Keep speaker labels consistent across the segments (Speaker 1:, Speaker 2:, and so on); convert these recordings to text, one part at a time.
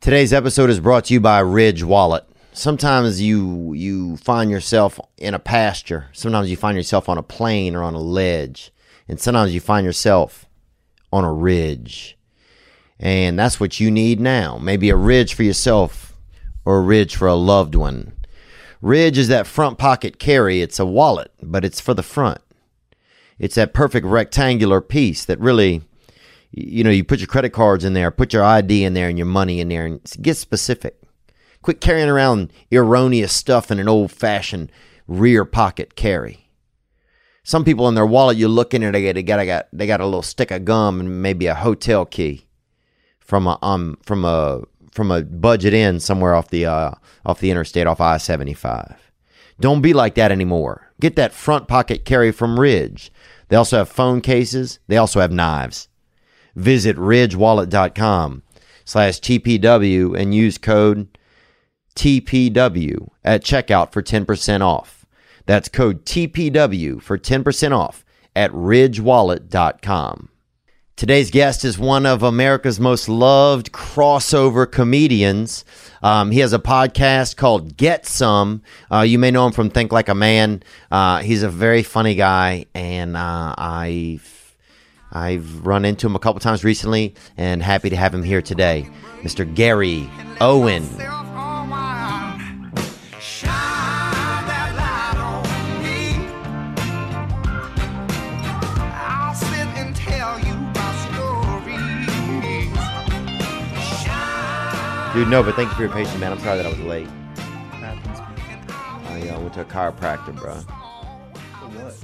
Speaker 1: Today's episode is brought to you by Ridge Wallet. Sometimes you you find yourself in a pasture. Sometimes you find yourself on a plane or on a ledge, and sometimes you find yourself on a ridge. And that's what you need now. Maybe a ridge for yourself or a ridge for a loved one. Ridge is that front pocket carry. It's a wallet, but it's for the front. It's that perfect rectangular piece that really you know, you put your credit cards in there, put your ID in there, and your money in there, and s- get specific. Quit carrying around erroneous stuff in an old fashioned rear pocket carry. Some people in their wallet, you look in there, they got, they got, they got, they got a little stick of gum and maybe a hotel key from a um from a from a budget inn somewhere off the uh, off the interstate off I seventy five. Don't be like that anymore. Get that front pocket carry from Ridge. They also have phone cases. They also have knives visit ridgewallet.com slash tpw and use code tpw at checkout for 10% off that's code tpw for 10% off at ridgewallet.com Today's guest is one of America's most loved crossover comedians. Um, he has a podcast called Get Some. Uh, you may know him from Think Like a Man. Uh, he's a very funny guy, and uh, I, I've run into him a couple times recently, and happy to have him here today, Mr. Gary Owen. Dude, no, but thank you for your patience, man. I'm sorry that I was late.
Speaker 2: happens. man.
Speaker 1: I uh, went to a chiropractor, bro.
Speaker 2: What?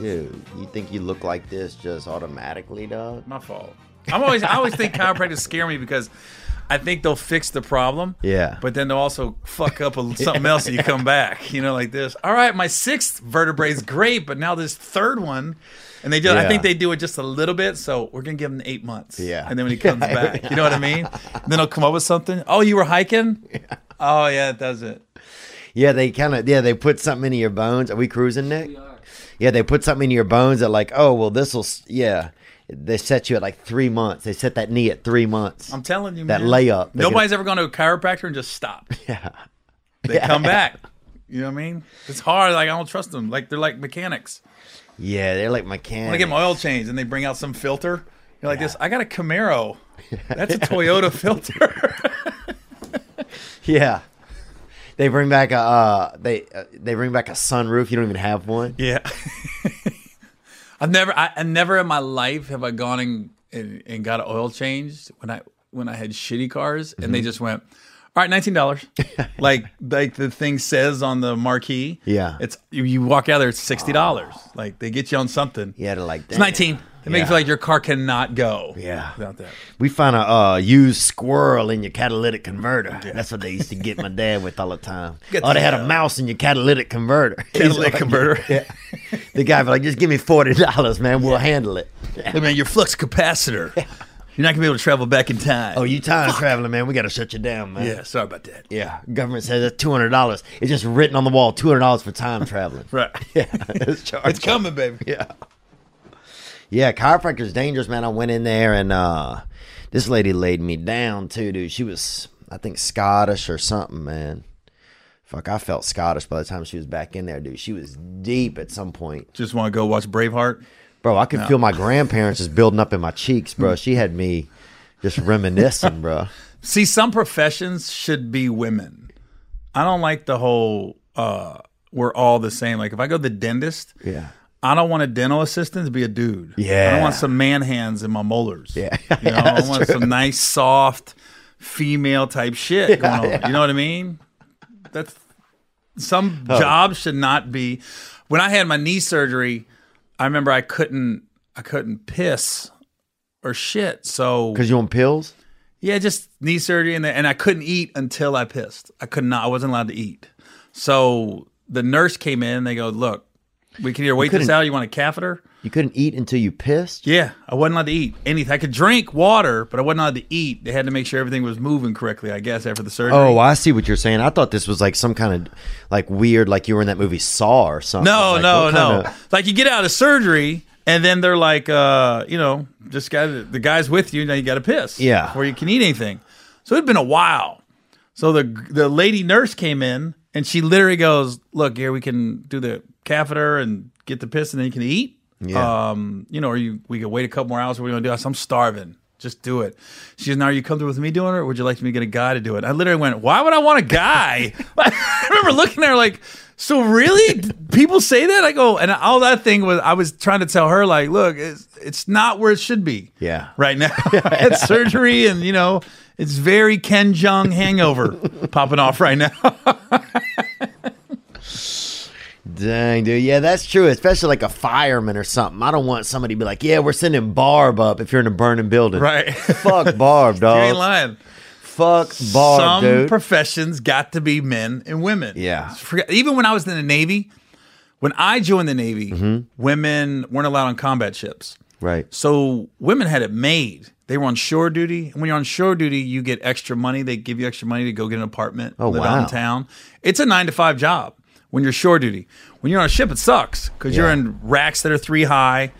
Speaker 1: Dude, you think you look like this just automatically, dog?
Speaker 2: My fault. I'm always I always think chiropractors scare me because I think they'll fix the problem.
Speaker 1: Yeah.
Speaker 2: But then they'll also fuck up a, something else and you come back, you know, like this. All right, my sixth vertebrae is great, but now this third one, and they just I
Speaker 1: Yeah.
Speaker 2: think they do it just a little bit, so we're gonna give him eight months.
Speaker 1: Yeah.
Speaker 2: And then when he comes back, you know what I mean? then he'll come up with something. Oh, you were hiking? Oh yeah, it does it.
Speaker 1: Yeah, they kind of yeah they put something into your bones. Are we cruising, Nick? Yeah, they put something into your bones that like oh well this will yeah they set you at like three months. They set that knee at three months.
Speaker 2: I'm telling you,
Speaker 1: That
Speaker 2: man.
Speaker 1: layup. They
Speaker 2: Nobody's ever gone to a chiropractor and just stopped.
Speaker 1: Yeah.
Speaker 2: They come back. You know what I mean? It's hard. Like I don't trust them. Like they're like mechanics.
Speaker 1: yeah, they're like
Speaker 2: When I
Speaker 1: mechanics.
Speaker 2: get my oil changed and they bring out some filter, you're like this. I got a Camaro. That's a Toyota filter.
Speaker 1: yeah. They bring back a uh, they uh, they bring back a sunroof. You don't even have one.
Speaker 2: yeah. I've never, I, I never in my life have I gone and, and and got an oil changed when I when I had shitty cars and
Speaker 1: Mm-hmm.
Speaker 2: they just went. All right, nineteen dollars. like like the thing says on the marquee.
Speaker 1: Yeah.
Speaker 2: it's you, you walk out there, it's sixty dollars. Like they get you on something.
Speaker 1: Yeah, they're like
Speaker 2: It's 19. They make
Speaker 1: Yeah.
Speaker 2: you feel like your car cannot go.
Speaker 1: Yeah.
Speaker 2: Without that.
Speaker 1: We found a uh, used squirrel in your catalytic converter. That's what they used to get my dad with all the time.
Speaker 2: Get
Speaker 1: oh, they had a
Speaker 2: the- uh,
Speaker 1: mouse in your catalytic converter. He's
Speaker 2: Catalytic
Speaker 1: like-
Speaker 2: converter.
Speaker 1: Yeah. The guy was like, just give me forty dollars, man. We'll handle it.
Speaker 2: Hey, man, your flux capacitor. You're not going to be able to travel back in time.
Speaker 1: Oh, you time traveling, man. We got to shut you down, man.
Speaker 2: Yeah, sorry about that.
Speaker 1: Yeah. Government says that's two hundred dollars. It's just written on the wall, two hundred dollars for time traveling.
Speaker 2: Right.
Speaker 1: Yeah. It's charged.
Speaker 2: It's coming, baby.
Speaker 1: Yeah. Yeah, chiropractor's dangerous, man. I went in there and uh this lady laid me down too, dude. She was I think Scottish or something, man. Fuck, I felt Scottish by the time she was back in there, dude. She was deep at some point.
Speaker 2: Just want to go watch Braveheart?
Speaker 1: Bro, I could feel my grandparents just building up in my cheeks,
Speaker 2: Hmm.
Speaker 1: bro. She had me just reminiscing, bro.
Speaker 2: See, some professions should be women. I don't like the whole uh we're all the same. Like if I go to the dentist,
Speaker 1: Yeah.
Speaker 2: I don't want a dental assistant to be a dude. I
Speaker 1: Yeah.
Speaker 2: don't want some man hands in my molars.
Speaker 1: Yeah.
Speaker 2: You know, I want some nice, soft, female type shit going on. You know what I mean? That's some
Speaker 1: Oh.
Speaker 2: jobs should not be. When I had my knee surgery, I remember I couldn't, I couldn't piss or shit. So
Speaker 1: Cause you on pills?
Speaker 2: yeah, just knee surgery, and and I couldn't eat until I pissed. I could not. I wasn't allowed to eat. So the nurse came in. and They go, look, we can either wait this
Speaker 1: couldn't-
Speaker 2: out. You want a catheter?
Speaker 1: You couldn't eat until you pissed?
Speaker 2: Yeah, I wasn't allowed to eat anything. I could drink water, but I wasn't allowed to eat. They had to make sure everything was moving correctly. I guess after the surgery.
Speaker 1: Oh, I see what you're saying. I thought this was like some kind of like weird, like you were in that movie Saw or something.
Speaker 2: no,
Speaker 1: Like,
Speaker 2: no,
Speaker 1: what
Speaker 2: no.
Speaker 1: kinda-
Speaker 2: Like you get out of surgery, and then they're like, uh, you know, just got the guy's with you. Now you got to piss.
Speaker 1: Yeah.
Speaker 2: before you can eat anything. So it'd been a while. So the the lady nurse came in and she literally goes, "Look, here we can do the catheter and get the piss, and then you can eat.
Speaker 1: Yeah.
Speaker 2: Um, you know, or you we can wait a couple more hours. What are we gonna do? I said, I'm starving. Just do it. She goes, now are you comfortable with me doing it, or would you like me to get a guy to do it? I literally went, why would I want a guy? I remember looking at her like, so really, D- people say that? I go, and all that thing was, I was trying to tell her like, look, it's, it's not where it should be
Speaker 1: Yeah.
Speaker 2: right now. I had surgery, and you know, it's very Ken Jong hangover popping off right now.
Speaker 1: Dang, dude. Yeah, that's true. Especially like a fireman or something. I don't want somebody to be like, yeah, we're sending Barb up if you're in a burning building.
Speaker 2: Right.
Speaker 1: Fuck Barb,
Speaker 2: you ain't
Speaker 1: dog.
Speaker 2: lying.
Speaker 1: Fuck Barb,
Speaker 2: Some
Speaker 1: dude.
Speaker 2: professions got to be men and women.
Speaker 1: Yeah.
Speaker 2: Forget- Even when I was in the Navy, when I joined the Navy,
Speaker 1: Mm-hmm.
Speaker 2: women weren't allowed on combat ships.
Speaker 1: right.
Speaker 2: So women had it made. They were on shore duty. And when you're on shore duty, you get extra money. They give you extra money to go get an apartment,
Speaker 1: Oh,
Speaker 2: live
Speaker 1: wow.
Speaker 2: out in town. It's a nine to five job when you're shore duty. When you're on a ship, it sucks because you're
Speaker 1: Yeah.
Speaker 2: in racks that are three high.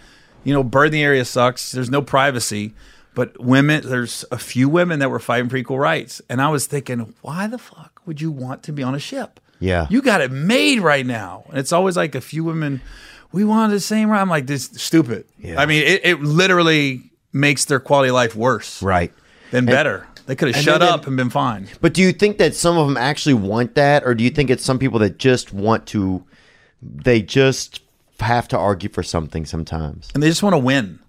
Speaker 2: You know, bird in the area sucks. There's no privacy. But women, there's a few women that were fighting for equal rights. And I was thinking, why the fuck would you want to be on a ship?
Speaker 1: Yeah.
Speaker 2: You got it made right now. And it's always like a few women, we wanted the same right. I'm like, this is stupid.
Speaker 1: Yeah.
Speaker 2: I mean, it, it literally makes their quality of life worse
Speaker 1: Right.
Speaker 2: than better. They could have shut
Speaker 1: then-
Speaker 2: up and been fine.
Speaker 1: But do you think that some of them actually want that, or do you think it's some people that just want to? They just have to argue for something sometimes.
Speaker 2: And they just want to win.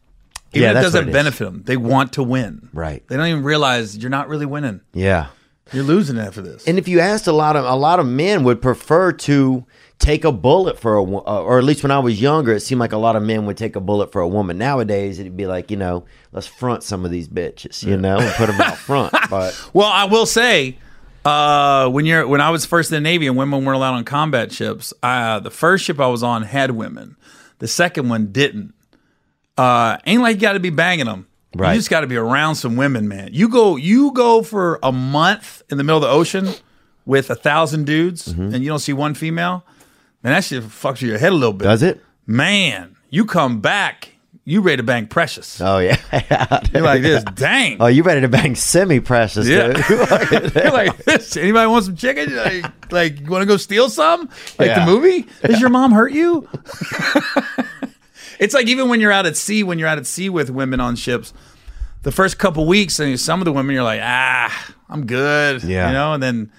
Speaker 2: Even
Speaker 1: Yeah,
Speaker 2: if it
Speaker 1: that's what
Speaker 2: doesn't
Speaker 1: it is.
Speaker 2: benefit them, they want to win.
Speaker 1: Right.
Speaker 2: They don't even realize you're not really winning.
Speaker 1: Yeah.
Speaker 2: You're losing after this.
Speaker 1: And if you asked a lot of a lot of men would prefer to take a bullet for a wo- uh, or at least when I was younger, it seemed like a lot of men would take a bullet for a woman. Nowadays, it'd be like you know, let's front some of these bitches, you know, and put them out front. But
Speaker 2: Well, I will say, uh, when you're when I was first in the Navy and women weren't allowed on combat ships, uh, the first ship I was on had women. The second one didn't. Uh, ain't like you got to be banging them.
Speaker 1: Right.
Speaker 2: You just got to be around some women, man. You go, you go for a month in the middle of the ocean with a thousand dudes,
Speaker 1: Mm-hmm.
Speaker 2: and you don't see one female. Man, that shit fucks your head a little bit.
Speaker 1: does it?
Speaker 2: Man, you come back, you ready to bang precious.
Speaker 1: Oh yeah.
Speaker 2: You're like this, dang.
Speaker 1: oh, you ready to bang semi precious?
Speaker 2: Yeah.
Speaker 1: Dude.
Speaker 2: You're like this. Anybody want some chicken? You're Like, like you want to go steal some? Like
Speaker 1: Yeah.
Speaker 2: the movie? Does your mom hurt you? it's like even when you're out at sea, when you're out at sea with women on ships, the first couple weeks, and some of the women, you're like, ah, I'm good.
Speaker 1: Yeah.
Speaker 2: You know, and then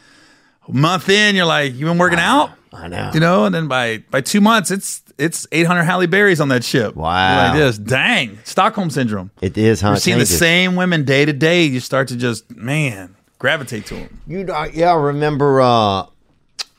Speaker 2: a month in, you're like, you been working out?
Speaker 1: I know.
Speaker 2: You know, and then by by two months, it's it's 800 Halle Berrys on that ship.
Speaker 1: Wow.
Speaker 2: You're Like this, dang, Stockholm syndrome.
Speaker 1: It is, huh?
Speaker 2: You're
Speaker 1: It
Speaker 2: seeing the
Speaker 1: changes.
Speaker 2: same women day to day. You start to just man gravitate to them.
Speaker 1: You know, I- yeah, I remember. Uh,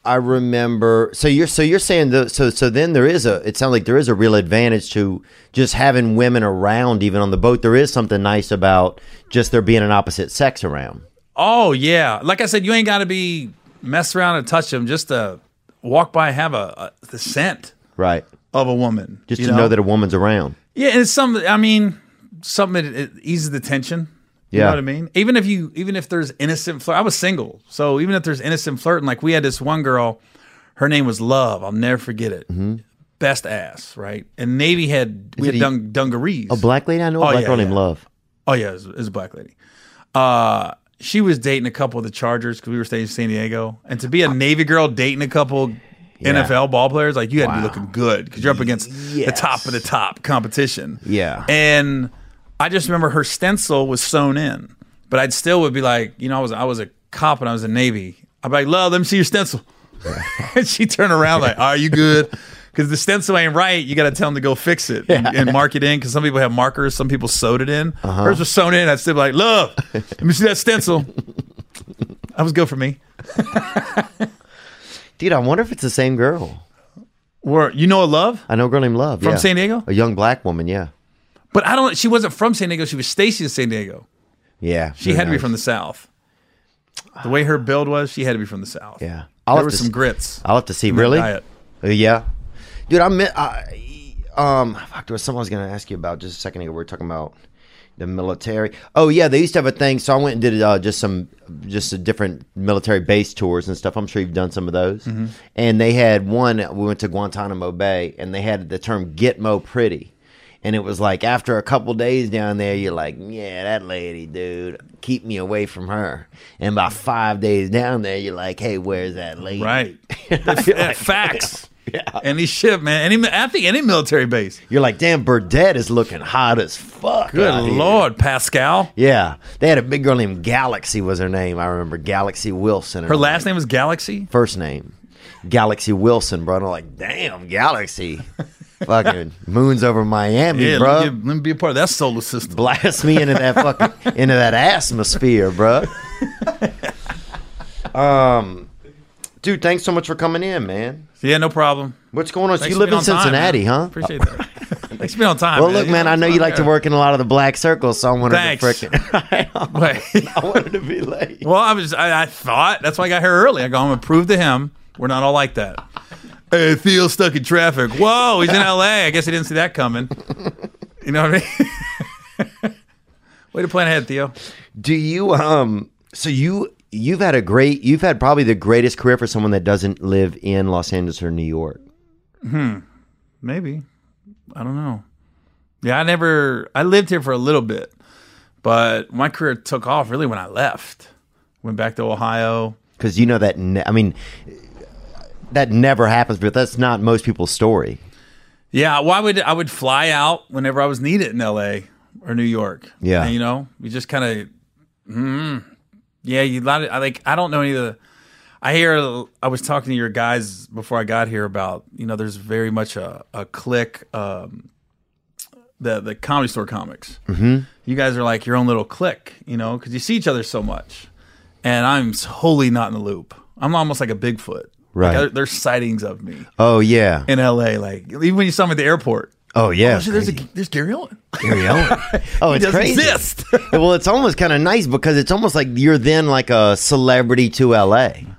Speaker 1: I remember. So you're so you're saying the so so then there is a. It sounds like there is a real advantage to just having women around, even on the boat. There is something nice about just there being an opposite sex around.
Speaker 2: Oh yeah, like I said, you ain't got to be mess around and touch them. Just to walk by, and have a, a the scent
Speaker 1: Right.
Speaker 2: of a woman.
Speaker 1: Just
Speaker 2: you
Speaker 1: to know? that a woman's around.
Speaker 2: Yeah, and it's some. I mean, something that it eases the tension. You
Speaker 1: Yeah.
Speaker 2: know what I mean? Even if you, even if there's innocent flirt, I was single, so even if there's innocent flirting, like we had this one girl, her name was Love. I'll never forget it. Best ass, right? And Navy had we
Speaker 1: Mm-hmm. it
Speaker 2: had
Speaker 1: a-
Speaker 2: dung, dungarees.
Speaker 1: A black lady I know, a
Speaker 2: Oh,
Speaker 1: black
Speaker 2: yeah,
Speaker 1: girl named
Speaker 2: yeah.
Speaker 1: Love.
Speaker 2: Oh yeah, it was, it was a black lady. Uh, she was dating a couple of the Chargers because we were staying in San Diego, and to be a Navy girl dating a couple NFL ball players, like you had to be looking good because you're up against the
Speaker 1: Yes.
Speaker 2: top of the top competition.
Speaker 1: Yeah.
Speaker 2: and I just remember her stencil was sewn in, but I'd still would be like, you know, I was I was a cop and I was in Navy. I'd be like, love, let me see your stencil. and she turned around like, "Are you good?" Because the stencil ain't right, you got to tell them to go fix it and, and mark it in. Because some people have markers, some people sewed it in. Hers was sewn in. I'd still be like, "Love, let me see that stencil." That was good for me.
Speaker 1: Dude, I wonder if it's the same girl.
Speaker 2: Where you know a love
Speaker 1: I know a girl named Love
Speaker 2: from
Speaker 1: yeah.
Speaker 2: San Diego,
Speaker 1: A young black woman, yeah,
Speaker 2: but I don't. She wasn't from San Diego. She was Stacy of San Diego.
Speaker 1: yeah.
Speaker 2: She had to be from the South. The way her build was, she had to be from the South.
Speaker 1: yeah.
Speaker 2: there
Speaker 1: have
Speaker 2: were
Speaker 1: to
Speaker 2: some
Speaker 1: s-
Speaker 2: grits.
Speaker 1: I'll have to see.
Speaker 2: that
Speaker 1: Really?
Speaker 2: diet.
Speaker 1: Uh, yeah, dude. I met. I, um, fuck. There was something I was gonna ask you about just a second ago. We were talking about the military. Oh yeah, they used to have a thing. So I went and did uh, just some just a different military base tours and stuff. I'm sure you've done some of those. And they had one. We went to Guantanamo Bay, and they had the term "Gitmo Pretty." And it was like after a couple days down there, you're like, yeah, that lady, dude, keep me away from her. And by five days down there, you're like, hey, where's that lady?
Speaker 2: Right. Yeah, facts. Any ship, man. Any, I think any military base.
Speaker 1: You're like, damn, Burdett is looking hot as fuck.
Speaker 2: Good
Speaker 1: out here."
Speaker 2: Lord, Pascal.
Speaker 1: Yeah. They had a big girl named Galaxy was her name. I remember Galaxy Wilson.
Speaker 2: Her last name was Galaxy.
Speaker 1: first name. Galaxy Wilson, bro. And I'm like, damn, Galaxy. fucking moons over Miami,
Speaker 2: Yeah,
Speaker 1: bro.
Speaker 2: let me, be, let me be a part of that solar system.
Speaker 1: Blast me into that fucking into that atmosphere, bro. um Dude, thanks so much for coming in, man.
Speaker 2: Yeah, no problem.
Speaker 1: What's going on? So
Speaker 2: Thanks
Speaker 1: you
Speaker 2: for
Speaker 1: live
Speaker 2: being
Speaker 1: in
Speaker 2: on time, man.
Speaker 1: Cincinnati, huh?
Speaker 2: Appreciate that. Thanks for being on time.
Speaker 1: Well, look, man, I know you like to
Speaker 2: Yeah.
Speaker 1: work in a lot of the black circles, so I wanted
Speaker 2: Thanks.
Speaker 1: to freaking.
Speaker 2: Wait.
Speaker 1: I wanted to be late.
Speaker 2: well, I was. I, I thought that's why I got here early. I go, I'm gonna prove to him we're not all like that. Hey, Theo's stuck in traffic. Whoa, he's in L.A. I guess he didn't see that coming. You know what I mean? Way to plan ahead, Theo.
Speaker 1: Do you um so you you've had a great you've had probably the greatest career for someone that doesn't live in Los Angeles or New York.
Speaker 2: Maybe. I don't know. Yeah, I never I lived here for a little bit, but my career took off really when I left. Went back to Ohio.
Speaker 1: Cuz you know that ne- I mean that never happens but that's not most people's story.
Speaker 2: Yeah, why would I would fly out whenever I was needed in LA or New York.
Speaker 1: Yeah.
Speaker 2: And, you know, you just kind of mm, Yeah, you lot of, I like I don't know any of the I hear I was talking to your guys before I got here about, you know, there's very much a a click um the the comedy store comics. Mm-hmm. You guys are like your own little clique, you know, cuz you see each other so much. And I'm wholly not in the loop. I'm almost like a Bigfoot.
Speaker 1: Right.
Speaker 2: Like, there- there's sightings of me
Speaker 1: Oh yeah.
Speaker 2: in LA. Like even when you saw him at the airport,
Speaker 1: Oh yeah.
Speaker 2: actually, there's a, there's Gary Owen.
Speaker 1: Gary Owen. Oh,
Speaker 2: He
Speaker 1: it's
Speaker 2: doesn't
Speaker 1: crazy.
Speaker 2: exist.
Speaker 1: well, it's almost kind of nice because it's almost like you're then like a celebrity to LA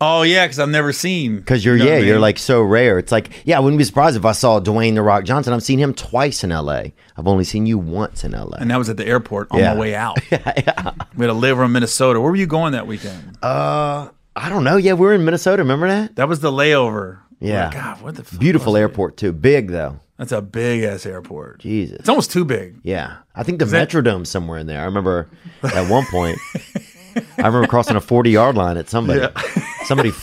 Speaker 2: oh yeah, because I've never seen.
Speaker 1: because you're
Speaker 2: You know what
Speaker 1: yeah
Speaker 2: I mean?
Speaker 1: you're like so rare. It's like yeah, I wouldn't be surprised if I saw Dwayne the Rock Johnson. I've seen him twice in LA. I've only seen you once in LA.
Speaker 2: and that was at the airport on
Speaker 1: Yeah.
Speaker 2: my way out. We had a live in Minnesota. Where were you going that weekend?
Speaker 1: Uh, I don't know. Yeah, we were in Minnesota. Remember that
Speaker 2: that was the layover.
Speaker 1: Yeah.
Speaker 2: Like, God, what the fuck
Speaker 1: beautiful
Speaker 2: was it?
Speaker 1: airport too. Big though.
Speaker 2: That's a big ass airport.
Speaker 1: Jesus.
Speaker 2: It's almost too big.
Speaker 1: Yeah, I think the
Speaker 2: that-
Speaker 1: Metrodome somewhere in there. I remember at one point. I remember crossing a forty-yard line at somebody. Somebody.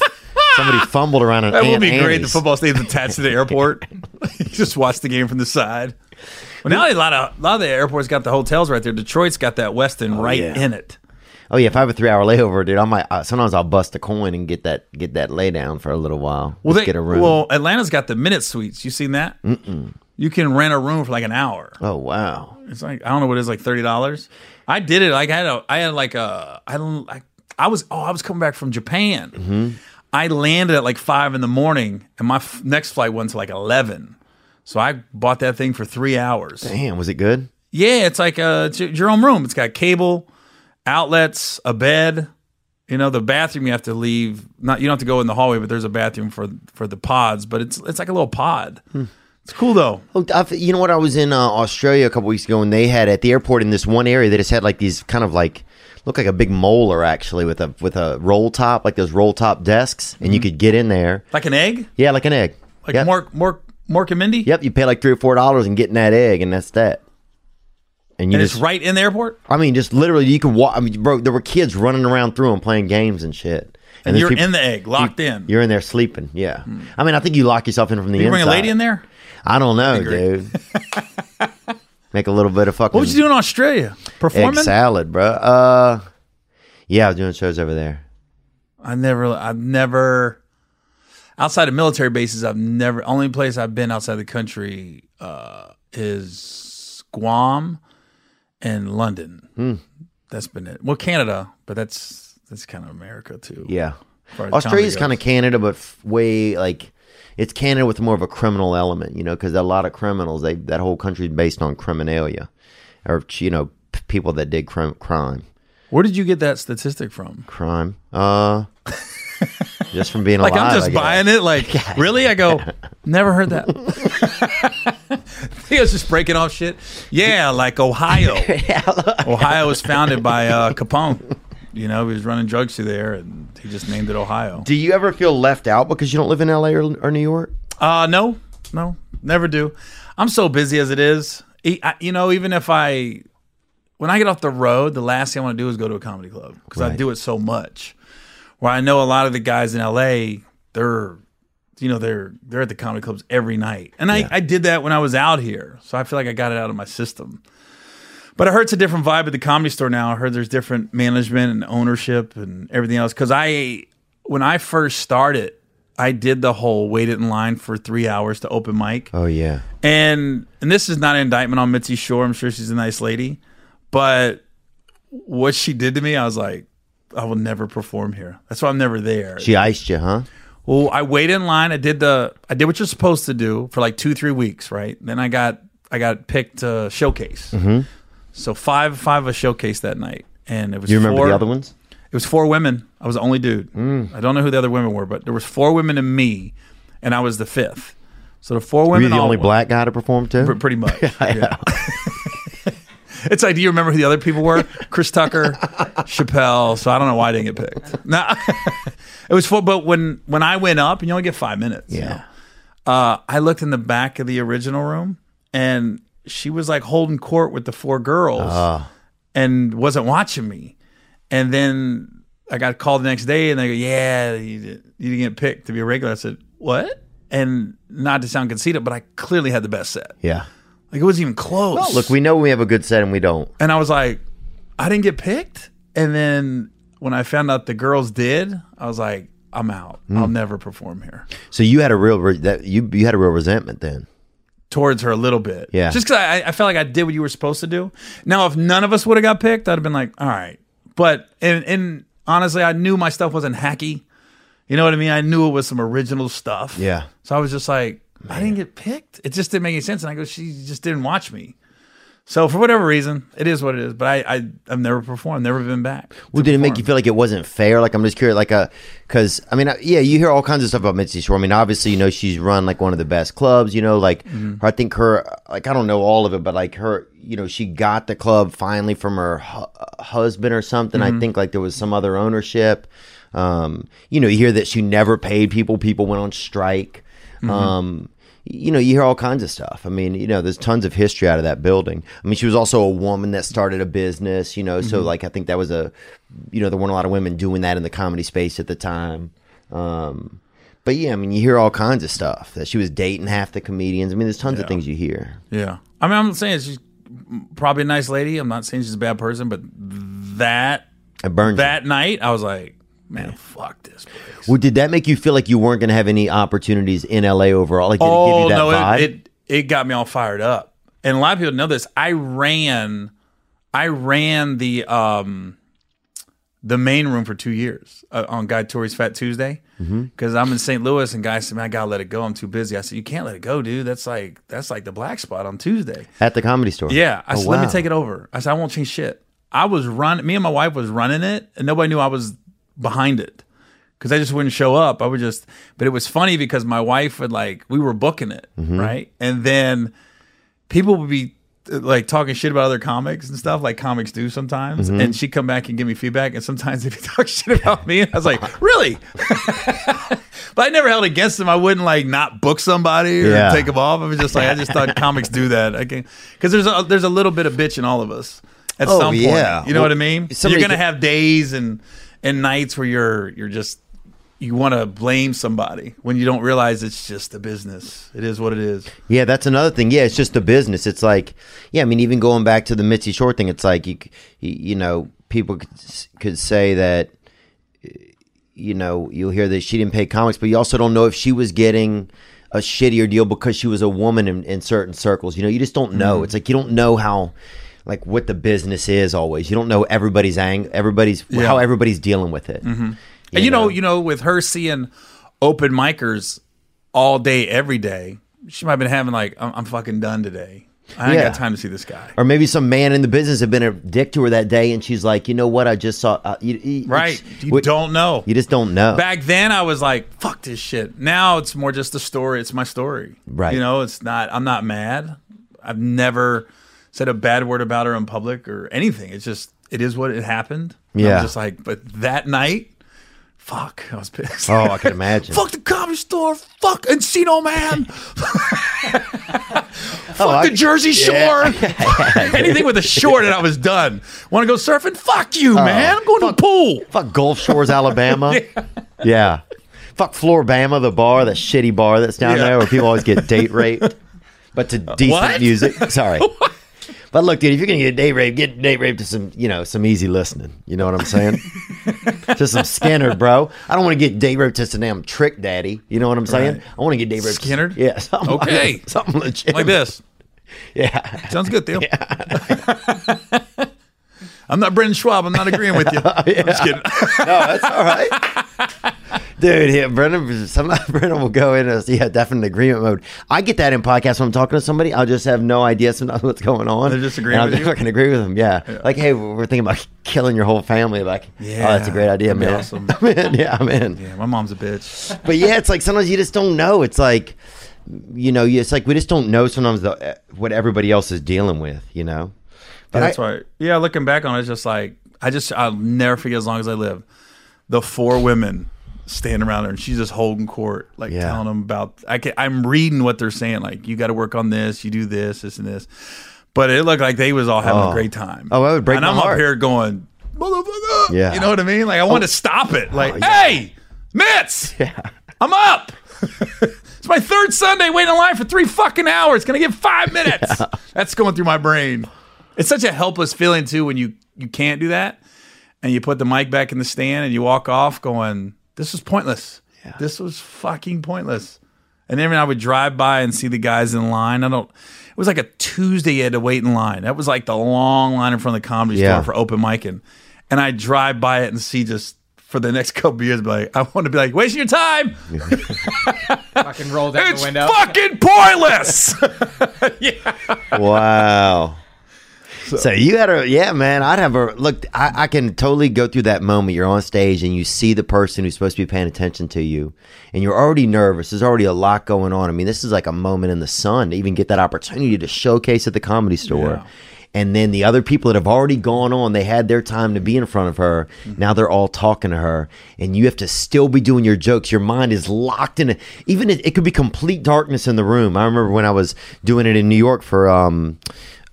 Speaker 1: Somebody fumbled around an
Speaker 2: That would
Speaker 1: Aunt
Speaker 2: be great. The
Speaker 1: Annie's.
Speaker 2: football stadium's attached to the airport. you just watch the game from the side. Well, now a lot of a lot of the airports got the hotels right there. Detroit's got that Westin right
Speaker 1: yeah.
Speaker 2: in it.
Speaker 1: Oh yeah, if I have a three hour layover, dude, I might. Uh, sometimes I'll bust a coin and get that get that lay down for a little while.
Speaker 2: Well,
Speaker 1: Just
Speaker 2: they,
Speaker 1: get a room.
Speaker 2: Well, Atlanta's got the minute suites. You seen that? Mm-mm. You can rent a room for like an hour.
Speaker 1: oh wow,
Speaker 2: It's like I don't know what it is, like thirty dollars. I did it. Like I had a, I had like a, I don't, I, I was, oh, I was coming back from Japan.
Speaker 1: Mm-hmm.
Speaker 2: I landed at like five in the morning, and my f- next flight went to like eleven. So I bought that thing for three hours.
Speaker 1: damn, was it good?
Speaker 2: Yeah, it's like uh, it's your- your own room. It's got cable, outlets, a bed. You know, the bathroom you have to leave. Not you don't have to go in the hallway, but there's a bathroom for for the pods. But it's it's like a little pod.
Speaker 1: Hmm.
Speaker 2: It's cool though.
Speaker 1: Oh, I've, you know what? I was in uh, Australia a couple weeks ago, and they had at the airport in this one area they just had like these kind of like look like a big molar actually with a with a roll top like those roll top desks, and you could get in there.
Speaker 2: Like an egg,
Speaker 1: Yeah, like an egg.
Speaker 2: Mm-hmm. like
Speaker 1: yep.
Speaker 2: Mark Mark Mark and Mindy.
Speaker 1: Yep, you pay like three or four dollars and get in that egg, and that's that. And you
Speaker 2: and
Speaker 1: just,
Speaker 2: it's right in the airport.
Speaker 1: I mean, just literally, you could walk. I mean, bro, there were kids running around through and playing games and shit.
Speaker 2: And
Speaker 1: there's
Speaker 2: you're
Speaker 1: people-
Speaker 2: in the egg, locked in.
Speaker 1: You're in there sleeping. Yeah. I mean, I think you lock yourself in from the
Speaker 2: You
Speaker 1: inside.
Speaker 2: bring a lady in there.
Speaker 1: I don't know,
Speaker 2: great.
Speaker 1: dude. Make a little bit of fucking
Speaker 2: What would you do in Australia?
Speaker 1: egg
Speaker 2: Performing?
Speaker 1: salad, bro. Uh, yeah, I was doing shows over there.
Speaker 2: I never, I've never, outside of military bases, I've never, only place I've been outside the country uh, is Guam and London. That's been it. Well, Canada, but that's, that's kind of America too.
Speaker 1: Yeah.
Speaker 2: as far as
Speaker 1: Australia's kind
Speaker 2: comedy
Speaker 1: of Canada, but f- way like it's Canada with more of a criminal element, you know, because a lot of criminals, they that whole country's based on criminalia or, you know, p- people that did crim- crime.
Speaker 2: Where did you get that statistic from?
Speaker 1: Crime. Uh, just from being
Speaker 2: Like,
Speaker 1: alive.
Speaker 2: I'm just
Speaker 1: I guess.
Speaker 2: buying it. Like, really? I go, never heard that. Theo's just breaking off shit. Yeah, like Ohio. Ohio was founded by uh, Capone. You know, he was running drugs through there, and he just named it Ohio.
Speaker 1: Do you ever feel left out because you don't live in LA or, or New York?
Speaker 2: Uh, no, no, never do. I'm so busy as it is. E- I- You know, even if I, when I get off the road, the last thing I want to do is go to a comedy club because I
Speaker 1: Right.
Speaker 2: do it so much. Where I know a lot of the guys in LA, they're, you know, they're they're at the comedy clubs every night, and I I did that when I was out here, so I feel like I got it out of my system. But I heard it's a different vibe at the comedy store now. I heard there's different management and ownership and everything else. Because I, when I first started, I did the whole waited in line for three hours to open mic.
Speaker 1: Oh yeah.
Speaker 2: Eh. And and this is not an indictment on Mitzi Shore. I'm sure she's a nice lady, but what she did to me, I was like, I will never perform here. That's why I'm never there.
Speaker 1: She iced you, huh?
Speaker 2: Well, I waited in line. I did the I did what you're supposed to do for like two three weeks, right? Then I got I got picked to showcase.
Speaker 1: Mm-hmm.
Speaker 2: So five five of showcase that night, and it was
Speaker 1: You remember
Speaker 2: four,
Speaker 1: the other ones?
Speaker 2: It was four women. I was the only dude.
Speaker 1: Mm.
Speaker 2: I don't know who the other women were, but there was four women and me, and I was the fifth. So the four
Speaker 1: Were
Speaker 2: women.
Speaker 1: you the
Speaker 2: all
Speaker 1: only
Speaker 2: were-
Speaker 1: black guy to perform
Speaker 2: Pr-
Speaker 1: to?
Speaker 2: pretty much. yeah. it's like, do you remember who the other people were? Chris Tucker, Chappelle. So I don't know why I didn't get picked. No, it was full. But when when I went up, and you only get five minutes. you
Speaker 1: Yeah.
Speaker 2: know, uh, I looked in the back of the original room, and she was like holding court with the four girls, and wasn't watching me. And then I got called the next day, and they go, "Yeah, you, did- you didn't get picked to be a regular." I said, "What?" And not to sound conceited, but I clearly had the best set.
Speaker 1: Yeah.
Speaker 2: Like it wasn't even close.
Speaker 1: Well, look, we know we have a good set and we don't.
Speaker 2: and I was like, I didn't get picked. And then when I found out the girls did, I was like, I'm out.
Speaker 1: Hmm.
Speaker 2: I'll never perform here.
Speaker 1: So you had a real re- that you you had a real resentment then.
Speaker 2: Towards her a little bit.
Speaker 1: Yeah.
Speaker 2: Just because I, I felt like I did what you were supposed to do. Now, if none of us would have got picked, I'd have been like, all right. But, and, and honestly, I knew my stuff wasn't hacky. You know what I mean? I knew it was some original stuff.
Speaker 1: Yeah.
Speaker 2: So I was just like, I didn't get picked. It just didn't make any sense. And I go, she just didn't watch me. So for whatever reason, it is what it is. But I, I I've never performed, never been back.
Speaker 1: Well, did it make you feel like it wasn't fair? Like I'm just curious, like a, because I mean, I- yeah, you hear all kinds of stuff about Mitzi Shore. I mean, obviously, you know, she's run like one of the best clubs. You know, like her, I think her, like I don't know all of it, but like her, you know, she got the club finally from her hu- uh, husband or something. I think like there was some other ownership. Um, you know, you hear that she never paid people. People went on strike.
Speaker 2: Mm-hmm.
Speaker 1: Um, you know, you hear all kinds of stuff. I mean, you know, there's tons of history out of that building. I mean, she was also a woman that started a business, you know, so
Speaker 2: Mm-hmm.
Speaker 1: like I think that was a, you know, there weren't a lot of women doing that in the comedy space at the time. Um, but yeah, I mean, you hear all kinds of stuff that she was dating half the comedians. I mean, there's tons of things you hear.
Speaker 2: Yeah. I mean, I'm not saying she's probably a nice lady. I'm not saying she's a bad person, but that
Speaker 1: It burns. you.
Speaker 2: that night, I was like, man, fuck this. Place.
Speaker 1: well, did that make you feel like you weren't going to have any opportunities in LA overall? Like, did it give you that vibe?
Speaker 2: Oh, it, it it got me all fired up. And a lot of people know this. I ran, I ran the um, the main room for two years uh, on Guy Tori's Fat Tuesday because
Speaker 1: Mm-hmm.
Speaker 2: I'm in St. Louis and guys said, "Man, I gotta let it go. I'm too busy." I said, "You can't let it go, dude. That's like that's like the black spot on Tuesday."
Speaker 1: At the comedy store.
Speaker 2: Yeah, I
Speaker 1: Oh,
Speaker 2: said, "Let
Speaker 1: wow.
Speaker 2: me take it over." I said, "I won't change shit." I was run. Me and my wife was running it, and nobody knew I was behind it because I just wouldn't show up. I would just, but it was funny because my wife would like we were booking it
Speaker 1: Mm-hmm.
Speaker 2: right, and then people would be uh, like talking shit about other comics and stuff like comics do sometimes
Speaker 1: Mm-hmm.
Speaker 2: and she'd come back and give me feedback and sometimes they'd be talking shit about me and i was like really but i never held against them i wouldn't like not book somebody or
Speaker 1: Yeah.
Speaker 2: take them off i was just like i just thought comics do that i can because there's a there's a little bit of bitch in all of us at
Speaker 1: Oh,
Speaker 2: some point
Speaker 1: yeah.
Speaker 2: you know
Speaker 1: Well,
Speaker 2: what i mean you're
Speaker 1: somebody
Speaker 2: gonna
Speaker 1: could-
Speaker 2: have days and and nights where you're you're just you want to blame somebody when you don't realize it's just the business. It is what it is.
Speaker 1: Yeah, that's another thing. Yeah, it's just the business. It's like, yeah, I mean, even going back to the Mitzi Short thing, it's like you, c- you you know, people could, s- could say that, uh, you know, you'll hear that she didn't pay comics, but you also don't know if she was getting a shittier deal because she was a woman in, in certain circles. You know, you just don't
Speaker 2: Mm-hmm.
Speaker 1: know. It's like you don't know how, like, what the business is always. You don't know everybody's ang, everybody's how everybody's dealing with it.
Speaker 2: Mm-hmm. And you know, you know, with her seeing open micers all day, every day, she might have been having like, I'm, I'm fucking done today. I ain't
Speaker 1: Yeah.
Speaker 2: got time to see this guy.
Speaker 1: or maybe some man in the business had been a dick to her that day, and she's like, you know what? I just saw. Uh, you, you-
Speaker 2: Right.
Speaker 1: it's-
Speaker 2: You
Speaker 1: what-
Speaker 2: don't know.
Speaker 1: You just don't know.
Speaker 2: Back then, I was like, fuck this shit. Now it's more just a story. It's my story.
Speaker 1: Right.
Speaker 2: You know, it's not, I'm not mad. I've never said a bad word about her in public or anything. It's just, it is what it happened. And
Speaker 1: Yeah.
Speaker 2: I'm just like, but that night, fuck, I was pissed.
Speaker 1: oh, I can Oh, imagine.
Speaker 2: Fuck the comedy store. Fuck Encino Man. Fuck
Speaker 1: Oh,
Speaker 2: the Jersey Shore. Anything with a short, and I was done. Want to go surfing? Fuck you, man. I'm going to a pool.
Speaker 1: Oh, Fuck Gulf Shores, Alabama. yeah. Fuck Floribama, the bar, that shitty bar that's down
Speaker 2: Yeah.
Speaker 1: there where people always get date raped, but to decent
Speaker 2: what?
Speaker 1: music. Sorry. But look, dude, if you're gonna get date raped, get date raped to some, you know, some easy listening. You know what I'm saying? to some Skinner, bro. I don't want to get date raped to some damn trick daddy. You know what I'm saying?
Speaker 2: Right.
Speaker 1: I want to get date raped. to-
Speaker 2: Skinnered?
Speaker 1: Yeah. Something like
Speaker 2: Okay.
Speaker 1: that. something legit.
Speaker 2: Like this.
Speaker 1: Yeah.
Speaker 2: Sounds good, Theo. I'm not Brendan Schwab. I'm not agreeing with you. I'm just kidding.
Speaker 1: No, Oh, that's all right. Dude, yeah, Brendan, sometimes Brendan will go in as yeah, definite agreement mode. I get that in podcasts when I'm talking to somebody. I'll just have no idea sometimes what's going on.
Speaker 2: They're just agreeing
Speaker 1: and I'll
Speaker 2: with
Speaker 1: just
Speaker 2: you?
Speaker 1: fucking agree with them. Yeah. like hey, we're we're thinking about killing your whole family. Like, oh, that's a
Speaker 2: Yeah,
Speaker 1: great idea,
Speaker 2: that'd be
Speaker 1: man.
Speaker 2: awesome.
Speaker 1: I'm in. Yeah, I'm in.
Speaker 2: Yeah, my mom's a bitch.
Speaker 1: But yeah, it's like sometimes you just don't know. It's like, you know, it's like we just don't know sometimes the, what everybody else is dealing with. You know. But
Speaker 2: That's
Speaker 1: I-
Speaker 2: right. Yeah, looking back on it, it's just like I just I'll never forget as long as I live. The four women standing around her, and she's just holding court, like
Speaker 1: Yeah.
Speaker 2: telling them about. I can, I'm reading what they're saying. Like you got to work on this, you do this, this, and this. But it looked like they was all having
Speaker 1: Oh.
Speaker 2: a great time.
Speaker 1: Oh, that would break
Speaker 2: And
Speaker 1: my
Speaker 2: I'm
Speaker 1: heart.
Speaker 2: up here going, motherfucker.
Speaker 1: Yeah. Oh,
Speaker 2: You know what I mean? Like I want to stop it. Like,
Speaker 1: yeah.
Speaker 2: hey, Mitts, I'm up. It's my third Sunday waiting in line for three fucking hours. Gonna get five minutes. That's going through my brain. It's such a helpless feeling too when you you can't do that, and you put the mic back in the stand and you walk off going, "This was pointless. This was fucking pointless." And then when I would drive by and see the guys in line, I don't. It was like a Tuesday you had to wait in line. That was like the long line in front of the comedy
Speaker 1: Yeah.
Speaker 2: store for open micing, and I drive by it and see just. For the next couple years, be like I want to be like wasting your time.
Speaker 3: Fucking roll down
Speaker 2: It's
Speaker 3: the window.
Speaker 2: fucking pointless.
Speaker 1: wow. So, you had a yeah, man. I'd have a look. I, I can totally go through that moment. You're on stage and you see the person who's supposed to be paying attention to you, and you're already nervous. There's already a lot going on. I mean, this is like a moment in the sun to even get that opportunity to showcase at the comedy store. And then the other people that have already gone on, they had their time to be in front of her. Now they're all talking to her, and you have to still be doing your jokes. Your mind is locked in. It. Even it, it could be complete darkness in the room. I remember when I was doing it in New York for um,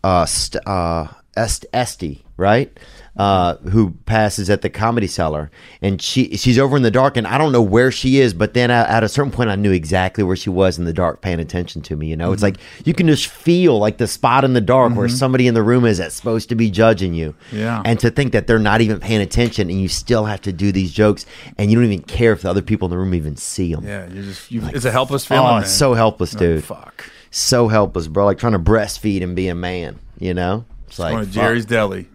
Speaker 1: uh, st- uh, Est- Esty, right? Uh, who passes at the comedy cellar, and she she's over in the dark, and I don't know where she is. But then I, at a certain point, I knew exactly where she was in the dark, paying attention to me. You know, it's
Speaker 2: Mm-hmm.
Speaker 1: like you can just feel like the spot in the dark where somebody in the room is that's supposed to be judging you.
Speaker 2: Yeah.
Speaker 1: and to think that they're not even paying attention, and you still have to do these jokes, and you don't even care if the other people in the room even see them.
Speaker 2: Yeah, you're just you, it's a helpless feeling.
Speaker 1: Oh,
Speaker 2: man.
Speaker 1: it's so helpless,
Speaker 2: Like,
Speaker 1: dude.
Speaker 2: fuck.
Speaker 1: So helpless, bro. Like trying to breastfeed and be a man. You know, it's like
Speaker 2: Going to
Speaker 1: fuck.
Speaker 2: Jerry's Deli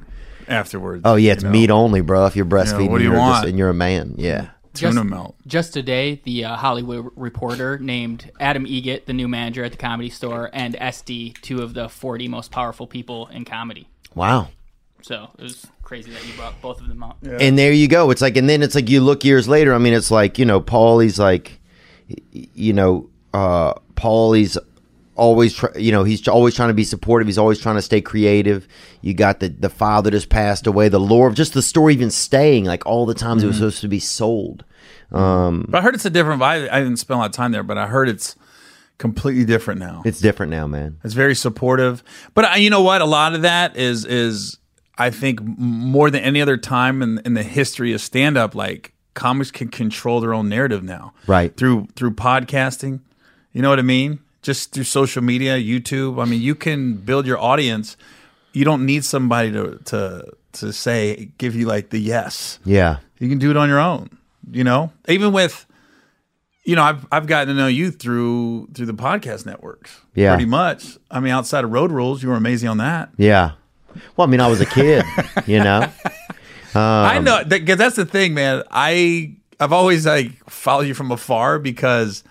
Speaker 2: afterwards.
Speaker 1: Oh yeah, it's
Speaker 2: you know?
Speaker 1: meat only, bro. If you're breastfeeding,
Speaker 2: what do you
Speaker 1: you're just-
Speaker 2: want?
Speaker 1: and you're a man. Yeah.
Speaker 2: Tuna melt.
Speaker 3: Just today, the uh, Hollywood Reporter named Adam Egett the new manager at the Comedy Store and SD two of the 40 most powerful people in comedy.
Speaker 1: Wow.
Speaker 3: So it was crazy that you brought both of them up.
Speaker 1: And there you go. It's like, and then it's like you look years later. I mean, it's like you know, Paulie's like, y- you know, uh, Paulie's always, try, you know, he's always trying to be supportive. He's always trying to stay creative. You got the the father just passed away. The lore of just the story even staying like all the times
Speaker 2: Mm-hmm.
Speaker 1: it was supposed to be sold.
Speaker 2: But I heard it's a different vibe. I didn't spend a lot of time there, but I heard it's completely different now.
Speaker 1: It's different now, man.
Speaker 2: It's very supportive. But I, you know what? A lot of that is is I think m- more than any other time in in the history of stand up, like comics can control their own narrative now,
Speaker 1: Right.
Speaker 2: Through through podcasting, you know what I mean? Just through social media, YouTube. I mean, you can build your audience. You don't need somebody to to to say give you like the yes.
Speaker 1: Yeah.
Speaker 2: You can do it on your own. You know, even with, you know, I've I've gotten to know you through through the podcast networks.
Speaker 1: Yeah.
Speaker 2: pretty much. I mean, outside of Road Rules, you were amazing on that.
Speaker 1: Yeah. Well, I mean, I was a kid, you know. Um,
Speaker 2: I know that 'cause that's the thing, man. I I've always like followed you from afar because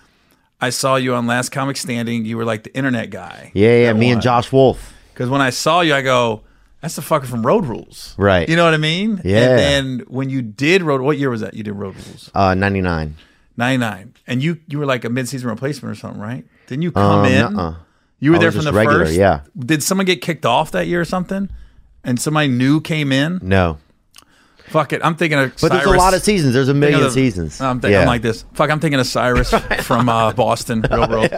Speaker 2: I saw you on Last Comic Standing. You were like the internet guy.
Speaker 1: Yeah, yeah. Me and Josh Wolf.
Speaker 2: Because when I saw you, I go, that's the fucker from Road Rules,
Speaker 1: Right.
Speaker 2: You know what I mean?
Speaker 1: Yeah.
Speaker 2: And then when you did Road, what year was that? You did Road Rules.
Speaker 1: Uh, ninety nine.
Speaker 2: 99 and you you were like a mid-season replacement or something right didn't you
Speaker 1: Um,
Speaker 2: come in
Speaker 1: nuh-uh.
Speaker 2: you were
Speaker 1: I
Speaker 2: there
Speaker 1: was
Speaker 2: from
Speaker 1: just
Speaker 2: the
Speaker 1: regular,
Speaker 2: first
Speaker 1: yeah.
Speaker 2: did someone get kicked off that year or something and somebody new came in
Speaker 1: No.
Speaker 2: fuck it i'm thinking of
Speaker 1: But there's a
Speaker 2: Cyrus-
Speaker 1: lot of seasons. There's a
Speaker 2: thinking
Speaker 1: million
Speaker 2: of the-
Speaker 1: seasons.
Speaker 2: i'm thinking
Speaker 1: Yeah.
Speaker 2: I'm like this fuck i'm thinking of cyrus from uh, boston real world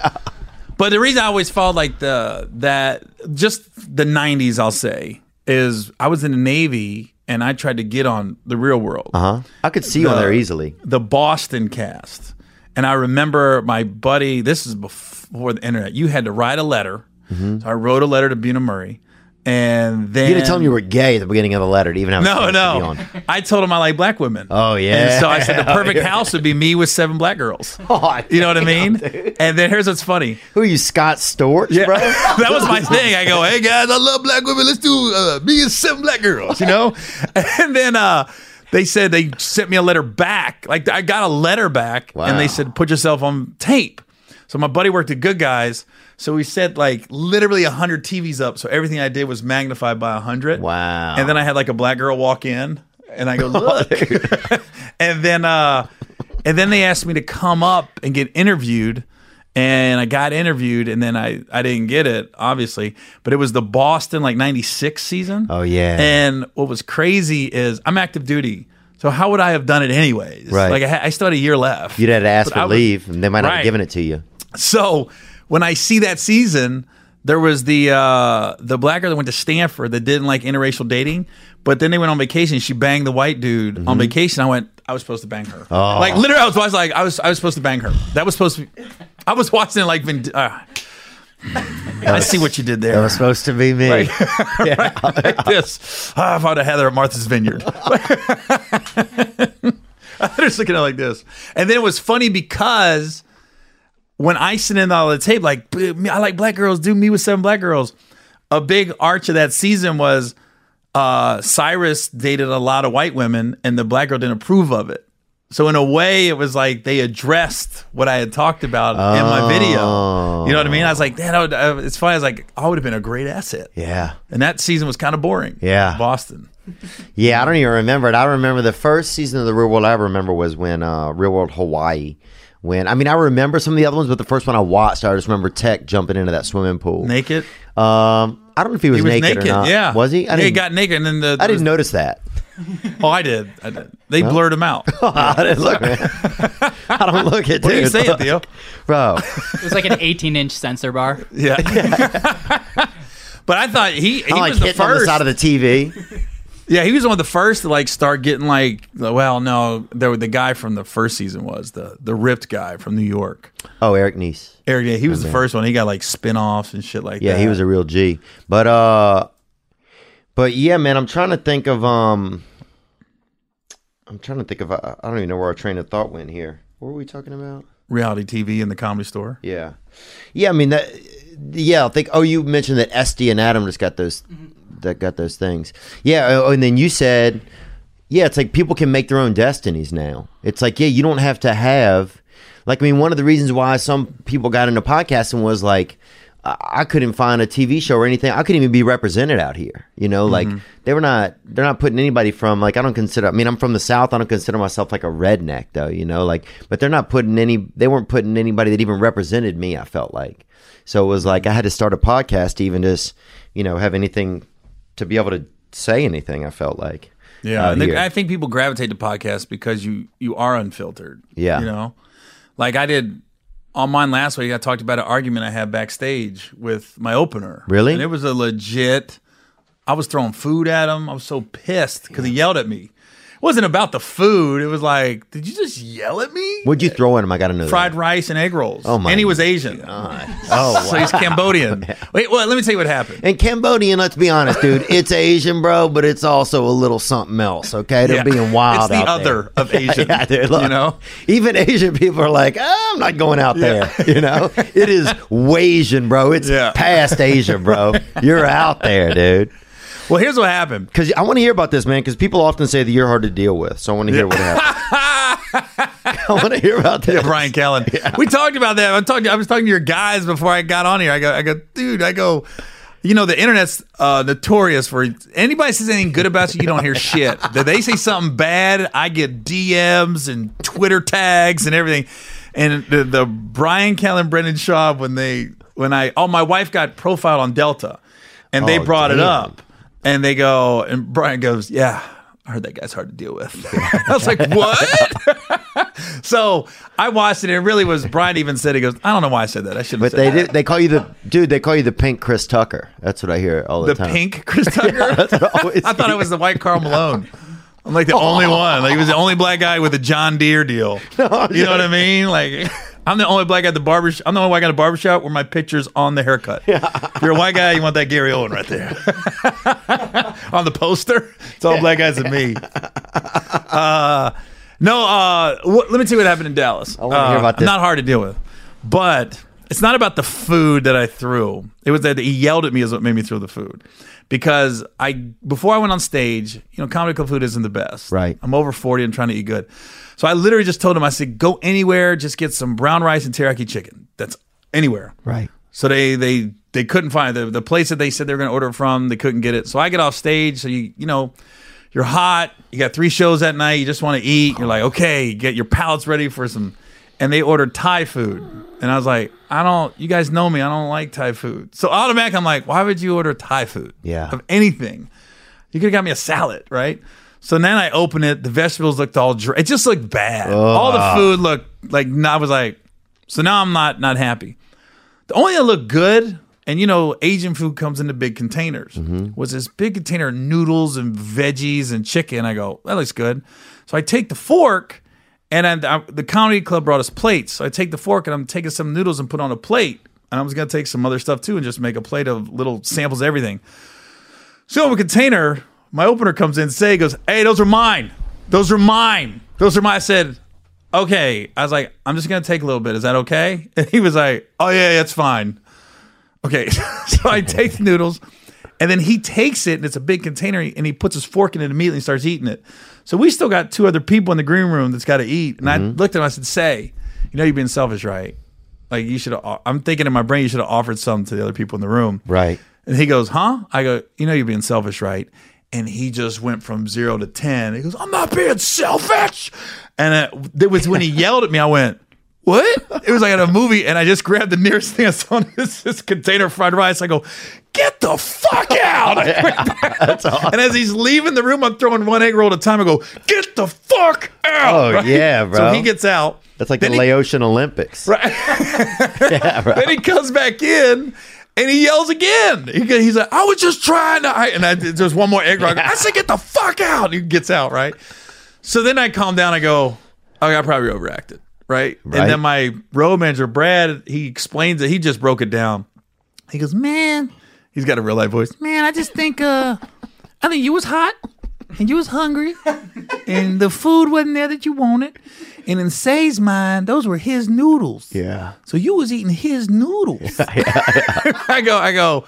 Speaker 2: But the reason I always felt like the that just the '90s, I'll say, is I was in the Navy and I tried to get on the Real World,
Speaker 1: Huh? I could see you on there easily.
Speaker 2: the Boston cast, and I remember my buddy. This is before the internet. You had to write a letter. So I wrote a letter to Buna Murray, and then
Speaker 1: Mm-hmm. You didn't tell him you were gay at the beginning of the letter to even have a
Speaker 2: no,
Speaker 1: chance to be
Speaker 2: no.
Speaker 1: on.
Speaker 2: I told him I like black women.
Speaker 1: Oh, yeah.
Speaker 2: And so I said the perfect house would be me with seven black girls.
Speaker 1: Oh,
Speaker 2: You know what I mean? And then here's what's funny.
Speaker 1: Who are you, Scott Storch, bro?
Speaker 2: that was my thing. I go, hey guys, I love black women. Let's do uh, me and seven black girls, you know? and then uh, they said they sent me a letter back. Like I got a letter back
Speaker 1: Wow.
Speaker 2: and they said, put yourself on tape. So my buddy worked at Good Guys. So we set like literally 100 TVs up. So everything I did was magnified by 100.
Speaker 1: Wow.
Speaker 2: And then I had like a black girl walk in and I go, look. and then uh and then they asked me to come up and get interviewed and I got interviewed and then I I didn't get it obviously but it was the Boston like 96 season
Speaker 1: Oh, yeah.
Speaker 2: and what was crazy is I'm active duty so how would I have done it anyways
Speaker 1: Right.
Speaker 2: like I, ha- I still had a year left
Speaker 1: You'd have to ask
Speaker 2: But I
Speaker 1: for
Speaker 2: was-
Speaker 1: leave, and they might not
Speaker 2: Right.
Speaker 1: have given it to you.
Speaker 2: so when I see that season, there was the uh, the black girl that went to Stanford that didn't like interracial dating, but then they went on vacation. She banged the white dude on vacation. I went, I was supposed to bang her.
Speaker 1: Mm-hmm. Oh.
Speaker 2: Like literally, I was, I was like, I was I was supposed to bang her. That was supposed to. be I was watching it like. Vin- Uh, I see what you did there.
Speaker 1: That was supposed to be me.
Speaker 2: like this. Ah, if I would have had her at Martha's Vineyard. I was looking at it like this. And then it was funny because when I sent in all the tape, like, "B- me- I like black girls, do me with seven black girls. A big arch of that season was uh, Cyrus dated a lot of white women and the black girl didn't approve of it. So in a way, it was like they addressed what I had talked about in my video. You know what I mean? I was like, "Man, I would, I, it's funny." I was like, "I would have been a great asset."
Speaker 1: yeah.
Speaker 2: And that season was kind of boring.
Speaker 1: Yeah.
Speaker 2: Boston.
Speaker 1: Yeah, I don't even remember it. I remember the first season of the Real World I remember was when uh, Real World Hawaii. When I mean, I remember some of the other ones, but the first one I watched, I just remember Tech jumping into that swimming pool.
Speaker 2: Naked.
Speaker 1: Um, I don't know if he was,
Speaker 2: He was
Speaker 1: naked,
Speaker 2: naked.
Speaker 1: or not.
Speaker 2: Yeah.
Speaker 1: was he? I
Speaker 2: Yeah,
Speaker 1: didn't,
Speaker 2: he got naked and then the
Speaker 1: I didn't notice that.
Speaker 2: Oh, I did. I did. They blurred him out.
Speaker 1: I didn't look. Man. I don't look at.
Speaker 2: What are you
Speaker 1: dude.
Speaker 2: saying,
Speaker 1: Look.
Speaker 2: Theo?
Speaker 1: Bro,
Speaker 3: It was like an 18 inch sensor bar.
Speaker 2: Yeah. but I thought he he
Speaker 1: I'm like
Speaker 2: was the
Speaker 1: hitting on the
Speaker 2: first.
Speaker 1: side of the TV.
Speaker 2: yeah, he was one of the first to like start getting like well, no, there were- the guy from the first season was the the ripped guy from New York.
Speaker 1: Oh, Eric Neese.
Speaker 2: Eric, yeah, he was the first one. He got like spin-offs and shit like
Speaker 1: Oh, Yeah,
Speaker 2: that.
Speaker 1: he was a real G. But uh but yeah, man, I'm trying to think of um I'm trying to think of I, I don't even know where our train of thought went here. What were we talking about?
Speaker 2: reality TV in the comedy store.
Speaker 1: Yeah. Yeah, I mean that yeah, I think oh you mentioned that SD and Adam just got those that got those things. Yeah, oh, and then you said yeah, it's like people can make their own destinies now. It's like, yeah, you don't have to have like I mean one of the reasons why some people got into podcasting was like I I couldn't find a TV show or anything. I couldn't even be represented out here. You know, like they were not they're not putting anybody from like I don't consider I mean I'm from the south. I don't consider myself like a redneck though, you know, like but they're not putting any they weren't putting anybody that even represented me, I felt like. So it was like I had to start a podcast to even just, you know, have anything to be able to say anything, I felt like.
Speaker 2: Yeah,
Speaker 1: out
Speaker 2: and they-
Speaker 1: here.
Speaker 2: I think people gravitate to podcasts because you you are unfiltered.
Speaker 1: Yeah.
Speaker 2: you know, like I did on mine last week. I talked about an argument I had backstage with my opener.
Speaker 1: Really?
Speaker 2: and it was a legit. I was throwing food at him. I was so pissed because he yelled at me. It wasn't about the food. It was like, did you just yell at me?
Speaker 1: What'd you throw in him? I gotta know. that.
Speaker 2: Fried rice and egg rolls. Oh
Speaker 1: my
Speaker 2: And he was Asian.
Speaker 1: Oh wow.
Speaker 2: So he's Cambodian. Wait, well, let me tell you what happened.
Speaker 1: And Cambodian, let's be honest, dude, it's Asian, bro, but it's also a little something else. Okay, they're
Speaker 2: Yeah.
Speaker 1: being wild.
Speaker 2: It's the
Speaker 1: out there.
Speaker 2: other of Asian.
Speaker 1: Yeah, dude, look,
Speaker 2: you know.
Speaker 1: even Asian people are like, "Ah, I'm not going out there. You know, it is Asian, bro. It's
Speaker 2: Yeah.
Speaker 1: past Asia, bro. You're out there, dude.
Speaker 2: Well, here's what happened.
Speaker 1: Because I want to hear about this, man. Because people often say that you're hard to deal with, so I want to hear what happened. I want to hear about that.
Speaker 2: Yeah, Brian Callen. We talked about that. I'm talking. I was talking to your guys before I got on here. I go. I go, dude. I go. You know the internet's uh, notorious for anybody says anything good about you, you don't hear shit. That they say something bad, I get DMs and Twitter tags and everything. And the, the Brian Callen, Brendan Shaw, when they when I oh my wife got profiled on Delta, and they
Speaker 1: Oh,
Speaker 2: brought it
Speaker 1: damn.
Speaker 2: up, and they go and Brian goes, yeah, I heard that guy's hard to deal with. I was like, what? So I watched it. And it really was. Brian even said he goes, I don't know why I said that. I should.
Speaker 1: But they did, they call you the dude. They call you the pink Chris Tucker. That's what I hear all the,
Speaker 2: the
Speaker 1: time.
Speaker 2: pink Chris Tucker.
Speaker 1: I always
Speaker 2: I thought
Speaker 1: hear.
Speaker 2: it was the white Carl Malone. I'm like the only one. Like he was the only black guy with a John Deere deal. you know what I mean? Like I'm the only black guy at the barber. I'm the only white guy at the barbershop where my picture's on the haircut. If you're a white guy, you want that Gary Owen right there on the poster. It's all black guys and me. Uh, no, uh, wh- let me tell you what happened in Dallas. I
Speaker 1: wanna hear about this.
Speaker 2: Not hard to deal with, but it's not about the food that I threw. It was that he yelled at me is what made me throw the food because I before I went on stage, you know, comedy club food isn't the best.
Speaker 1: Right.
Speaker 2: I'm over forty and trying to eat good, so I literally just told him I said go anywhere, just get some brown rice and teriyaki chicken. That's anywhere.
Speaker 1: Right.
Speaker 2: So they they they couldn't find the the place that they said they were going to order from. They couldn't get it. So I get off stage. So you you know, you're hot. You got three shows that night. You just want to eat. You're like, okay, get your palates ready for some. And they ordered Thai food, and I was like, I don't. You guys know me. I don't like Thai food. So automatic, I'm like, why would you order Thai food?
Speaker 1: Yeah.
Speaker 2: Of anything, you could have got me a salad, right? So then I open it. The vegetables looked all dry. It just looked bad. All the food looked like. I was like, so now I'm not not happy. The only thing that looked good, and you know, Asian food comes in the big containers, was this big container of noodles and veggies and chicken. I go, that looks good. So I take the fork, and I, I- the comedy club brought us plates. So I take the fork and I'm taking some noodles and put on a plate. And I was gonna take some other stuff too and just make a plate of little samples of everything. So I have a container, my opener comes in, say goes, Hey, those are mine. Those are mine. Those are mine. I said, okay. I was like, I'm just gonna take a little bit. Is that okay? And he was like, Oh yeah, that's fine. Okay. so I take the noodles, and then he takes it, and it's a big container, and he puts his fork in it immediately and starts eating it. So we still got two other people in the green room that's got to eat. And I looked at him, I said, Say, you know you've been selfish, right? Like you should have I'm thinking in my brain you should have offered some to the other people in the room.
Speaker 1: Right.
Speaker 2: And he goes, huh? I go, you know, you're being selfish, right? And he just went from zero to 10. He goes, I'm not being selfish. And it, it was when he yelled at me, I went, what? It was like at a movie, and I just grabbed the nearest thing I saw, and it's this container of fried rice. I go, get the fuck out. And as he's leaving the room, I'm throwing one egg roll at a time. I go, get the fuck out.
Speaker 1: Oh, yeah, bro.
Speaker 2: So he gets out.
Speaker 1: That's like
Speaker 2: Then
Speaker 1: the
Speaker 2: he-
Speaker 1: Laotian Olympics.
Speaker 2: Right. Then he comes back in and he yells again. He go- he's like, I was just trying to. I, and I, there's one more egg roll. I go, I said, get the fuck out. And he gets out, right? So then I calm down. I go, okay, I probably overacted, right?
Speaker 1: Right.
Speaker 2: And then my road manager, Brad, he explains it. He just broke it down. He goes, man, he's got a real life voice. Man, I just think, uh, I think you was hot and you was hungry and the food wasn't there that you wanted. And in Say's mind, those were his noodles.
Speaker 1: Yeah.
Speaker 2: So you was eating his noodles. I go, I go,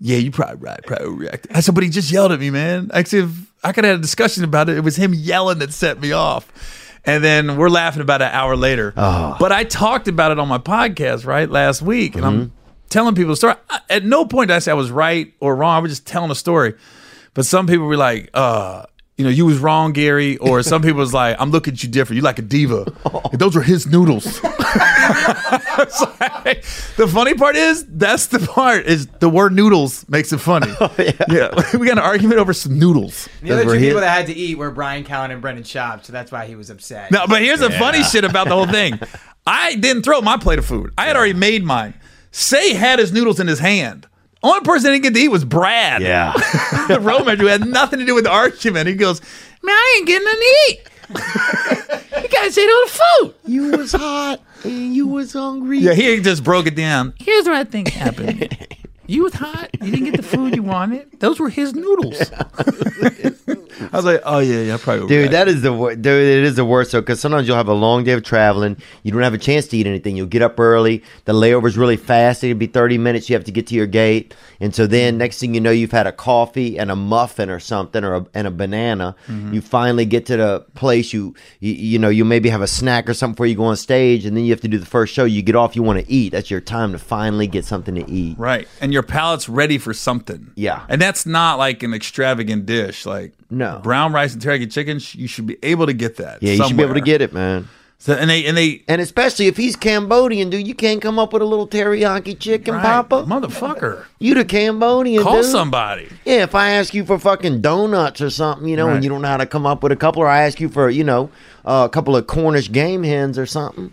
Speaker 2: yeah, you probably right, probably reacted. I said, but he just yelled at me, man. Actually, if I could have had a discussion about it. It was him yelling that set me off. And then we're laughing about an hour later. But I talked about it on my podcast, right, last week. And I'm telling people the story. I- At no point did I say I was right or wrong. I was just telling a story. But some people were like, uh, you know, you was wrong, Gary. Or some people was like, I'm looking at you different. You like a diva. Those were his noodles. It's like- the funny part is that's the part is the word noodles makes it funny. yeah. we got an argument over some noodles.
Speaker 4: The other
Speaker 1: Those were
Speaker 4: two
Speaker 1: his-
Speaker 4: people that had to eat were Brian Callen and Brendan Schaub, so that's why he was upset.
Speaker 2: No, but here's the funny shit about the whole thing. I didn't throw my plate of food. I had already made mine. Say had his noodles in his hand. Only person that didn't get to eat was Brad.
Speaker 1: Yeah.
Speaker 2: the road manager who had nothing to do with the argument. He goes, Man, I ain't getting nothing to eat. you guys ate all the food.
Speaker 1: you was hot and you was hungry.
Speaker 2: Yeah, he just broke it down.
Speaker 5: Here's what I think happened. You was hot. You didn't get the food you wanted. Those were his noodles.
Speaker 2: I was like, Oh yeah, yeah, I probably
Speaker 1: Dude, that is the wor- dude. It is the worst though, because sometimes you'll have a long day of traveling. You don't have a chance to eat anything. You'll get up early. The layover's really fast. It'll be thirty minutes. You have to get to your gate, and so then next thing you know, you've had a coffee and a muffin or something, or a, and a banana.
Speaker 2: Mm-hmm.
Speaker 1: You finally get to the place. You, you you know you maybe have a snack or something before you go on stage, and then you have to do the first show. You get off. You want to eat. That's your time to finally get something to eat.
Speaker 2: Right. And your palate's ready for something.
Speaker 1: Yeah.
Speaker 2: And that's not like an extravagant dish. Like
Speaker 1: No.
Speaker 2: brown rice and teriyaki chicken, sh- you should be able to get that.
Speaker 1: Yeah, you should be able to
Speaker 2: somewhere.
Speaker 1: get it, man.
Speaker 2: So, and they and they
Speaker 1: And especially if he's Cambodian, dude, you can't come up with a little teriyaki chicken,
Speaker 2: Right.
Speaker 1: Papa.
Speaker 2: Motherfucker.
Speaker 1: You the Cambodian
Speaker 2: Call
Speaker 1: dude.
Speaker 2: somebody.
Speaker 1: Yeah, if I ask you for fucking donuts or something, you know,
Speaker 2: Right.
Speaker 1: and you don't know how to come up with a couple, or I ask you for, you know, uh, a couple of Cornish game hens or something.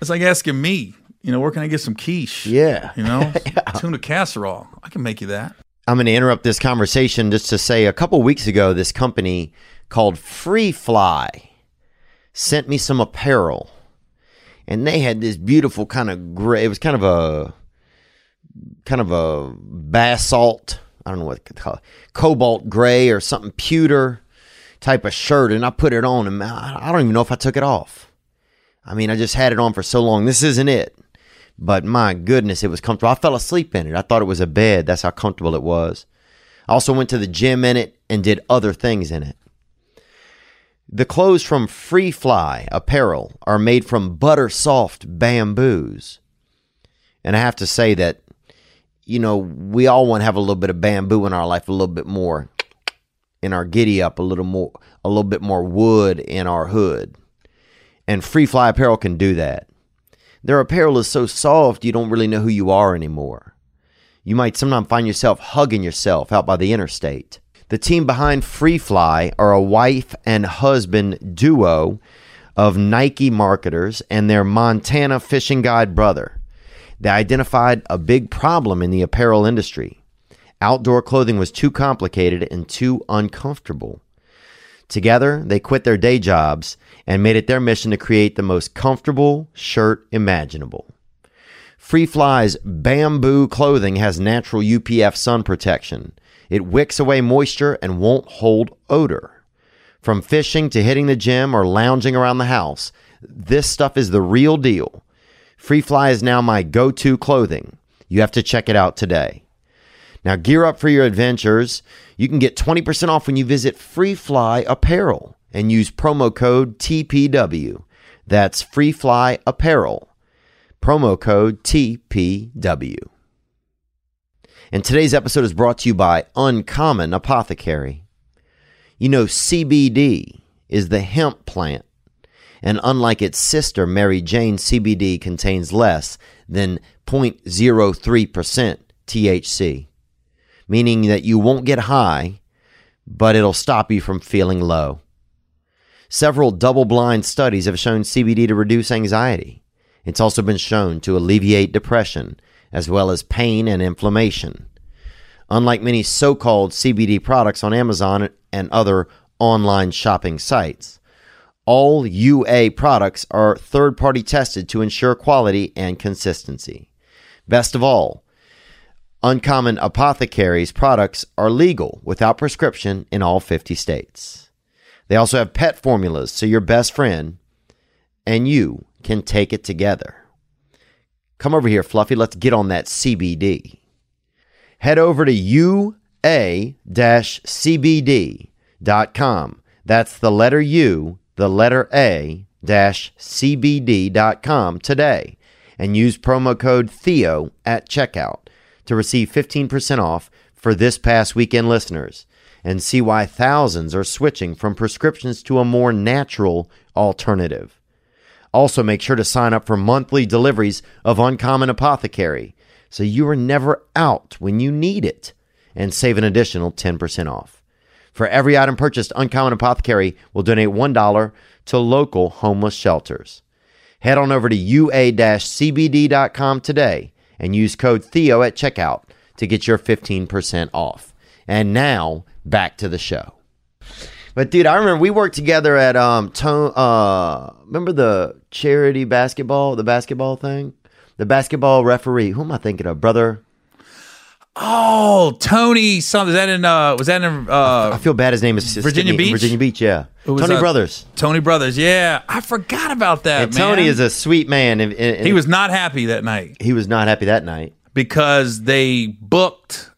Speaker 2: It's like asking me, you know, where can I get some quiche?
Speaker 1: Yeah.
Speaker 2: You know, tuna casserole. I can make you that.
Speaker 1: I'm going to interrupt this conversation just to say a couple weeks ago, this company called Free Fly sent me some apparel. And they had this beautiful kind of gray, it was kind of a, kind of a basalt, I don't know what to call it, cobalt gray or something pewter type of shirt. And I put it on and I I don't even know if I took it off. I mean, I just had it on for so long. This isn't it but my goodness, it was comfortable. I fell asleep in it. I thought it was a bed. That's how comfortable it was. I also went to the gym in it and did other things in it. The clothes from Free Fly Apparel are made from butter soft bamboos. And I have to say that, you know, we all want to have a little bit of bamboo in our life, a little bit more in our giddy up, a little more, a little bit more wood in our hood. And Free Fly Apparel can do that their apparel is so soft you don't really know who you are anymore. You might sometimes find yourself hugging yourself out by the interstate. The team behind Free Fly are a wife and husband duo of Nike marketers and their Montana fishing guide brother. They identified a big problem in the apparel industry. Outdoor clothing was too complicated and too uncomfortable. Together, they quit their day jobs and made it their mission to create the most comfortable shirt imaginable. Free Fly's bamboo clothing has natural UPF sun protection. It wicks away moisture and won't hold odor. From fishing to hitting the gym or lounging around the house, this stuff is the real deal. Free Fly is now my go to clothing. You have to check it out today. Now gear up for your adventures. You can get 20% off when you visit Free Fly Apparel and use promo code TPW. That's Free Fly Apparel. Promo code TPW. And today's episode is brought to you by Uncommon Apothecary. You know, CBD is the hemp plant, and unlike its sister, Mary Jane, CBD contains less than 0.03% THC meaning that you won't get high, but it'll stop you from feeling low. Several double blind studies have shown CBD to reduce anxiety. It's also been shown to alleviate depression, as well as pain and inflammation. Unlike many so called CBD products on Amazon and other online shopping sites, all UA products are third party tested to ensure quality and consistency. Best of all, Uncommon Apothecaries products are legal without prescription in all 50 states. They also have pet formulas so your best friend and you can take it together. Come over here, Fluffy. Let's get on that CBD. Head over to ua-cbd.com. That's the letter U, the letter A, dash CBD.com today and use promo code Theo at checkout to receive 15% off for this past weekend listeners and see why thousands are switching from prescriptions to a more natural alternative. Also, make sure to sign up for monthly deliveries of Uncommon Apothecary so you are never out when you need it and save an additional 10% off. For every item purchased, Uncommon Apothecary will donate $1 to local homeless shelters. Head on over to ua-cbd.com today and use code Theo at checkout to get your 15% off. And now back to the show. But dude, I remember we worked together at um Tone uh remember the charity basketball, the basketball thing? The basketball referee. Who am I thinking of? Brother
Speaker 2: Oh, Tony, something. Is that in, uh, was that in,
Speaker 1: I
Speaker 2: uh,
Speaker 1: feel bad his name is
Speaker 2: Virginia Beach?
Speaker 1: Virginia Beach, yeah.
Speaker 2: was,
Speaker 1: Tony
Speaker 2: uh,
Speaker 1: Brothers.
Speaker 2: Tony Brothers? Yeah. I forgot about that,
Speaker 1: And Tony
Speaker 2: man.
Speaker 1: is a sweet man and, and- and
Speaker 2: He was not happy that night
Speaker 1: he was not happy that night.
Speaker 2: because they booked,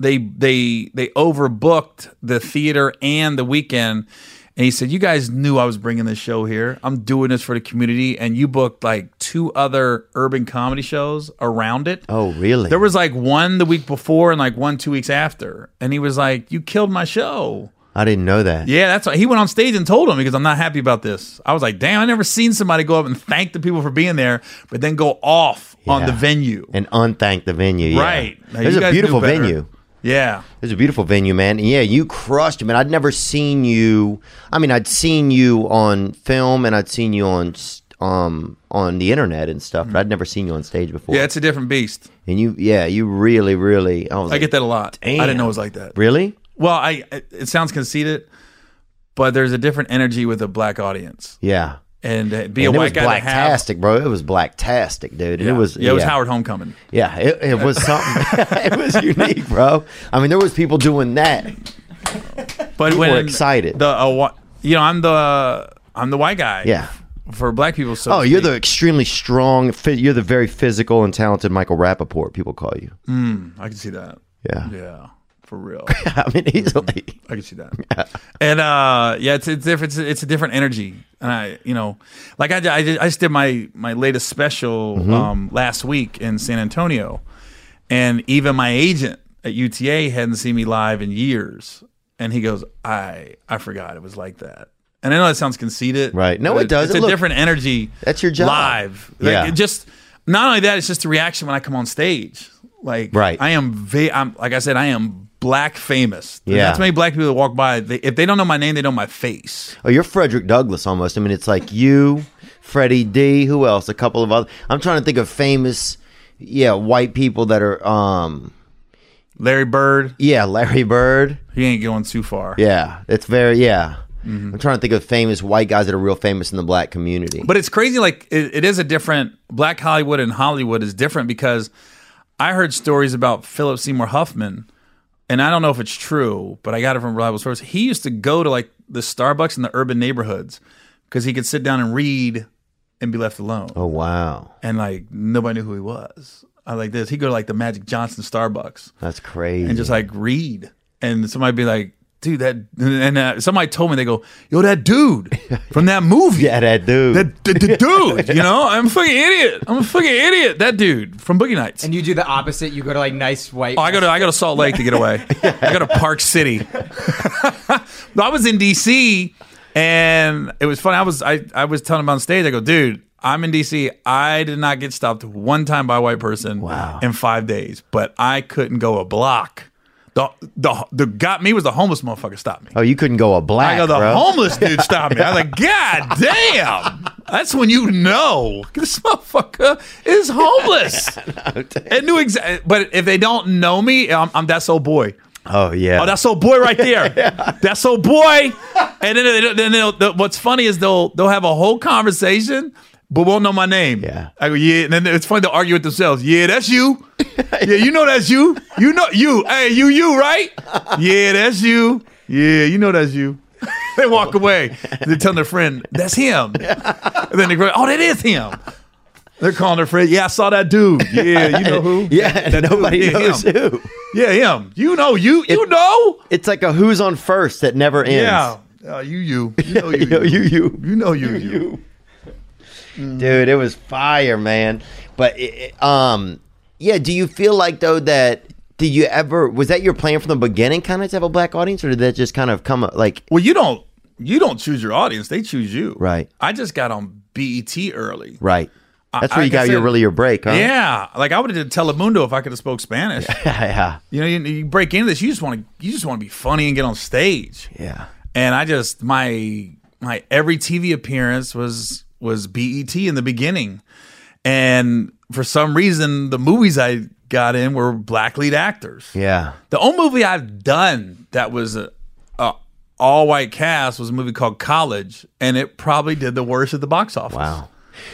Speaker 2: they, they, they overbooked the theater and the weekend. And he said, You guys knew I was bringing this show here. I'm doing this for the community. And you booked like two other urban comedy shows around it.
Speaker 1: Oh, really?
Speaker 2: There was like one the week before and like one two weeks after. And he was like, You killed my show.
Speaker 1: I didn't know that.
Speaker 2: Yeah, that's why he went on stage and told him because I'm not happy about this. I was like, Damn, I never seen somebody go up and thank the people for being there, but then go off on
Speaker 1: Yeah.
Speaker 2: the venue.
Speaker 1: And unthanked the venue. yeah.
Speaker 2: Right. Now,
Speaker 1: It was
Speaker 2: you
Speaker 1: a
Speaker 2: guys
Speaker 1: beautiful
Speaker 2: knew better.
Speaker 1: venue.
Speaker 2: Yeah.
Speaker 1: It's a beautiful venue, man. And yeah, you crushed it, man. I'd never seen you. I mean, I'd seen you on film and I'd seen you on s- um on the internet and stuff, but I'd never seen you on stage before.
Speaker 2: Yeah, it's a different beast.
Speaker 1: And you, yeah, you really, really. I, was
Speaker 2: I
Speaker 1: like,
Speaker 2: get that a lot. I didn't know
Speaker 1: damn.
Speaker 2: it was like that.
Speaker 1: Really?
Speaker 2: Well, I it it sounds conceited, but there's a different energy with a black audience.
Speaker 1: Yeah.
Speaker 2: And uh, be
Speaker 1: and it
Speaker 2: a white
Speaker 1: was
Speaker 2: guy to have
Speaker 1: blacktastic, bro. It was blacktastic, dude. And
Speaker 2: Yeah.
Speaker 1: It was
Speaker 2: yeah, it was Howard Homecoming.
Speaker 1: Yeah, it, it was something. it was unique, bro. I mean, there was people doing that.
Speaker 2: But
Speaker 1: were
Speaker 2: when
Speaker 1: excited.
Speaker 2: the uh, wha- you know I'm the I'm the white guy.
Speaker 1: Yeah.
Speaker 2: for black people. So
Speaker 1: Oh,
Speaker 2: to
Speaker 1: you're
Speaker 2: speak.
Speaker 1: the extremely strong. phy- You're the very physical and talented Michael Rappaport. People call you.
Speaker 2: I can see that.
Speaker 1: Yeah,
Speaker 2: Yeah, for real.
Speaker 1: I mean
Speaker 2: Mm-hmm.
Speaker 1: easily.
Speaker 2: I can see that. and uh, yeah, it's it's different. It's, it's a different energy. And I, you know, like I, I, just, I just did my my latest special
Speaker 1: Mm-hmm.
Speaker 2: um, last week in San Antonio, and even my agent at UTA hadn't seen me live in years, and he goes, "I I forgot it was like that." And I know that sounds conceited,
Speaker 1: Right. No,
Speaker 2: but
Speaker 1: it does.
Speaker 2: It's
Speaker 1: It
Speaker 2: a
Speaker 1: look-
Speaker 2: different energy.
Speaker 1: That's your job.
Speaker 2: Live, Like,
Speaker 1: Yeah.
Speaker 2: it just not only that, it's just the reaction when I come on stage. Like
Speaker 1: Right.
Speaker 2: I am, va- I'm like I said, I am black famous. There's
Speaker 1: Yeah.
Speaker 2: not too many black people that walk by. They, if they don't know my name, they know my face.
Speaker 1: Oh, you're Frederick Douglass almost. I mean, it's like you, Freddie D. Who else? A couple of other. I'm trying to think of famous, yeah, white people that are. um
Speaker 2: Larry Bird,
Speaker 1: Yeah, Larry Bird.
Speaker 2: he ain't going too far.
Speaker 1: Yeah, it's very yeah. I'm trying to think of famous white guys that are real famous in the black community.
Speaker 2: Mm-hmm. But it's crazy. Like it, it is a different Black Hollywood and Hollywood is different because I heard stories about Philip Seymour Huffman, and I don't know if it's true, but I got it from reliable source. He used to go to like the Starbucks in the urban neighborhoods because he could sit down and read and be left alone.
Speaker 1: oh wow,
Speaker 2: and like nobody knew who he was. I like this. He'd go to like the Magic Johnson Starbucks
Speaker 1: that's crazy.
Speaker 2: and just like read, and somebody'd be like, "Dude, that." And uh, somebody told me they go, "Yo, that dude from that movie."
Speaker 1: yeah, that dude.
Speaker 2: That, that, that dude, you know, I'm a fucking idiot. I'm a fucking idiot. That dude from Boogie Nights.
Speaker 4: And you do the opposite. You go to like nice white.
Speaker 2: Oh, I go to I go to Salt Lake to get away. I go to Park City. I was in DC and it was funny. I was I, I was telling him on stage, I go, dude, I'm in DC. I did not get stopped one time by a white person
Speaker 1: Wow.
Speaker 2: in five days, but I couldn't go a block. The the the got me was the homeless motherfucker stopped me.
Speaker 1: oh, you couldn't go a black.
Speaker 2: I go, the
Speaker 1: bro.
Speaker 2: homeless dude stopped me. I was like, God damn. That's when you know this motherfucker is homeless. it knew exactly. But if they don't know me, I'm, I'm that's old boy.
Speaker 1: Oh yeah.
Speaker 2: Oh, that's old boy right there. That's old boy. And then, they- then they'll, the- what's funny is they'll they'll have a whole conversation, but won't know my name.
Speaker 1: Yeah.
Speaker 2: I go yeah, and then it's funny to argue with themselves. Yeah, that's you. Yeah, you know that's you. You know you. Hey, you you right? Yeah, that's you. Yeah, you know that's you. they walk away. They tell their friend that's him. And then they go, oh, that is him. They're calling their friend. Yeah, I saw that dude. Yeah, you know who?
Speaker 1: yeah,
Speaker 2: that dude.
Speaker 1: nobody
Speaker 2: Yeah,
Speaker 1: knows
Speaker 2: him.
Speaker 1: who.
Speaker 2: Yeah, him. You know you. You know.
Speaker 1: It's like a who's on first that never ends.
Speaker 2: Yeah. Uh, you, you. You know, you,
Speaker 1: Yo,
Speaker 2: you.
Speaker 1: you, you,
Speaker 2: You know, you, you.
Speaker 1: Dude, it was fire, man. But it, it- um, yeah. Do you feel like though that did you ever was that your plan from the beginning, kind of to have a black audience, or did that just kind of come up like
Speaker 2: Well, you don't. You don't choose your audience; they choose you.
Speaker 1: Right.
Speaker 2: I just got on BET early.
Speaker 1: right? That's
Speaker 2: I-
Speaker 1: where
Speaker 2: I
Speaker 1: you got
Speaker 2: guess
Speaker 1: your
Speaker 2: it-
Speaker 1: really your break, huh?
Speaker 2: Yeah, like I would have did Telemundo if I could have spoke Spanish.
Speaker 1: yeah,
Speaker 2: you know, you, you break into this, you just want to, you just want to be funny and get on stage.
Speaker 1: yeah.
Speaker 2: And I just my my every TV appearance was was BET in the beginning, and for some reason the movies I got in were black lead actors.
Speaker 1: Yeah.
Speaker 2: The only movie I've done that was a, a all white cast was a movie called College, and it probably did the worst at the box office.
Speaker 1: Wow.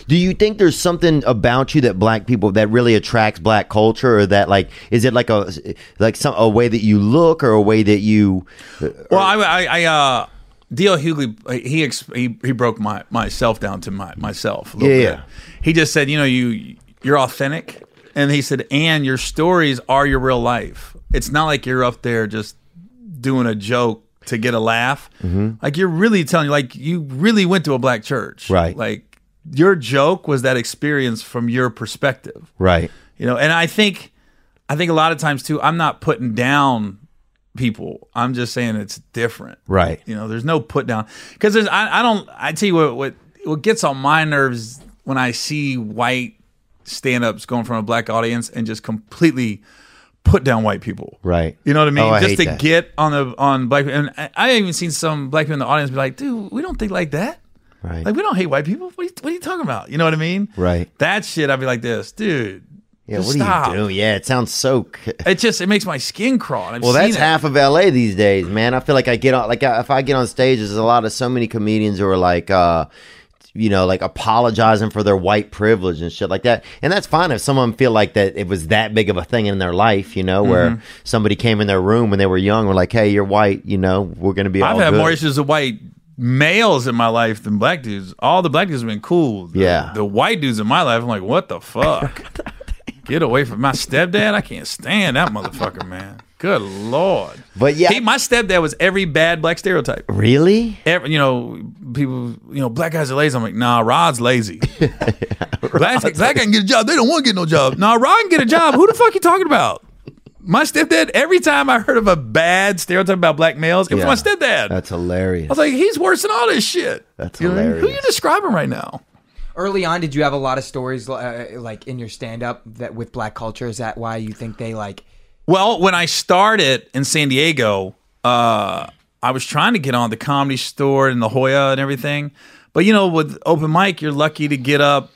Speaker 1: Do you think there's something about you that black people that really attracts black culture, or that like is it like a like some a way that you look or a way that you?
Speaker 2: Well, I, I, I uh, D.L. Hughley, he, ex- he he broke my myself down to my myself. A little
Speaker 1: Yeah,
Speaker 2: bit.
Speaker 1: yeah.
Speaker 2: He just said, you know, you you're authentic, and he said, and your stories are your real life. It's not like you're up there just doing a joke to get a laugh.
Speaker 1: Mm-hmm.
Speaker 2: Like you're really telling, like you really went to a black church,
Speaker 1: Right.
Speaker 2: Like your joke was that experience from your perspective
Speaker 1: Right.
Speaker 2: you know and i think i think a lot of times too i'm not putting down people i'm just saying it's different
Speaker 1: Right.
Speaker 2: you know there's no put down because there's I, I don't i tell you what, what what gets on my nerves when i see white stand-ups going from a black audience and just completely put down white people.
Speaker 1: Right.
Speaker 2: You know what I mean?
Speaker 1: Oh, I
Speaker 2: Just
Speaker 1: hate
Speaker 2: to
Speaker 1: that.
Speaker 2: get on the on black people. And I, I even seen some black people in the audience be like, dude, we don't think like that.
Speaker 1: Right.
Speaker 2: Like we don't hate white people. What are you, what are you talking about? You know what I mean?
Speaker 1: Right.
Speaker 2: That shit, I'd be like this, dude.
Speaker 1: yeah,
Speaker 2: just
Speaker 1: what
Speaker 2: stop.
Speaker 1: are you doing? Yeah, it sounds so. c-
Speaker 2: It just it makes my skin crawl. and I've
Speaker 1: Well, that's
Speaker 2: seen it.
Speaker 1: half of LA these days, man. I feel like I get on, like, I, if I get on stage, there's a lot of so many comedians who are like, uh, you know, like apologizing for their white privilege and shit like that. And that's fine if someone feel like that it was that big of a thing in their life, you know, where
Speaker 2: Mm-hmm.
Speaker 1: somebody came in their room when they were young, were like, hey, you're white, you know, we're gonna be.
Speaker 2: I've
Speaker 1: all
Speaker 2: had
Speaker 1: good.
Speaker 2: more issues with white males in my life than black dudes. All the black dudes have been cool. The-
Speaker 1: Yeah.
Speaker 2: The white dudes in my life, I'm like, what the fuck? Get away from my stepdad. I can't stand that motherfucker, man. Good lord.
Speaker 1: But yeah-
Speaker 2: He- my stepdad was every bad black stereotype.
Speaker 1: Really?
Speaker 2: Every, you know, people, you know, black guys are lazy. I'm like, nah, Rod's lazy. black, black guy can get a job. They don't want to get no job. Nah, Rod can get a job. Who the fuck you talking about? My stepdad, every time I heard of a bad stereotype about black males, it
Speaker 1: Yeah.
Speaker 2: was my stepdad.
Speaker 1: That's hilarious.
Speaker 2: I was like, he's worse than all this shit.
Speaker 1: That's
Speaker 2: You know what I mean? Who
Speaker 1: hilarious.
Speaker 2: you describing right now?
Speaker 4: Early on, did you have a lot of stories uh, like in your stand up that with black culture? Is that why you think they like?
Speaker 2: Well, when I started in San Diego, uh, I was trying to get on the comedy store in La Jolla and everything. But you know, with open mic, you're lucky to get up.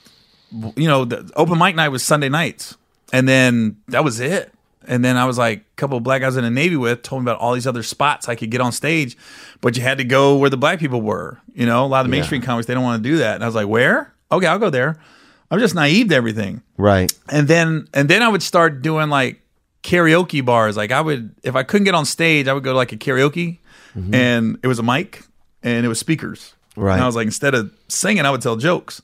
Speaker 2: You know, the open mic night was Sunday nights, and then that was it. And then I was like, a couple of black guys in the Navy with told me about all these other spots I could get on stage, but you had to go where the black people were. You know, a lot of the mainstream comics they don't want to do that. And I was like, where? Okay, I'll go there. I'm just naive to everything
Speaker 1: right.
Speaker 2: and then and then I would start doing like karaoke bars. Like I would if I couldn't get on stage, I would go to like a karaoke and it was a mic and it was speakers.
Speaker 1: Mm-hmm. Right.
Speaker 2: And I was like, instead of singing, I would tell jokes.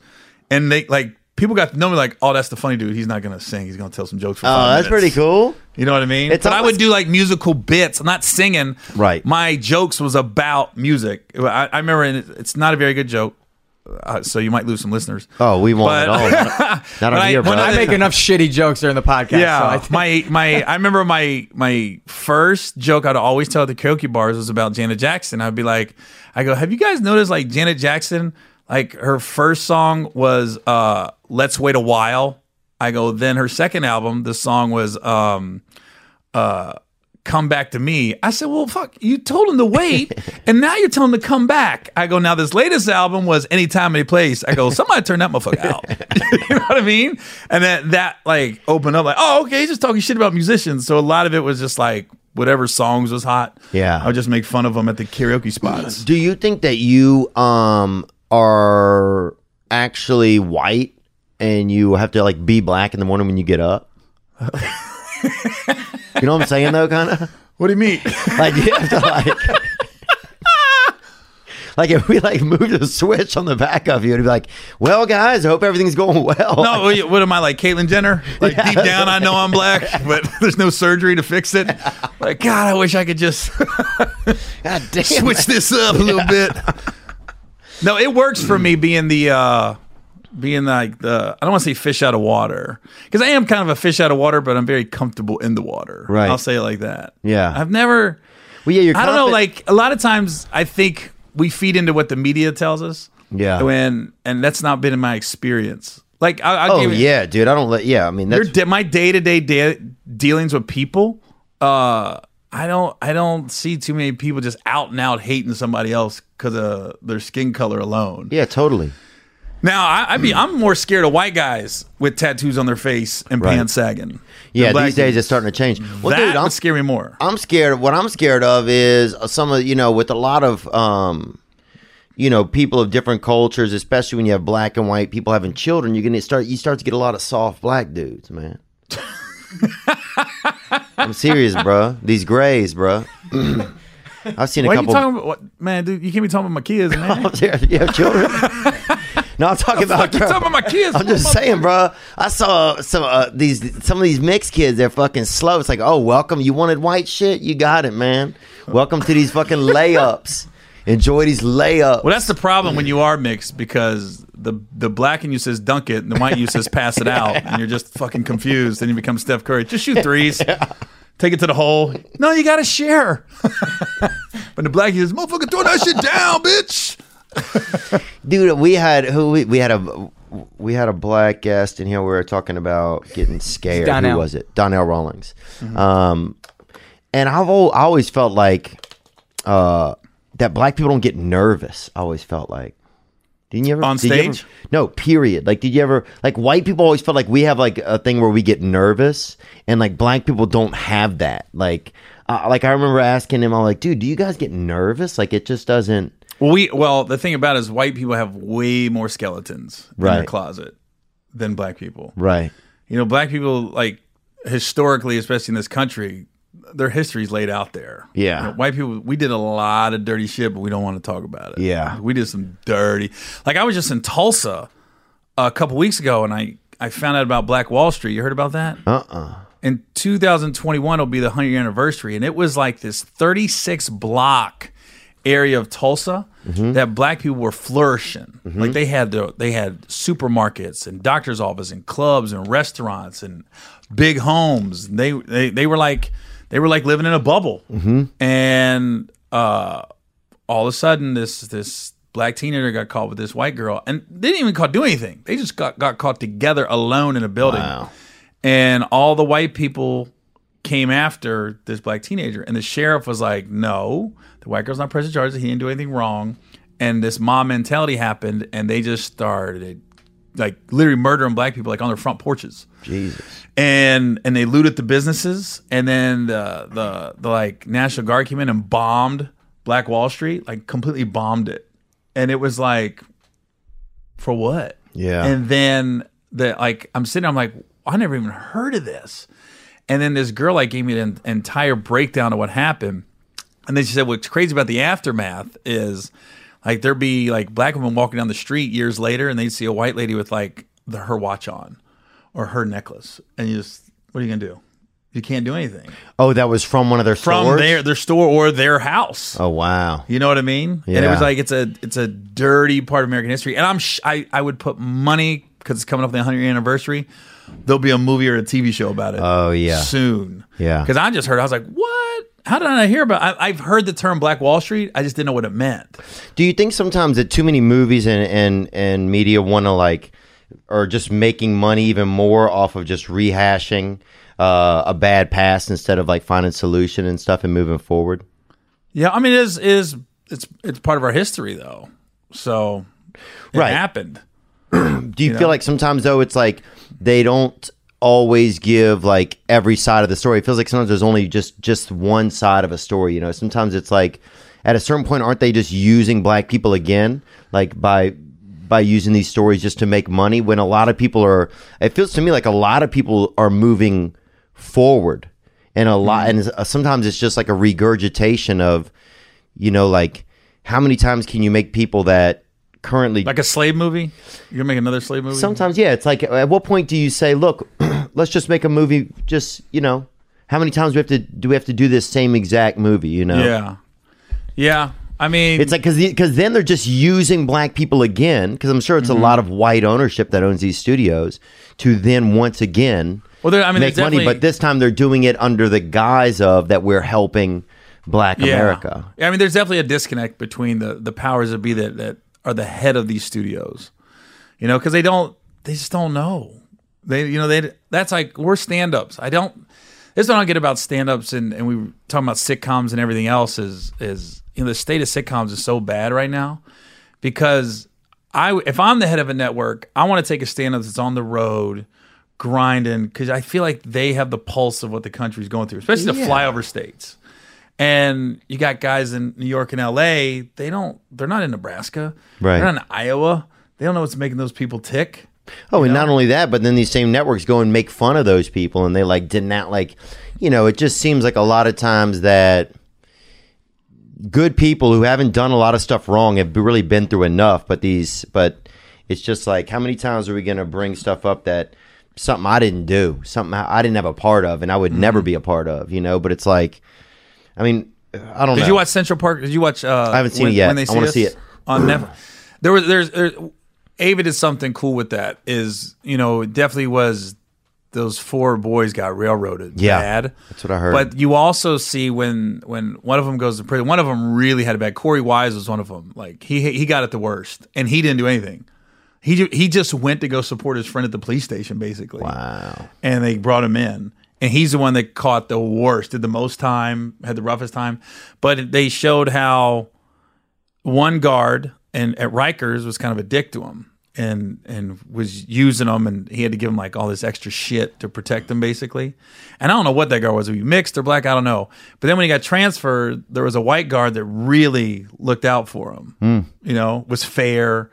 Speaker 2: And they like people got to know me like, oh, that's the funny dude. He's not gonna sing. He's gonna tell some jokes for
Speaker 1: Oh,
Speaker 2: five
Speaker 1: that's pretty
Speaker 2: minutes."
Speaker 1: cool.
Speaker 2: You know what I mean?
Speaker 1: It's
Speaker 2: but I would
Speaker 1: almost-
Speaker 2: do like musical bits. I'm not singing.
Speaker 1: Right.
Speaker 2: My jokes was about music. I, I remember and it's not a very good joke, uh, so you might lose some listeners.
Speaker 1: Oh, we won't at
Speaker 2: But-
Speaker 1: all. Not, not
Speaker 2: But
Speaker 1: on
Speaker 2: I-
Speaker 1: here,
Speaker 2: when
Speaker 1: bro.
Speaker 2: I
Speaker 4: I make enough shitty jokes during the podcast. so I
Speaker 2: Yeah,
Speaker 4: think-
Speaker 2: my my I remember my my first joke I'd always tell at the karaoke bars was about Janet Jackson. I'd be like, I go, have you guys noticed like Janet Jackson, like her first song was uh "Let's Wait a While." I go, then her second album, the song was um uh "Come Back to Me." I said, well, fuck, you told him to wait, and now you're telling him to come back. I go, now this latest album was "Anytime, Any Place." I go, somebody turn that motherfucker out. you know what I mean? And then that like opened up like, oh, okay, he's just talking shit about musicians. So a lot of it was just like whatever songs was hot.
Speaker 1: Yeah.
Speaker 2: I would just make fun of them at the karaoke spots.
Speaker 1: Do you think that you um are actually white and you have to like be black in the morning when you get up? you know what I'm saying though, kind of
Speaker 2: what do you mean?
Speaker 1: like you have to like. Like if we like moved a switch on the back of you, it'd be like, "Well, guys, I hope everything's going well."
Speaker 2: no, what, what am I like, Caitlyn Jenner? Like deep down, I know I'm black, but there's no surgery to fix it. Like God, I wish I could just
Speaker 1: God damn.
Speaker 2: switch this up a little bit. No, it works for me being the uh being like the I don't want to say fish out of water because I am kind of a fish out of water, but I'm very comfortable in the water.
Speaker 1: Right.
Speaker 2: I'll say it like that.
Speaker 1: Yeah.
Speaker 2: I've never.
Speaker 1: Well, yeah, you're
Speaker 2: I don't know.
Speaker 1: confident-
Speaker 2: Like a lot of times, I think we feed into what the media tells us.
Speaker 1: Yeah.
Speaker 2: When and that's not been in my experience. Like I, I'll
Speaker 1: oh
Speaker 2: give you-
Speaker 1: yeah, dude, I don't let. Yeah, I mean,
Speaker 2: your
Speaker 1: that's
Speaker 2: de- my day to day dealings with people. Uh, I don't I don't see too many people just out and out hating somebody else because of their skin color alone.
Speaker 1: yeah, totally.
Speaker 2: Now I, I be I'm more scared of white guys with tattoos on their face and
Speaker 1: Right.
Speaker 2: pants sagging. than
Speaker 1: Yeah,
Speaker 2: black
Speaker 1: these days
Speaker 2: dudes.
Speaker 1: it's starting to change. Well,
Speaker 2: that
Speaker 1: dude, I'm
Speaker 2: would scare me more.
Speaker 1: I'm scared. What I'm scared of is some of you know, with a lot of um, you know, people of different cultures, especially when you have black and white people having children, you're gonna start. You start to get a lot of soft black dudes, man. I'm serious, bruh. These grays, bruh. I've seen a
Speaker 2: Why are you
Speaker 1: couple.
Speaker 2: talking about what, man, dude? You can't be talking about my kids, man.
Speaker 1: I'm serious. you have children? no, I'm talking about.
Speaker 2: you
Speaker 1: bro.
Speaker 2: talking about my kids?
Speaker 1: I'm just saying, bro. I saw some uh, these some of these mixed kids. They're fucking slow. It's like, oh, welcome. You wanted white shit? You got it, man. Welcome to these fucking layups. Enjoy these layups.
Speaker 2: Well, that's the problem when you are mixed because the the black in you says dunk it and the white in you says pass it out, and you're just fucking confused. Then you become Steph Curry. Just shoot threes, take it to the hole. No, you got to share. but the black in you says, motherfucker, throw that shit down, bitch.
Speaker 1: dude we had who we, we had a we had a black guest in here. We were talking about getting scared.
Speaker 4: Donnell.
Speaker 1: Who was it? Donnell Rawlings.
Speaker 2: Mm-hmm.
Speaker 1: Um, and I've al- I always felt like uh, that black people don't get nervous. I always felt like. Didn't you ever
Speaker 2: On
Speaker 1: did you ever-
Speaker 2: stage?
Speaker 1: no, period. Like, did you ever like white people always felt like we have like a thing where we get nervous, and like black people don't have that. Like, uh, like I remember asking him, I'm like, dude, do you guys get nervous? Like, it just doesn't.
Speaker 2: Well, we well the thing about it is white people have way more skeletons in their
Speaker 1: Right.
Speaker 2: closet than black people.
Speaker 1: Right.
Speaker 2: You know, black people like historically, especially in this country, their history's laid out there.
Speaker 1: Yeah.
Speaker 2: You know, white people, we did a lot of dirty shit, but we don't want to talk about it.
Speaker 1: Yeah.
Speaker 2: we did some dirty. Like I was just in Tulsa a couple weeks ago, and I I found out about Black Wall Street. You heard about that?
Speaker 1: Uh. uh
Speaker 2: in 2021 will be the 100 year anniversary and it was like this 36 block area of Tulsa that black people were flourishing like they had their, they had supermarkets and doctors office and clubs and restaurants and big homes they they, they were like they were like living in a bubble and uh all of a sudden this this black teenager got caught with this white girl and they didn't even caught do anything they just got, got caught together alone in a building and all the white people came after this black teenager and the sheriff was like no the white girl's not pressing charges he didn't do anything wrong and this mob mentality happened and they just started like literally murdering black people like on their front porches
Speaker 1: Jesus.
Speaker 2: and and they looted the businesses and then the the, the like national guard came in and bombed black wall street like completely bombed it and it was like for what
Speaker 1: Yeah.
Speaker 2: and then the like i'm sitting i'm like i never even heard of this and then this girl like gave me an entire breakdown of what happened and then she said, "What's crazy about the aftermath is, like, there'd be like black women walking down the street years later, and they'd see a white lady with like the, her watch on, or her necklace, and you just, what are you gonna do? You can't do anything
Speaker 1: Oh, that was from one of their
Speaker 2: from
Speaker 1: stores?
Speaker 2: their their store or their house.
Speaker 1: Oh wow.
Speaker 2: You know what I mean? And it was
Speaker 1: Yeah.
Speaker 2: like it's a it's a dirty part of American history. And I'm sh- I I would put money because it's coming up on the 100 year anniversary. There'll be a movie or a TV show about it.
Speaker 1: Oh, yeah.
Speaker 2: soon.
Speaker 1: Yeah.
Speaker 2: because I just heard. I was like, what? How did I not hear about? I, I've heard the term Black Wall Street. I just didn't know what it meant.
Speaker 1: Do you think sometimes that too many movies and and and media want to like are just making money even more off of just rehashing uh, a bad past instead of like finding solution and stuff and moving forward?
Speaker 2: Yeah, I mean, it is is it's it's part of our history though. So it
Speaker 1: Right.
Speaker 2: happened.
Speaker 1: Do you, feel like sometimes though it's like they don't always give like every side of the story. It feels like sometimes there's only just just one side of a story. You know, sometimes it's like at a certain point, aren't they just using black people again, like by by using these stories just to make money? When a lot of people are, it feels to me like a lot of people are moving forward, and a lot,
Speaker 2: Mm-hmm.
Speaker 1: and uh, sometimes it's just like a regurgitation of, you know, like how many times can you make people that currently
Speaker 2: Like a slave movie. You're gonna make another slave movie.
Speaker 1: Sometimes, yeah, it's like at what point do you say, "Look, let's just make a movie"? Just you know, how many times we have to do we have to do this same exact movie? You know,
Speaker 2: yeah, yeah. I mean,
Speaker 1: It's like because because then they're just using black people again. Because I'm sure it's
Speaker 2: Mm-hmm.
Speaker 1: a lot of white ownership that owns these studios to then once again
Speaker 2: Well, there- I mean,
Speaker 1: make
Speaker 2: there's
Speaker 1: money.
Speaker 2: definitely-
Speaker 1: But this time they're doing it under the guise of that we're helping Black America.
Speaker 2: Yeah, I mean, there's definitely a disconnect between the the powers that be that that are the head of these studios, you know, because they don't, they just don't know. They, you know, they that's like we're stand ups. I don't. This is what I get about stand ups and and we were talking about sitcoms and everything else is is you know the state of sitcoms is so bad right now because I if I'm the head of a network, I want to take a stand up that's on the road grinding because I feel like they have the pulse of what the country's going through, especially the flyover states. And you got guys in New York and LA, they don't they're not in Nebraska.
Speaker 1: Right.
Speaker 2: They're not in Iowa. They don't know what's making those people tick.
Speaker 1: Oh, and not only that, but then these same networks go and make fun of those people, and they like did not like, you know, it just seems like a lot of times that good people who haven't done a lot of stuff wrong have really been through enough, but these, but it's just like how many times are we going to bring stuff up that something I didn't do, something I I didn't have a part of, and I would
Speaker 2: Mm-hmm.
Speaker 1: never be a part of, you know? But it's like, I mean, I don't know.
Speaker 2: Did you watch Central Park? Did you watch? Uh, I
Speaker 1: haven't seen it yet. I wanna see it.
Speaker 2: on Netflix. There was there's, there's Ava did something cool with that. Is you know it definitely was those four boys got railroaded.
Speaker 1: Yeah,
Speaker 2: bad.
Speaker 1: that's what I heard.
Speaker 2: But you also see when when one of them goes to prison. One of them really had a bad. Corey Wise was one of them. Like he he got it the worst, and he didn't do anything. He ju- he just went to go support his friend at the police station, basically.
Speaker 1: Wow.
Speaker 2: And they brought him in, and he's the one that caught the worst, did the most time, had the roughest time. But they showed how one guard and at Rikers was kind of a dick to him, and and was using him, and he had to give him like all this extra shit to protect him, basically. And I don't know what that guard was, if he mixed or black, I don't know. But then when he got transferred, there was a white guard that really looked out for him. You know, was fair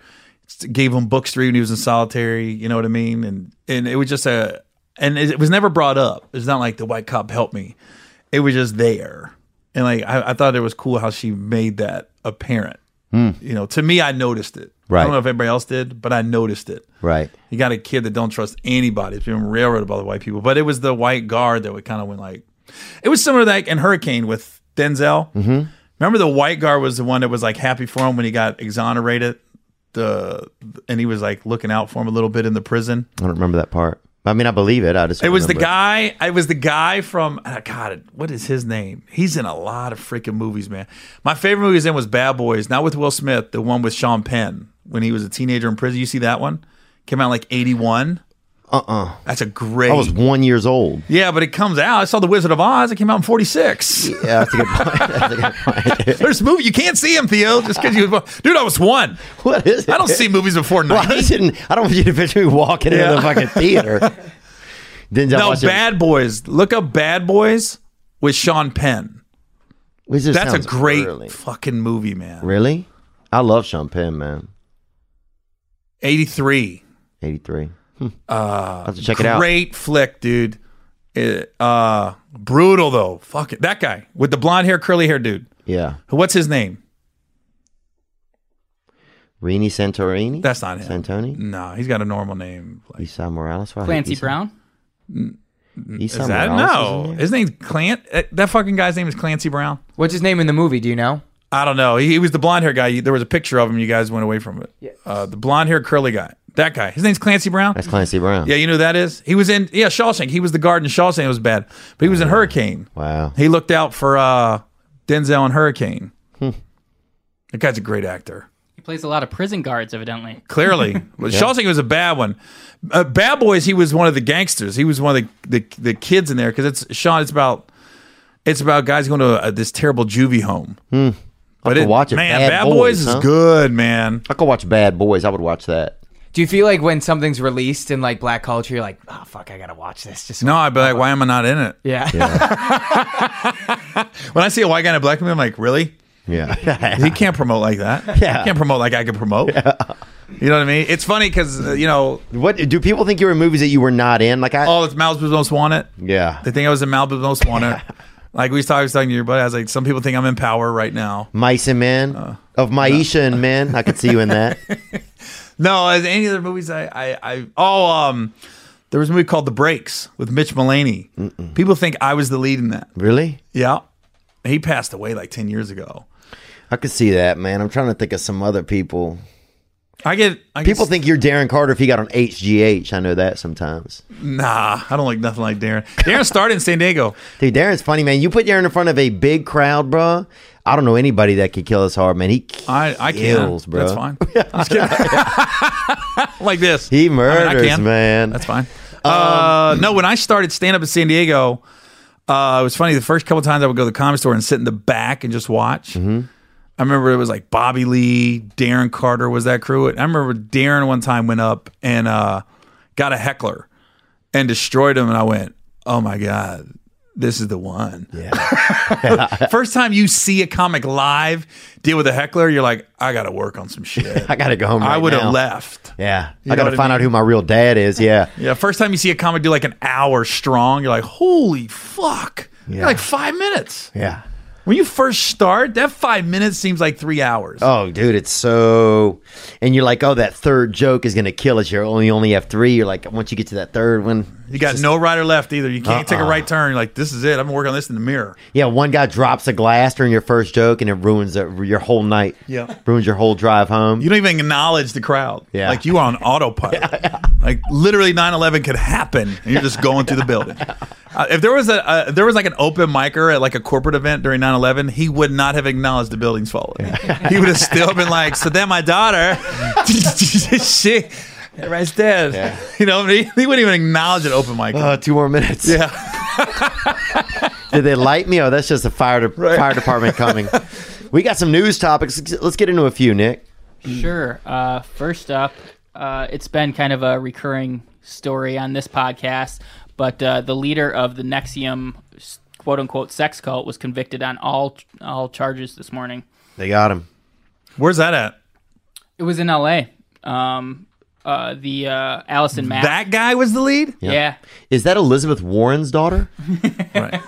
Speaker 2: gave him books to read when he was in solitary. You know what I mean? And and it was just a and it, it was never brought up. It's not like the white cop helped me. It was just there. And like I, I thought it was cool how she made that apparent. You know, to me, I noticed it. I
Speaker 1: Hmm. Right.
Speaker 2: don't know if everybody else did, but I noticed it.
Speaker 1: Right.
Speaker 2: You got a kid that don't trust anybody. It's being railroaded by the white people. But it was the white guard that would kind of went like, it was similar to like in Hurricane with Denzel. Mm-hmm. Remember the white guard was the one that was like happy for him when he got exonerated. The and he was like looking out for him a little bit in the prison.
Speaker 1: I don't remember that part. I mean, I believe it. I just
Speaker 2: It was the
Speaker 1: remember
Speaker 2: guy. It was the guy from uh, God. What is his name? He's in a lot of freaking movies, man. My favorite movie he's in was Bad Boys, not with Will Smith, the one with Sean Penn when he was a teenager in prison. You see that one? Came out in, like eighty one. Uh uh. That's a great.
Speaker 1: Uh-uh. I was one years old.
Speaker 2: yeah, but it comes out. I saw The Wizard of Oz. It came out in forty six.
Speaker 1: Yeah, that's a good point. That's a good point.
Speaker 2: There's movie you can't see him, Theo, just because you. Was, dude, I was one.
Speaker 1: what is it?
Speaker 2: I don't see movies before
Speaker 1: Well, I,
Speaker 2: ninety.
Speaker 1: just didn't, I don't want you to picture me walking
Speaker 2: Yeah.
Speaker 1: into the fucking theater. Then I
Speaker 2: No,
Speaker 1: watched
Speaker 2: Bad Boys. Look up Bad Boys with Sean Penn.
Speaker 1: It, which just
Speaker 2: That's a
Speaker 1: sounds
Speaker 2: great
Speaker 1: early.
Speaker 2: fucking movie, man.
Speaker 1: Really? I love Sean Penn, man.
Speaker 2: 83.
Speaker 1: 83. Hmm. I'll have to check it out.
Speaker 2: Uh, Great flick, dude. It, uh, brutal though. Fuck it. That guy with the blonde hair, curly hair, dude.
Speaker 1: Yeah.
Speaker 2: What's his name?
Speaker 1: Rini Santorini?
Speaker 2: That's not him.
Speaker 1: Santoni?
Speaker 2: No, he's got a normal name. Like,
Speaker 1: Esau Morales? Why
Speaker 3: Clancy
Speaker 1: Esau-
Speaker 3: Brown.
Speaker 1: Esau
Speaker 2: is
Speaker 1: Morales
Speaker 2: that
Speaker 1: is
Speaker 2: no?
Speaker 1: in there?
Speaker 2: His name's Clant. eh, That fucking guy's name is Clancy Brown.
Speaker 4: What's his name in the movie? Do you know?
Speaker 2: I don't know. He, he was the blonde hair guy. You- There was a picture of him. You guys went away from it. Uh, the blonde hair, curly guy. That guy. His name's Clancy Brown.
Speaker 1: That's Clancy Brown.
Speaker 2: yeah, you know who that is. He was in yeah Shawshank. He was the guard in Shawshank. It was bad, but he was in Hurricane.
Speaker 1: Oh, Wow.
Speaker 2: He looked out for uh, Denzel and Hurricane.
Speaker 1: Hmm.
Speaker 2: That guy's a great actor.
Speaker 3: He plays a lot of prison guards, evidently.
Speaker 2: Clearly, But Shawshank was a bad one. Uh, bad Boys. He was one of the gangsters. He was one of the the, the kids in there because it's Sean. It's about it's about guys going to uh this terrible juvie home. But
Speaker 1: Hmm. have to watch it.
Speaker 2: man.
Speaker 1: Bad
Speaker 2: Bad,
Speaker 1: Boys,
Speaker 2: Boys,
Speaker 1: huh?
Speaker 2: is good, man.
Speaker 1: I could watch Bad Boys. I would watch that.
Speaker 4: Do you feel like when something's released in like black culture, you're like, oh fuck, I gotta watch this? Just
Speaker 2: No, I'd be like, why am I not in it?
Speaker 4: yeah.
Speaker 2: When I see a white guy and a black man, I'm like, really?
Speaker 1: Yeah.
Speaker 2: He can't promote like that.
Speaker 1: Yeah.
Speaker 2: He can't promote like I can promote. You know what I mean? It's funny because, uh, you know,
Speaker 1: what do people think you were in movies that you were not in? Like I
Speaker 2: all it's Malibu's Most Wanted.
Speaker 1: Yeah.
Speaker 2: They think I was in Malibu's Most Wanted. like we was talking, I was talking to your buddy. I was like, some people think I'm in power right now.
Speaker 1: Mice and Men.
Speaker 2: Uh,
Speaker 1: of Maisha and Men. I could see you in that.
Speaker 2: No, as any other movies I, I, I, oh, um, there was a movie called The Breaks with Mitch Mullaney. People think I was the lead in that.
Speaker 1: really?
Speaker 2: Yeah. He passed away like 10 years ago.
Speaker 1: I could see that, man. I'm trying to think of some other people.
Speaker 2: I get, I get
Speaker 1: People think you're Darren Carter if he got on HGH. I know that sometimes.
Speaker 2: nah, I don't like nothing like Darren. Darren started in San Diego.
Speaker 1: Dude, Darren's funny, man. You put Darren in front of a big crowd, bruh. I don't know anybody that could kill us hard, man. He
Speaker 2: I, I can.
Speaker 1: kills, bro.
Speaker 2: That's fine. Just kidding. like this.
Speaker 1: He
Speaker 2: I mean, I
Speaker 1: murders,
Speaker 2: can.
Speaker 1: man.
Speaker 2: That's fine. uh, no, when I started stand up in San Diego, uh, it was funny. The first couple times I would go to the comedy store and sit in the back and just watch.
Speaker 1: Mm-hmm.
Speaker 2: I remember it was like Bobby Lee, Darren Carter was that crew. I remember Darren one time went up and uh, got a heckler and destroyed him, and I went, "Oh my god." This is the one. First time you see a comic live deal with a heckler, you're like, I got to work on some shit.
Speaker 1: I gotta go home.
Speaker 2: I
Speaker 1: right
Speaker 2: would
Speaker 1: now.
Speaker 2: have left.
Speaker 1: Yeah, I
Speaker 2: know
Speaker 1: gotta
Speaker 2: what I
Speaker 1: find out who my real dad is. Yeah,
Speaker 2: Yeah, first time you see a comic do like an hour strong, you're like, holy fuck. You're
Speaker 1: Yeah.
Speaker 2: Like five minutes.
Speaker 1: yeah.
Speaker 2: When you first start, that five minutes seems like three hours.
Speaker 1: Oh, dude, it's so. And you're like, oh, that third joke is gonna kill us. You're only you only have three. You're like, once you get to that third one,
Speaker 2: you got no right or left either. You can't
Speaker 1: Uh-uh.
Speaker 2: take a right turn. You're like, this is it. I've been working on this in the mirror.
Speaker 1: yeah, one guy drops a glass during your first joke, and it ruins the, your whole night.
Speaker 2: Yeah.
Speaker 1: ruins your whole drive home.
Speaker 2: You don't even acknowledge the crowd.
Speaker 1: Yeah.
Speaker 2: Like you are on autopilot. Like literally 9/11 could happen, and you're just going through the building. Uh, if there was a uh, there was like an open micer at like a corporate event during 9/11, he would not have acknowledged the building's falling. he would have still been like, "So then my daughter, she, right there, you know, he, he wouldn't even acknowledge an open mic.
Speaker 1: Uh, two more minutes.
Speaker 2: yeah,
Speaker 1: Did they light me? Oh, that's just the fire de- fire department coming. we got some news topics. Let's get into a few, Nick.
Speaker 3: Sure. Uh, first up, uh, it's been kind of a recurring story on this podcast, but uh, the leader of the Nexium quote unquote sex cult was convicted on all all charges this morning.
Speaker 1: They got him.
Speaker 2: where's that at?
Speaker 3: It was in L.A. Um, uh, the uh, Allison Mack.
Speaker 2: That guy was the lead.
Speaker 3: yeah.
Speaker 1: Is that Elizabeth Warren's daughter?
Speaker 2: Right.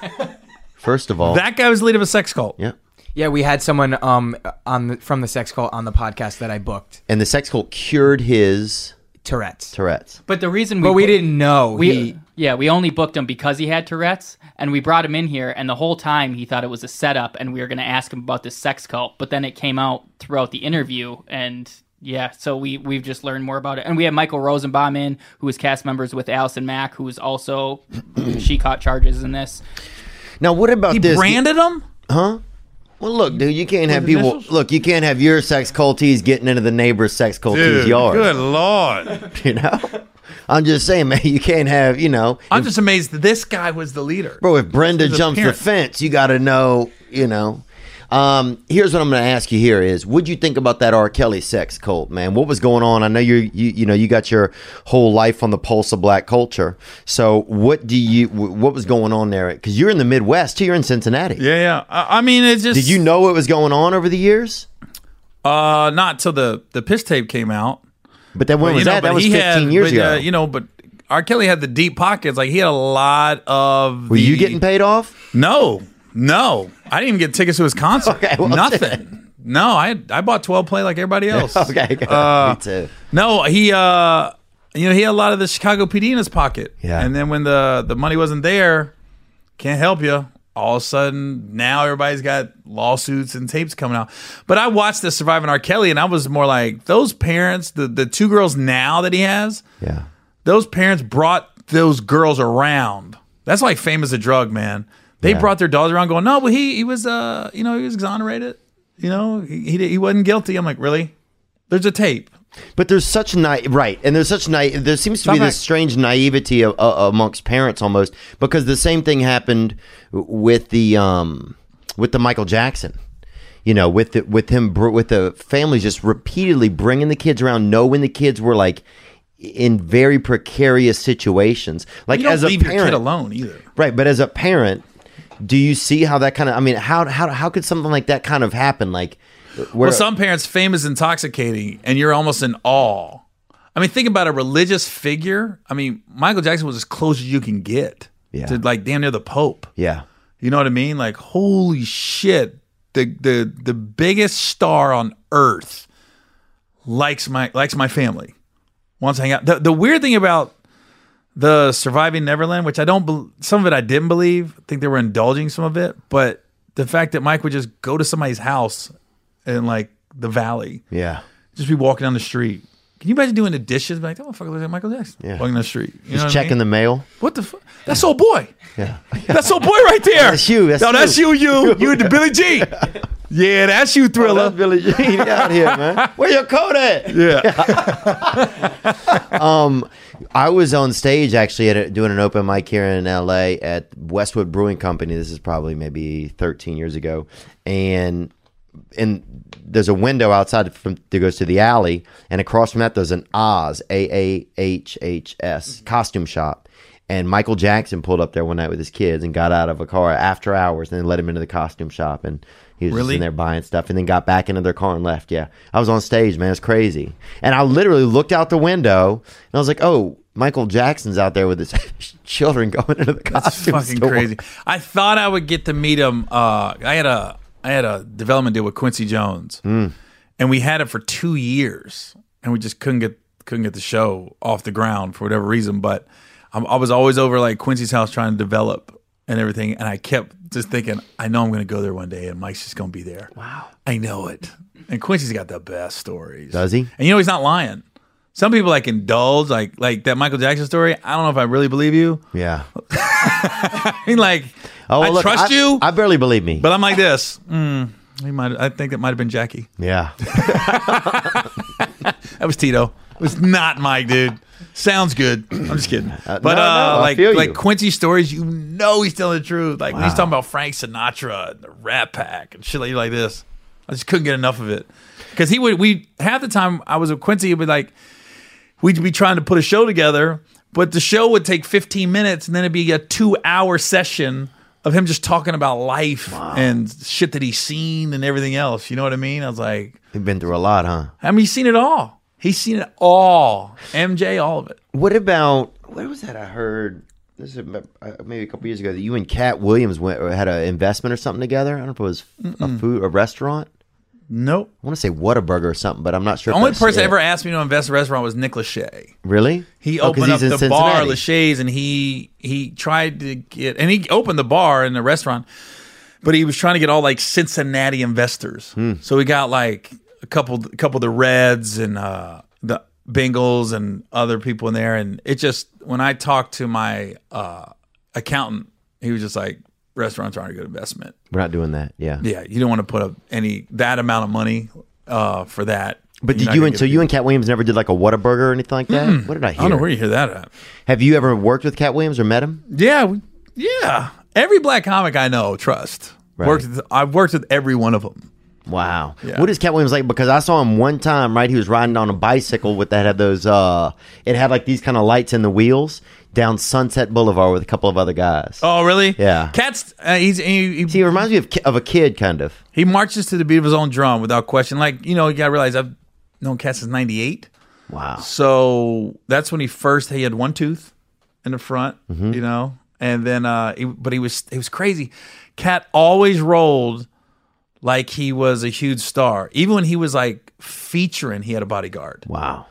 Speaker 1: First of all,
Speaker 2: That guy was the lead of a sex cult.
Speaker 1: yeah.
Speaker 4: Yeah, we had someone um on the, from the sex cult on the podcast that I booked
Speaker 1: And the sex cult cured his
Speaker 4: Tourette's,
Speaker 1: Tourette's.
Speaker 3: But the reason we
Speaker 4: but we
Speaker 3: put-
Speaker 4: didn't know
Speaker 3: We,
Speaker 4: he
Speaker 3: yeah, we only booked him because he had Tourette's, and we brought him in here, and the whole time he thought it was a setup, and we were going to ask him about this sex cult, but then it came out throughout the interview, and yeah, so we we've just learned more about it, and we had Michael Rosenbaum in, who was cast members with Allison Mack, who was also she caught charges in this.
Speaker 1: Now, what about
Speaker 2: He
Speaker 1: this?
Speaker 2: branded him.
Speaker 1: Well, look, dude, you can't have people. Look, you can't have your sex cultees getting into the neighbor's sex cultees' yard.
Speaker 2: good lord!
Speaker 1: You know, I'm just saying, man, you can't have. You know,
Speaker 2: I'm just amazed that this guy was the leader.
Speaker 1: bro, if Brenda
Speaker 2: his
Speaker 1: jumps
Speaker 2: appearance.
Speaker 1: the fence, you got to know. You know. Um, here's what I'm going to ask you. Here is, what'd you think about that R. Kelly sex cult, man? What was going on? I know you're, you, you know, you got your whole life on the pulse of black culture. So, what do you, wh- what was going on there? Because you're in the Midwest, too. You're in Cincinnati.
Speaker 2: Yeah, yeah. I, I mean, it's just
Speaker 1: Did you know what was going on over the years?
Speaker 2: Uh, not till the the piss tape came out.
Speaker 1: But that when was
Speaker 2: you know,
Speaker 1: that?
Speaker 2: but
Speaker 1: That was
Speaker 2: he
Speaker 1: 15
Speaker 2: had-
Speaker 1: years
Speaker 2: but,
Speaker 1: ago.
Speaker 2: uh, you know, but R. Kelly had the deep pockets. Like he had a lot of.
Speaker 1: Were
Speaker 2: the-
Speaker 1: you getting paid off?
Speaker 2: No, no. I didn't even get tickets to his concert.
Speaker 1: Okay, well,
Speaker 2: nothing. No, I had, I bought twelve play like everybody else.
Speaker 1: Okay, good.
Speaker 2: Uh,
Speaker 1: me too.
Speaker 2: No, he uh you know, he had a lot of the Chicago PD in his pocket.
Speaker 1: Yeah.
Speaker 2: And then when the the money wasn't there, can't help you. All of a sudden, now everybody's got lawsuits and tapes coming out. But I watched the Surviving R. Kelly, and I was more like, those parents, the the two girls now that he has,
Speaker 1: Yeah,
Speaker 2: those parents brought those girls around. That's like fame as a drug, man. They
Speaker 1: Yeah.
Speaker 2: brought their daughters around, going, "No, but he he was uh you know he was exonerated, you know he he, he wasn't guilty." I'm like, really? There's a tape.
Speaker 1: but there's such night right, and there's such night. There seems to be
Speaker 2: Stop
Speaker 1: this
Speaker 2: it.
Speaker 1: strange naivety of, uh, amongst parents almost because the same thing happened with the um with the Michael Jackson. You know, with the, with him br- with the families just repeatedly bringing the kids around, knowing the kids were like in very precarious situations. Like
Speaker 2: You don't
Speaker 1: as a
Speaker 2: leave
Speaker 1: parent,
Speaker 2: your kid alone either.
Speaker 1: Right, but as a parent, do you see how that kind of? I mean, how how how could something like that kind of happen? Like, where
Speaker 2: Well, some parents, fame is intoxicating, and you're almost in awe. I mean, think about a religious figure. I mean, Michael Jackson was as close as you can get
Speaker 1: Yeah.
Speaker 2: to like damn near the Pope.
Speaker 1: yeah,
Speaker 2: You know what I mean? Like, holy shit, the the the biggest star on earth likes my likes my family. Wants to hang out. The, the weird thing about the surviving Neverland, which I don't, bel some of it I didn't believe. I think they were indulging some of it, but the fact that Mike would just go to somebody's house in like the valley,
Speaker 1: yeah,
Speaker 2: just be walking down the street. Can you imagine doing the dishes? Be like, oh fuck, looks like Michael Jackson
Speaker 1: Yeah.
Speaker 2: walking down the street. You know
Speaker 1: just
Speaker 2: what I
Speaker 1: checking
Speaker 2: mean?
Speaker 1: the mail.
Speaker 2: What the fuck? That's old boy.
Speaker 1: Yeah,
Speaker 2: That's old boy right there.
Speaker 1: That's you, that's
Speaker 2: no, that's
Speaker 1: you.
Speaker 2: you. You. You the Billy G. Yeah, that's you, Thriller.
Speaker 1: Billy Jean out here, man. Where your coat at? Um,
Speaker 2: yeah.
Speaker 1: I was on stage actually at a, doing an open mic here in LA at Westwood Brewing Company. This is probably maybe 13 years ago, and and there's a window outside from, that goes to the alley, and across from that there's an Oz A A H H
Speaker 2: Mm-hmm.
Speaker 1: S costume shop. And Michael Jackson pulled up there one night with his kids and got out of a car after hours, and then let him into the costume shop, and he was just
Speaker 2: Really?
Speaker 1: in there buying stuff, and then got back into their car and left. Yeah, I was on stage, man, it's crazy, and I literally looked out the window and I was like, oh. Michael Jackson's out there with his children going into the costume
Speaker 2: Fucking
Speaker 1: store.
Speaker 2: crazy. I thought I would get to meet him. Uh, I had a I had a development deal with Quincy Jones,
Speaker 1: Hmm.
Speaker 2: and we had it for two years, and we just couldn't get couldn't get the show off the ground for whatever reason. But i I was always over like Quincy's house trying to develop and everything, and I kept just thinking, I know I'm going to go there one day, and Mike's just going to be there. Wow, I know it. And Quincy's got the best stories.
Speaker 1: Does he?
Speaker 2: And you know he's not lying. Some people like indulge, like like that Michael Jackson story. I don't know if I really believe you.
Speaker 1: Yeah.
Speaker 2: I mean, like
Speaker 1: Oh,
Speaker 2: I
Speaker 1: look,
Speaker 2: trust you,
Speaker 1: I barely believe me.
Speaker 2: but I'm like this. Mm, he might. I think it might have been Jackie.
Speaker 1: yeah.
Speaker 2: That was Tito. It was not Mike, dude. Sounds good. I'm just kidding. But
Speaker 1: no,
Speaker 2: uh,
Speaker 1: no, I
Speaker 2: like
Speaker 1: feel you.
Speaker 2: like Quincy stories, you know he's telling the truth. Like when he's talking about Frank Sinatra and the Rat Pack and shit like, like this. I just couldn't get enough of it because he would. We half the time I was with Quincy, he'd be like, we'd be trying to put a show together, but the show would take 15 minutes and then it'd be a two hour session of him just talking about life and shit that he's seen and everything else. You know what I mean? I was like,
Speaker 1: You've been through a lot, huh?
Speaker 2: I mean, he's seen it all. He's seen it all. MJ, all of it.
Speaker 1: What about what was that I heard? This is about, uh, maybe a couple years ago that you and Cat Williams went or had an investment or something together. I don't know if it was a food, a restaurant.
Speaker 2: Nope.
Speaker 1: I want to say Whataburger or something, but I'm not sure.
Speaker 2: The
Speaker 1: if
Speaker 2: only
Speaker 1: that's
Speaker 2: person
Speaker 1: it.
Speaker 2: ever asked me to invest in a restaurant was Nick Lachey.
Speaker 1: really
Speaker 2: He
Speaker 1: Oh, 'cause
Speaker 2: opened up
Speaker 1: he's
Speaker 2: the
Speaker 1: in
Speaker 2: bar,
Speaker 1: Cincinnati.
Speaker 2: Lachey's, and he he tried to get and he opened the bar and the restaurant, but he was trying to get all like Cincinnati investors.
Speaker 1: Hmm.
Speaker 2: So he got like a couple a couple of the Reds and uh, the Bengals and other people in there, and it just when I talked to my uh, accountant, he was just like, "Restaurants aren't a good investment."
Speaker 1: We're not doing that. Yeah.
Speaker 2: Yeah, you don't want to put up any that amount of money uh, for that.
Speaker 1: But
Speaker 2: You're
Speaker 1: did
Speaker 2: not
Speaker 1: you
Speaker 2: gonna
Speaker 1: and
Speaker 2: get
Speaker 1: so
Speaker 2: a-
Speaker 1: you and Cat Williams never did like a Whataburger or anything like that? What did I hear?
Speaker 2: I don't know where you hear that at.
Speaker 1: Have you ever worked with Cat Williams or met him?
Speaker 2: Yeah, we- yeah. Every black comic I know, trust.
Speaker 1: Right.
Speaker 2: Worked. With, I've worked with every one of them.
Speaker 1: Wow.
Speaker 2: Yeah.
Speaker 1: What is Cat Williams like? Because I saw him one time, right? He was riding on a bicycle with that had those uh it had like these kind of lights in the wheels down Sunset Boulevard with a couple of other guys.
Speaker 2: Oh, really?
Speaker 1: Yeah.
Speaker 2: Cats. Uh, he's he, he
Speaker 1: See, it reminds me of ki- of a kid kind of.
Speaker 2: he marches to the beat of his own drum without question. Like you know, you gotta realize I've known Cats since '98.
Speaker 1: Wow.
Speaker 2: So that's when he first he had one tooth in the front, you know, and then uh, he, but he was he was crazy. Cat always rolled like he was a huge star, even when he was like featuring. He had a bodyguard.
Speaker 1: Wow.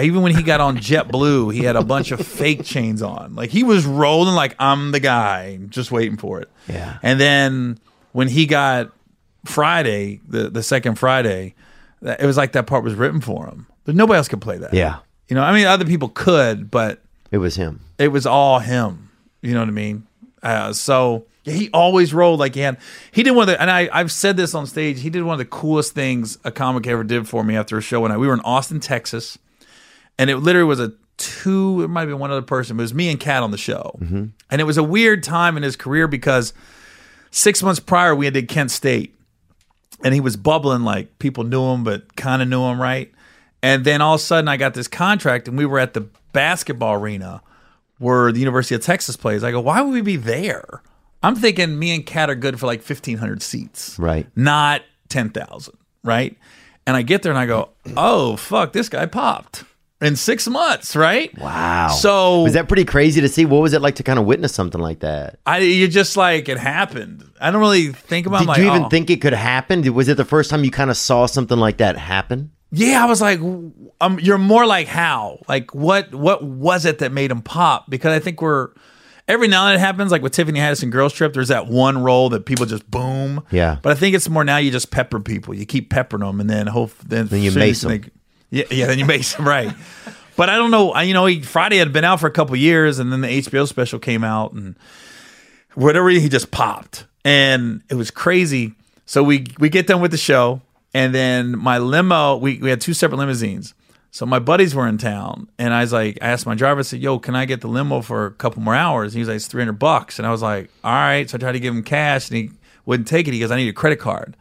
Speaker 2: Even when he got on JetBlue, he had a bunch of fake chains on. Like he was rolling like I'm the guy, just waiting for it.
Speaker 1: Yeah.
Speaker 2: And then when he got Friday, the the second Friday, that- it was like that part was written for him. But nobody else could play that.
Speaker 1: Yeah.
Speaker 2: You know, I mean, other people could, but
Speaker 1: It was him.
Speaker 2: it was all him. You know what I mean? Uh, so yeah, he always rolled like he had. He did one of the, and I, I've said this on stage. He did one of the coolest things a comic ever did for me after a show. When I, we were in Austin, Texas, and it literally was a two. It might have been one other person, but it was me and Cat on the show, and it was a weird time in his career because six months prior we had did Kent State, and he was bubbling like people knew him, but kind of knew him right. And then all of a sudden, I got this contract, and we were at the basketball arena where the University of Texas plays. I go, why would we be there? I'm thinking me and Cat are good for like 1,500 seats,
Speaker 1: Right.
Speaker 2: Not 10,000, right? And I get there and I go, oh fuck, this guy popped in six months, right?
Speaker 1: Wow.
Speaker 2: So
Speaker 1: was that pretty crazy to see? What was it like to kind of witness something like that?
Speaker 2: I, you're just like it happened. I don't really think about.
Speaker 1: Did
Speaker 2: I'm like,
Speaker 1: you even
Speaker 2: oh.
Speaker 1: think it could happen? Did- Was it the first time you kind of saw something like that happen?
Speaker 2: Yeah, I was like, w- um, you're more like how? Like what? What was it that made him pop? Because I think we're every now and then it happens. Like with Tiffany Haddish in Girls Trip, there's that one role that people just boom.
Speaker 1: Yeah.
Speaker 2: But I think it's more now. You just pepper people. You keep peppering them, and then hope then,
Speaker 1: you
Speaker 2: soon
Speaker 1: mace 'em.
Speaker 2: they- yeah, yeah. Then you mace them right. But I don't know. I, you know, he, Friday had been out for a couple years, and then the HBO special came out, and whatever he just popped and it was crazy so we we get done with the show and then my limo we, we had two separate limousines so my buddies were in town and i was like i asked my driver i said yo can i get the limo for a couple more hours and he was like it's 300 bucks and i was like all right so i tried to give him cash and he wouldn't take it he goes i need a credit card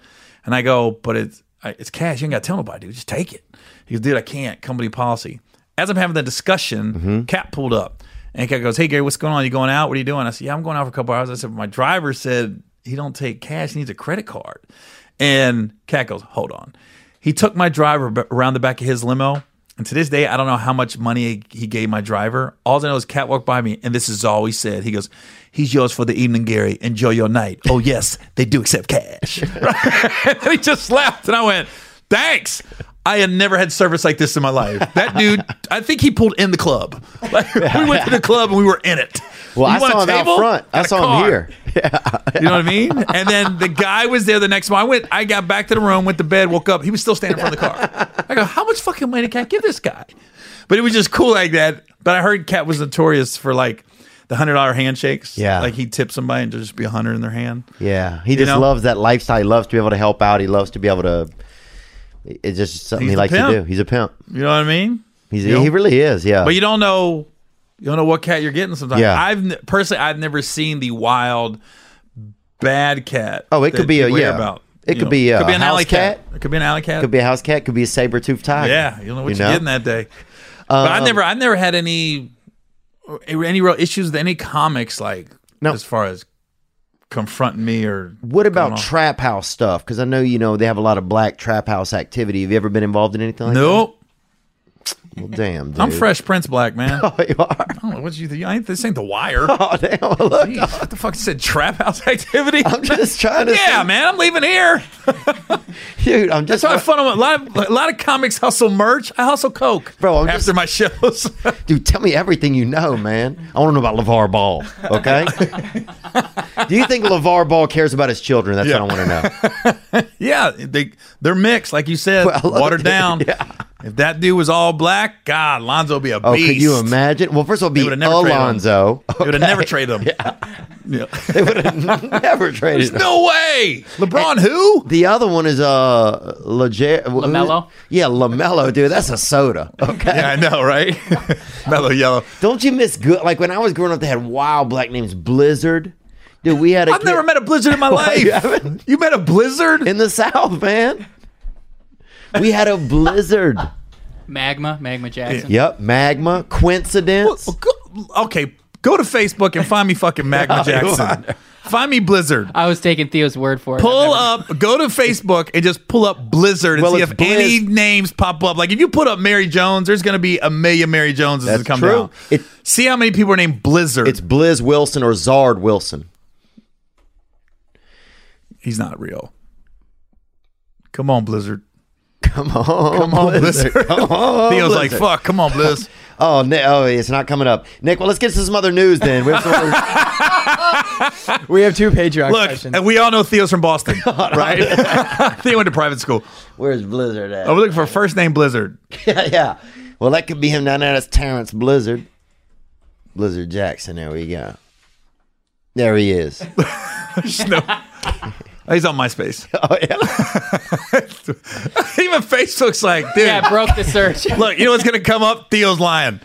Speaker 2: and i go but it's I- it's cash you ain't gotta tell nobody dude just take it he goes dude i can't company policy as i'm having the discussion cat pulled up and Cat goes, "Hey Gary, what's going on? You going out? What are you doing?" I said, "Yeah, I'm going out for a couple hours." I said, "My driver said he don't take cash; he needs a credit card." And Cat goes, "Hold on." He took my driver b- around the back of his limo, and to this day, I don't know how much money he gave my driver. All I know is Cat walked by me, and this is all he said. He goes, "He's yours for the evening, Gary. Enjoy your night." Oh yes, they do accept cash. and he just laughed, and I went, "Thanks." I had never had service like this in my life. That dude, I think he pulled in the club. Like, we went to the club and we were in it.
Speaker 1: Well,
Speaker 2: You
Speaker 1: I
Speaker 2: want a
Speaker 1: saw him
Speaker 2: table?
Speaker 1: out front. I
Speaker 2: Got a
Speaker 1: saw him
Speaker 2: car.
Speaker 1: here.
Speaker 2: You know what I mean? And then the guy was there the next morning. I went, I got back to the room, went to bed, woke up. He was still standing in front of the car. I go, how much fucking money can I give this guy? But it was just cool like that. But I heard Cat was notorious for like the hundred dollar handshakes.
Speaker 1: Yeah.
Speaker 2: like he'd tip somebody and there'd just be a hundred in their hand.
Speaker 1: Yeah, he just
Speaker 2: know?
Speaker 1: loves that lifestyle. He loves to be able to help out. He loves to be able to. It's just something
Speaker 2: He's
Speaker 1: he
Speaker 2: the
Speaker 1: likes
Speaker 2: pimp.
Speaker 1: to do. He's a pimp.
Speaker 2: You know what I mean?
Speaker 1: He's
Speaker 2: You know?
Speaker 1: he really is. Yeah.
Speaker 2: But you don't know, you don't know what cat you're getting. Sometimes
Speaker 1: Yeah.
Speaker 2: I've n- personally I've never seen the wild bad cat.
Speaker 1: Oh, it could
Speaker 2: that
Speaker 1: be a-
Speaker 2: people hear
Speaker 1: yeah.
Speaker 2: About
Speaker 1: It
Speaker 2: You
Speaker 1: could be, uh,
Speaker 2: could be an
Speaker 1: a house
Speaker 2: alley cat.
Speaker 1: cat.
Speaker 2: It could be an alley cat.
Speaker 1: could be a house cat. Could be a saber tooth tiger.
Speaker 2: yeah, you don't know what
Speaker 1: you
Speaker 2: you
Speaker 1: know? Um,
Speaker 2: are getting that day. But I've never I've never had any uh, any real issues with any comics like
Speaker 1: No.
Speaker 2: as far as confronting me or
Speaker 1: What about
Speaker 2: on.
Speaker 1: trap house stuff? Because I know you know they have a lot of black trap house activity. Have you ever been involved in anything? like
Speaker 2: nope.
Speaker 1: that? Well, damn, dude.
Speaker 2: I'm Fresh Prince Black, man. I
Speaker 1: Oh, you are.
Speaker 2: don't know what you think. I ain't, this ain't the wire.
Speaker 1: Oh, damn. Well, look,
Speaker 2: Jeez, what the fuck said trap house activity?
Speaker 1: I'm just trying to.
Speaker 2: yeah, man, I'm leaving here.
Speaker 1: Dude, I'm just.
Speaker 2: So I fun a lot of a lot of comics hustle merch. I hustle coke,
Speaker 1: Bro, I'm
Speaker 2: after
Speaker 1: just-
Speaker 2: my shows.
Speaker 1: Dude, tell me everything you know, man. I want to know about LeVar Ball, okay? Do you think LeVar Ball cares about his children? That's what I want to know.
Speaker 2: yeah, they they're mixed, like you said,
Speaker 1: Well, look,
Speaker 2: watered down.
Speaker 1: yeah.
Speaker 2: If that dude was all black, God, Lonzo would be a
Speaker 1: Oh,
Speaker 2: beast.
Speaker 1: could you imagine? Well, first of all, it'd be
Speaker 2: would've never traded him.
Speaker 1: Alonzo.
Speaker 2: They would have never traded him. Yeah.
Speaker 1: they would have never traded. him.
Speaker 2: no way. LeBron, who?
Speaker 1: The other one is uh, Leger-
Speaker 3: LaMelo?
Speaker 1: Yeah, Lamelo, dude. That's a soda. Okay.
Speaker 2: Yeah, I know, right? Mellow yellow.
Speaker 1: Don't you miss good? Like when I was growing up, they had wild black names. Blizzard, dude. We had. A
Speaker 2: I've
Speaker 1: kid-
Speaker 2: never met a blizzard in my life.
Speaker 1: you haven't?
Speaker 2: You met a blizzard?
Speaker 1: in the South, man. We had a blizzard.
Speaker 3: Magma, Magma Jackson.
Speaker 1: yep, magma coincidence.
Speaker 2: Well, go- okay, go to Facebook and find me fucking
Speaker 1: Oh,
Speaker 2: Magma Jackson. Find me Blizzard.
Speaker 3: I was taking Theo's word for it.
Speaker 2: Pull up, go to Facebook and just pull up Blizzard and
Speaker 1: Well,
Speaker 2: see
Speaker 1: it's
Speaker 2: if any
Speaker 1: Blizz-
Speaker 2: names pop up. Like if you put up Mary Jones, there's going to be a million Mary Joneses
Speaker 1: That's
Speaker 2: that come
Speaker 1: true.
Speaker 2: down.
Speaker 1: It-
Speaker 2: see how many people are named Blizzard.
Speaker 1: It's Blizz Wilson or Zard Wilson.
Speaker 2: He's not real. Come on, Blizzard.
Speaker 1: Come on,
Speaker 2: Come on, Blizzard.
Speaker 1: Come on,
Speaker 2: Theo's like,
Speaker 1: Oh, Blizzard.
Speaker 2: fuck, come on, Blizz.
Speaker 1: Oh, Nick, oh, it's not coming up. Nick, well, let's get to some other news then. We have some other-
Speaker 4: We have two Patreon
Speaker 2: Look,
Speaker 4: questions.
Speaker 2: and we all know Theo's from Boston, right? Theo went to private school.
Speaker 1: where's Blizzard
Speaker 2: I
Speaker 1: at?
Speaker 2: was looking for first name Blizzard.
Speaker 1: yeah, yeah. Well, that could be him down there. That's Terrence Blizzard. Blizzard Jackson. There we go. There he is.
Speaker 2: There's no- He's on MySpace.
Speaker 1: Oh, yeah.
Speaker 2: Even Facebook's like, dude,
Speaker 3: Yeah, broke the search.
Speaker 2: look, you know what's gonna come up? Theo's lying.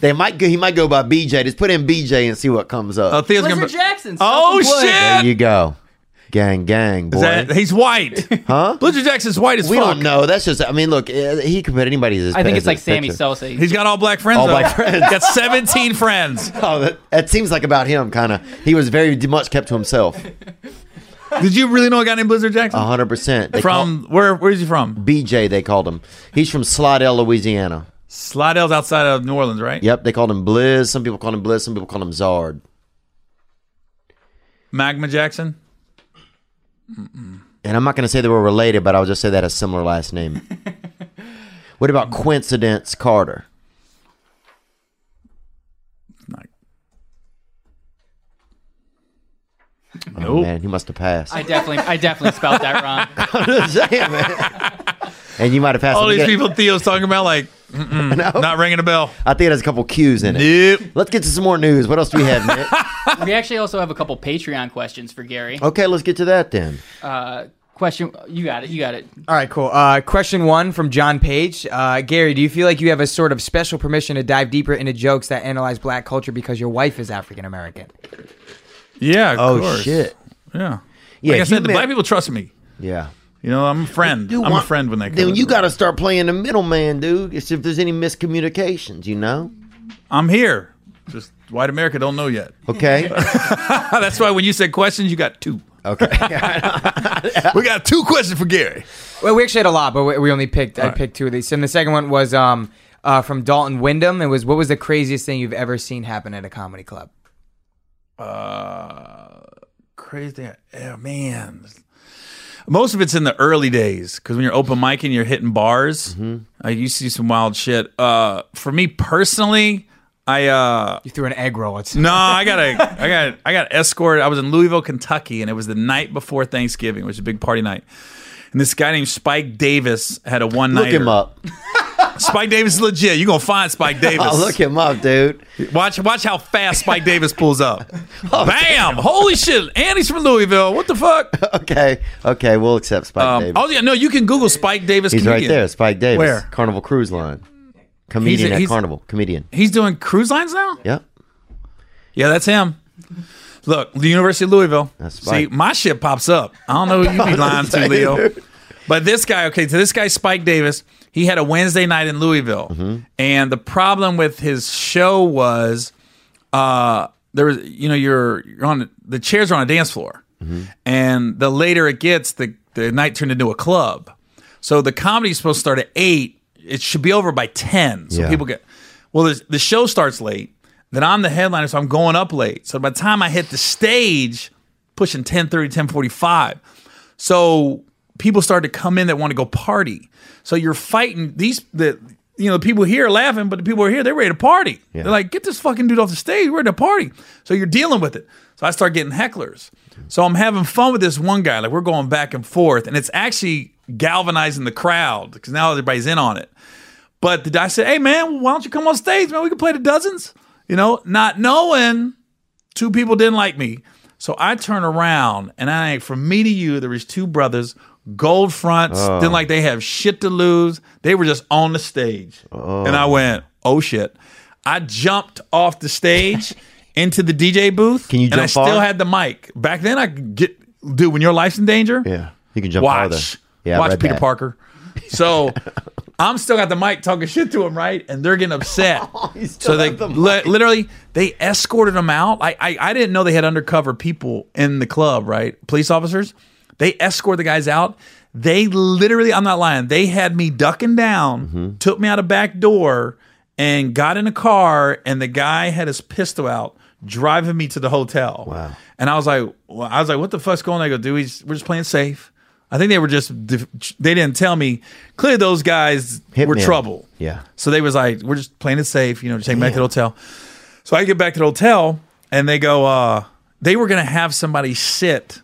Speaker 1: They might go, he might go by BJ. Just put in BJ and see what comes up.
Speaker 2: Oh, Theo's gonna. Be-
Speaker 3: Blizzard Jackson.
Speaker 2: oh
Speaker 3: self-employed.
Speaker 1: there
Speaker 2: shit!
Speaker 1: you go. Gang, gang, boy.
Speaker 2: Is that- he's white, huh? Blizzard Jackson's white as
Speaker 1: we
Speaker 2: fuck.
Speaker 1: don't know. That's just. I mean, look, eh, he could put anybody as.
Speaker 3: I think
Speaker 1: as
Speaker 3: it's like
Speaker 1: his
Speaker 3: Sammy
Speaker 1: picture.
Speaker 3: Sosa.
Speaker 2: He's got all black friends.
Speaker 1: All
Speaker 2: though.
Speaker 1: black friends.
Speaker 2: He's got seventeen friends.
Speaker 1: Oh, that, that seems like about him. Kind of. He was very much kept to himself.
Speaker 2: Did you really know a guy named Blizzard Jackson?
Speaker 1: hundred percent. They call-
Speaker 2: from where? Where is he from?
Speaker 1: BJ, they called him. He's from Slidell, Louisiana.
Speaker 2: Slidell's outside of New Orleans, right?
Speaker 1: Yep, they called him Blizz. Some people called him Blizz. Some people called him Zard.
Speaker 2: Magma Jackson.
Speaker 1: And I'm not going to say they were related, but I'll just say that a similar last name. what about Coincidence Carter?
Speaker 2: Not-
Speaker 1: Oh,
Speaker 2: Nope.
Speaker 1: man, he must have passed.
Speaker 3: I definitely, I definitely spelled that wrong.
Speaker 1: I'm just saying, man. and you might have passed.
Speaker 2: all
Speaker 1: him
Speaker 2: these
Speaker 1: again.
Speaker 2: people Theo's talking about, like, mm-mm, not ringing a bell.
Speaker 1: I think it has a couple cues in it.
Speaker 2: Nope.
Speaker 1: Let's get to some more news. What else do we have, Nick?
Speaker 3: We actually also have a couple Patreon questions for Gary.
Speaker 2: Oh.
Speaker 1: okay, let's get to that then.
Speaker 3: Uh, question, you got it, you got it.
Speaker 4: All right, cool. Uh, question one from John Page. Uh, Gary, do you feel like you have a sort of special permission to dive deeper into jokes that analyze black culture because your wife is African American?
Speaker 2: Yeah. Of
Speaker 1: Oh
Speaker 2: course.
Speaker 1: shit.
Speaker 2: Yeah.
Speaker 1: Yeah,
Speaker 2: Like I
Speaker 1: you
Speaker 2: said, the
Speaker 1: met-
Speaker 2: black people trust me.
Speaker 1: Yeah.
Speaker 2: You know, I'm a friend.
Speaker 1: You
Speaker 2: I'm
Speaker 1: want-
Speaker 2: a friend when they come.
Speaker 1: Then
Speaker 2: in.
Speaker 1: you got to start playing the middleman, dude. If if there's any miscommunications, you know.
Speaker 2: I'm here. Just white America don't know yet.
Speaker 1: Okay.
Speaker 2: That's why when you said questions, you got two.
Speaker 1: Okay.
Speaker 2: We got two questions for Gary.
Speaker 4: Well, we actually had a lot, but we, we only picked. I
Speaker 2: All right.
Speaker 4: picked two of these. And the second one was um, uh, from Dalton Wyndham. It was what was the craziest thing you've ever seen happen at a comedy club?
Speaker 2: Uh, crazy. Oh, man. Most of it's in the early days because when you're open mic and you're hitting bars,
Speaker 1: Mm-hmm.
Speaker 2: uh, you see some wild shit. Uh, for me personally, I uh,
Speaker 4: You threw an egg roll. It's
Speaker 2: No, I got a, I got, I got escorted. I was in Louisville, Kentucky, and it was the night before Thanksgiving, which is a big party night. And this guy named Spike Davis had a one night.
Speaker 1: Look him up.
Speaker 2: Spike Davis is legit. You're gonna find Spike Davis.
Speaker 1: Oh, look him up, dude.
Speaker 2: Watch, watch how fast Spike Davis pulls up.
Speaker 1: Oh,
Speaker 2: Bam! Holy shit! And he's from Louisville. What the fuck?
Speaker 1: Okay, okay, we'll accept Spike
Speaker 2: Um,
Speaker 1: Davis.
Speaker 2: oh yeah, no, you can Google Spike Davis.
Speaker 1: he's
Speaker 2: comedian.
Speaker 1: right there, Spike Davis.
Speaker 2: Where?
Speaker 1: Carnival Cruise Line. Comedian at
Speaker 2: he's-
Speaker 1: Carnival. Comedian.
Speaker 2: He's doing cruise lines now.
Speaker 1: Yep.
Speaker 2: Yeah, that's him. Look, the University of Louisville.
Speaker 1: That's
Speaker 2: See,
Speaker 1: Spike.
Speaker 2: my shit pops up. I don't know who you be lying to, Leo. But this guy, okay, so this guy, Spike Davis, he had a Wednesday night in Louisville.
Speaker 1: Mm-hmm.
Speaker 2: And the problem with his show was uh there was you know, you're you're on the chairs are on a dance floor. And the later it gets, the, the night turned into a club. So the comedy's supposed to start at eight. It should be over by ten. So
Speaker 1: Yeah.
Speaker 2: people get well, the, the show starts late. Then I'm the headliner, so I'm going up late. So by the time I hit the stage, pushing 1030, 1045. So people start to come in that want to go party. So you're fighting these the you know, the people here are laughing, but the people who are here, they're ready to party. They're like, get this fucking dude off the stage. We're at a party. So you're dealing with it. So I start getting hecklers. So I'm having fun with this one guy. Like we're going back and forth. And it's actually galvanizing the crowd because now everybody's in on it. But the guy said, "Hey man, why don't you come on stage, man? We can play the dozens." You know, not knowing two people didn't like me, so I turn around and I from me to you, there was two brothers, gold fronts,
Speaker 1: Oh.
Speaker 2: didn't like they have shit to lose. They were just on the stage, and I went, "Oh shit!" I jumped off the stage into the DJ booth.
Speaker 1: Can you
Speaker 2: and I
Speaker 1: jump far?
Speaker 2: still had the mic back then. I could get dude when your life's in danger
Speaker 1: Yeah. You can jump farther.
Speaker 2: watch,
Speaker 1: Yeah, I
Speaker 2: watch
Speaker 1: read
Speaker 2: Peter
Speaker 1: that.
Speaker 2: Parker. So I'm still got the mic talking shit to him, right? And they're getting upset. so they li- literally they escorted him out. I, I I didn't know they had undercover people in the club, right? Police officers. They escort the guys out. They literally, I'm not lying. They had me ducking down, took me out a back door, and got in a car. And the guy had his pistol out, driving me to the hotel. Wow. And I was like, well, I was like, what the fuck's going on? I go, dude, he's- we're just playing safe. I think they were just they didn't tell me. Clearly, those guys were
Speaker 1: Hitmen.
Speaker 2: trouble.
Speaker 1: Yeah.
Speaker 2: So they was like, we're just playing it safe, you know, just take me back to the hotel. So I get back to the hotel and they go, uh, they were gonna have somebody sit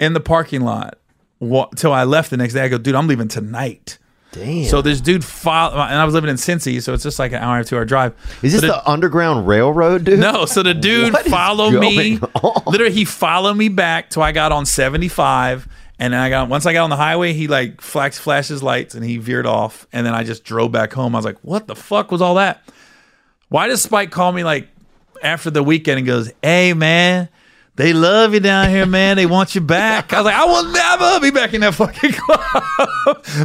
Speaker 2: in the parking lot wa- till I left the next day. I go, dude, I'm leaving tonight.
Speaker 1: Damn.
Speaker 2: So this dude filed, and I was living in Cincy, so it's just like an hour or two hour drive.
Speaker 1: Is this
Speaker 2: So the-
Speaker 1: the Underground Railroad, dude?
Speaker 2: no, so the dude
Speaker 1: What is
Speaker 2: followed me.
Speaker 1: going on?
Speaker 2: Literally, he followed me back till I got on 75. And then I got once I got on the highway, he like flax flashed his lights and he veered off. And then I just drove back home. I was like, what the fuck was all that? Why does Spike call me like after the weekend and goes, Hey man, they love you down here, man. They want you back. I was like, I will never be back in that fucking club.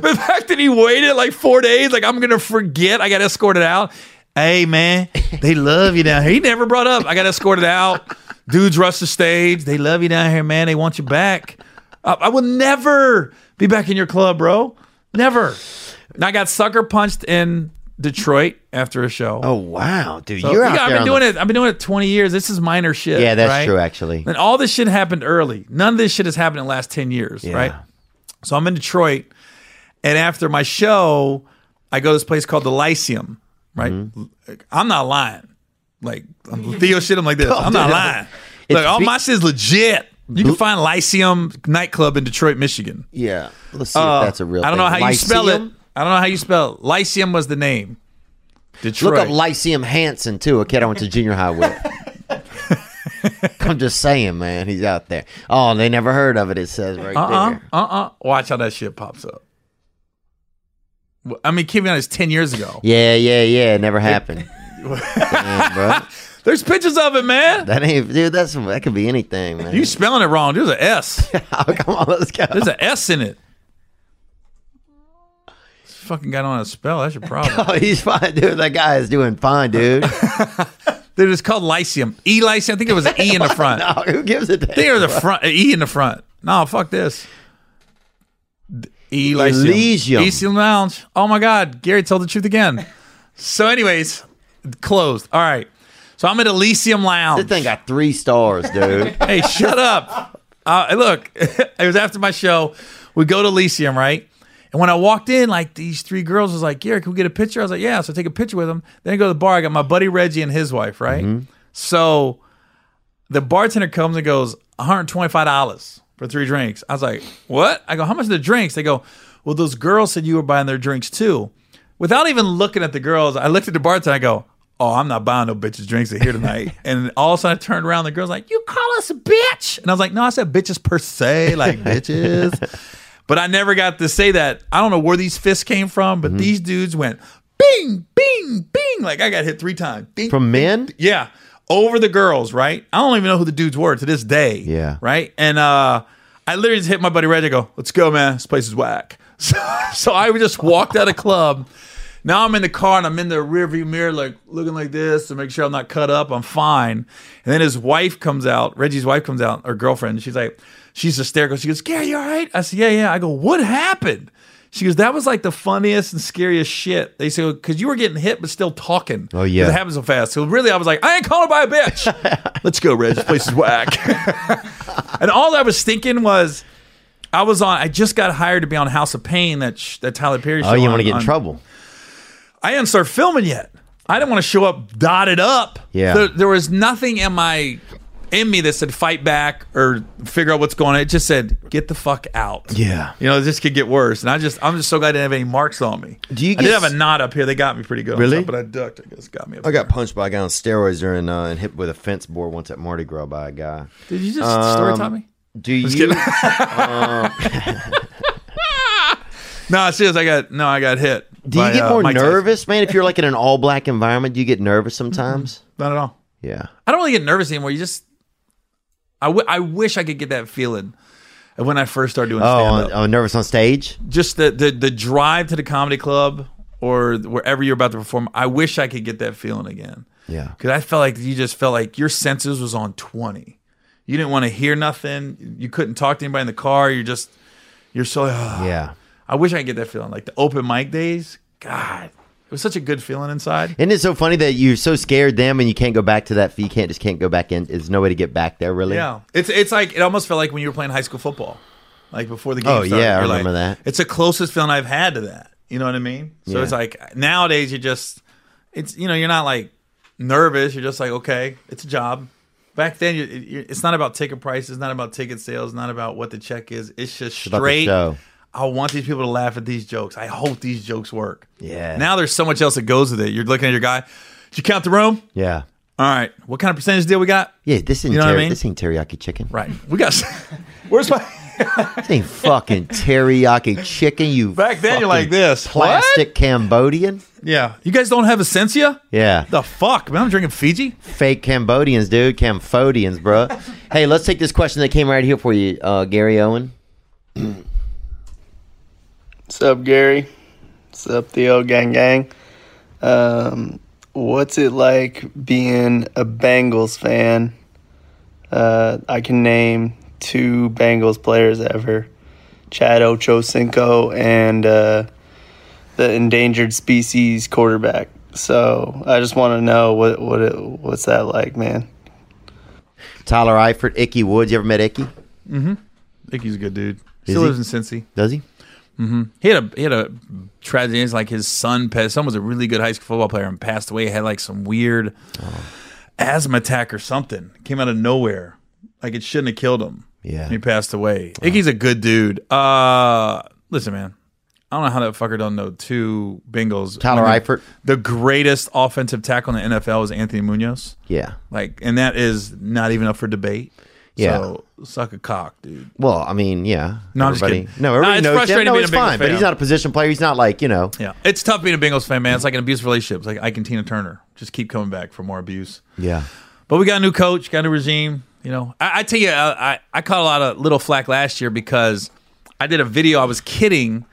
Speaker 2: the fact that he waited like four days, like I'm gonna forget. I got escorted out. Hey man, they love you down here. He never brought up. I got escorted out. Dudes rush the stage. They love you down here, man. They want you back. I, I will never be back in your club, bro. Never. And I got sucker punched in Detroit after a show.
Speaker 1: Oh wow, dude, you're out
Speaker 2: Yeah,
Speaker 1: there.
Speaker 2: I've been
Speaker 1: on
Speaker 2: doing
Speaker 1: the-
Speaker 2: it. I've been doing it 20 years. This is minor shit.
Speaker 1: Yeah, that's
Speaker 2: right?
Speaker 1: true. Actually,
Speaker 2: And all this shit happened early. None of this shit has happened in the last 10 years,
Speaker 1: Yeah.
Speaker 2: right? So I'm in Detroit, and after my show, I go to this place called the Lyceum, right?
Speaker 1: Mm-hmm.
Speaker 2: I'm not lying. Like, I'm Theo shit, I'm like this. I'm not
Speaker 1: dude.
Speaker 2: lying. Like, all
Speaker 1: fe-
Speaker 2: my shit's legit. You can find Lyceum nightclub in Detroit, Michigan.
Speaker 1: yeah. Let's see if that's a real.
Speaker 2: Uh, I don't know
Speaker 1: thing.
Speaker 2: how you spell it.
Speaker 1: Lyceum?
Speaker 2: I don't know how you spell it. Lyceum was the name. Detroit.
Speaker 1: Look up Lyceum Hansen too, a kid I went to junior high with. I'm just saying, man, he's out there. Oh, they never heard of it. It says right
Speaker 2: Uh
Speaker 1: there.
Speaker 2: uh-uh, uh. Watch how that shit pops up. Well, I mean, Kevin is 10 years ago.
Speaker 1: Yeah, yeah, yeah. It never happened. Damn, bro.
Speaker 2: There's pictures of it, man.
Speaker 1: That ain't, dude. That's that could be anything, man.
Speaker 2: You spelling it wrong. There's an S.
Speaker 1: Oh, come on, let's go.
Speaker 2: There's an S in it. This fucking got on a spell. That's your problem.
Speaker 1: Oh, he's fine, dude. That guy is doing fine, dude.
Speaker 2: Dude, it's called Lyceum. E Lyceum. I think it was an E in the front.
Speaker 1: no, Oh, who gives a damn?
Speaker 2: I think it was a front, an E in the front. No, fuck this. D- E Lyceum.
Speaker 1: Elysium.
Speaker 2: Elysium Lounge. Oh my God. Gary told the truth again. so, anyways, closed. All right. So I'm at Elysium Lounge.
Speaker 1: This thing got three stars, dude.
Speaker 2: hey, shut up. Uh, look, it was after my show. We go to Elysium, right? And when I walked in, like these three girls was like, "Yeah, can we get a picture?" I was like, "Yeah." So I take a picture with them. Then I go to the bar. I got my buddy Reggie and his wife,
Speaker 1: Mm-hmm.
Speaker 2: right? So the bartender comes and goes, "One hundred twenty-five dollars for for three drinks. I was like, what? I go, how much are the drinks? They go, well, those girls said you were buying their drinks too. Without even looking at the girls, I looked at the bartender. I go, oh, I'm not buying no bitches drinks here tonight. and all of a sudden, I turned around. The girl's like, you call us a bitch? And I was like, no, I said bitches per se, like bitches. But I never got to say that. I don't know where these fists came from, but these dudes went bing, bing, bing. Like I got hit three times. Bing,
Speaker 1: From men?
Speaker 2: yeah. Over the girls, right? I don't even know who the dudes were to this day.
Speaker 1: Yeah.
Speaker 2: Right? And uh I literally just hit my buddy Reggie. I go, let's go, man. This place is whack. So, so I just walked out of club. Now I'm in the car and I'm in the rearview mirror, like looking like this to make sure I'm not cut up. I'm fine. And then his wife comes out, Reggie's wife comes out, or girlfriend. and She's like, she's hysterical. She goes, Gary, you all right? I said, yeah, yeah. I go, what happened? She goes, that was like the funniest and scariest shit. They said, because you were getting hit but still talking.
Speaker 1: Oh, yeah.
Speaker 2: 'Cause It happened so fast. So really, I was like, I ain't calling by a bitch. Let's go, Reg. This place is whack. and all I was thinking was, I was on. I just got hired to be on House of Pain. That sh- that Tyler Perry.
Speaker 1: Oh,
Speaker 2: show
Speaker 1: you
Speaker 2: on-
Speaker 1: want to get in
Speaker 2: on-
Speaker 1: trouble?
Speaker 2: I hadn't started filming yet. I didn't want to show up dotted up.
Speaker 1: Yeah.
Speaker 2: There, there was nothing in my in me that said fight back or figure out what's going on. It just said get the fuck out.
Speaker 1: Yeah.
Speaker 2: You know, this could get worse. And I just I'm just so glad I didn't have any marks on me.
Speaker 1: Do you
Speaker 2: I
Speaker 1: get-
Speaker 2: did have a knot up here. They got me pretty good.
Speaker 1: Really?
Speaker 2: But I ducked. I guess got me up
Speaker 1: I got punched by a guy on steroids during uh, and hit with a fence board once at Mardi Gras by a guy.
Speaker 2: Did you just story tell me?
Speaker 1: Do you?
Speaker 2: No, serious. I got no, I got hit.
Speaker 1: Do you
Speaker 2: by,
Speaker 1: get
Speaker 2: uh,
Speaker 1: more
Speaker 2: Mike Tyson.
Speaker 1: nervous, man? If you're like in an all black environment, do you get nervous sometimes?
Speaker 2: Not at all.
Speaker 1: Yeah.
Speaker 2: I don't really get nervous anymore. You just, I, w- I wish I could get that feeling of when I first started doing
Speaker 1: Oh,
Speaker 2: stand
Speaker 1: on,
Speaker 2: up.
Speaker 1: oh, nervous on stage?
Speaker 2: Just the, the the drive to the comedy club or wherever you're about to perform. I wish I could get that feeling again.
Speaker 1: Yeah.
Speaker 2: Because I felt like you just felt like your senses was on twenty. You didn't want to hear nothing. You couldn't talk to anybody in the car. You're just, you're so. "Ah."
Speaker 1: Yeah.
Speaker 2: I wish I could get that feeling like the open mic days. God, it was such a good feeling inside.
Speaker 1: Isn't it so funny that you're so scared them and you can't go back to that? You can't just can't go back in. There's no way to get back there, really.
Speaker 2: Yeah, it's it's like it almost felt like when you were playing high school football, like before the game.
Speaker 1: Oh,
Speaker 2: started,
Speaker 1: yeah, I
Speaker 2: You're
Speaker 1: remember
Speaker 2: like-
Speaker 1: that.
Speaker 2: It's the closest feeling I've had to that. You know what I mean? So
Speaker 1: Yeah.
Speaker 2: it's like nowadays you just, it's you know you're not like nervous. You're just like okay, it's a job. Back then, you, you, it's not about ticket prices, not about ticket sales, not about what the check is. It's just
Speaker 1: about the
Speaker 2: straight.
Speaker 1: show.
Speaker 2: I want these people to laugh at these jokes. I hope these jokes work.
Speaker 1: Yeah.
Speaker 2: Now there's so much else that goes with it. You're looking at your guy. Did you count the room?
Speaker 1: Yeah.
Speaker 2: All right. What kind of percentage deal we got?
Speaker 1: Yeah, this ain't,
Speaker 2: You know what I
Speaker 1: ter-
Speaker 2: mean?
Speaker 1: this ain't teriyaki chicken.
Speaker 2: Right. We got. Where's my?
Speaker 1: This ain't fucking teriyaki chicken. You
Speaker 2: Back then, you're
Speaker 1: fucking
Speaker 2: like this.
Speaker 1: plastic Cambodian.
Speaker 2: Yeah. You guys don't have Essentia?
Speaker 1: Yeah,
Speaker 2: The fuck, man! I'm drinking Fiji.
Speaker 1: fake Cambodians, dude. Camphodians, bro. hey, let's take this question that came right here for you, uh, Gary Owen.
Speaker 6: What's up, Gary? What's up, Theo Gang Gang? Um, what's it like being a Bengals fan? Uh, I can name two Bengals players ever Chad Ochocinco and uh, the endangered species quarterback. So I just want to know what what it, what's that like, man?
Speaker 1: Tyler Eifert, Icky Woods. You ever met Icky?
Speaker 2: I think he's a good dude.
Speaker 1: Is
Speaker 2: Still
Speaker 1: he?
Speaker 2: lives in Cincy.
Speaker 1: Does he?
Speaker 2: He had a he had a tragedy. It's like his son. pa- His son was a really good high school football player and passed away. He had like some weird asthma attack or something. Came out of nowhere. Like it shouldn't have killed him.
Speaker 1: Yeah.
Speaker 2: He passed away. Iggy's a good dude. Uh, listen, man. I don't know how that fucker don't know two Bengals.
Speaker 1: Tyler
Speaker 2: When the-
Speaker 1: Eifert.
Speaker 2: The greatest offensive tackle in the NFL was Anthony Munoz.
Speaker 1: Yeah.
Speaker 2: Like, and that is not even up for debate.
Speaker 1: Yeah.
Speaker 2: So suck a cock, dude.
Speaker 1: Well, I mean, yeah.
Speaker 2: No, I'm just
Speaker 1: Everybody-
Speaker 2: kidding.
Speaker 1: No,
Speaker 2: No,
Speaker 1: everybody
Speaker 2: it's
Speaker 1: knows him.
Speaker 2: frustrating
Speaker 1: No,
Speaker 2: being
Speaker 1: it's
Speaker 2: a Bengals
Speaker 1: fine, but
Speaker 2: fan.
Speaker 1: he's not a position player. He's not like you know.
Speaker 2: Yeah. It's tough being a Bengals fan, man. It's like an abusive relationship. It's like Ike and Tina Turner. Just keep coming back for more abuse.
Speaker 1: Yeah.
Speaker 2: But we got a new coach, got a new regime. You know, I, I tell you, I, I, I caught a lot of little flack last year because I did a video. I was kidding,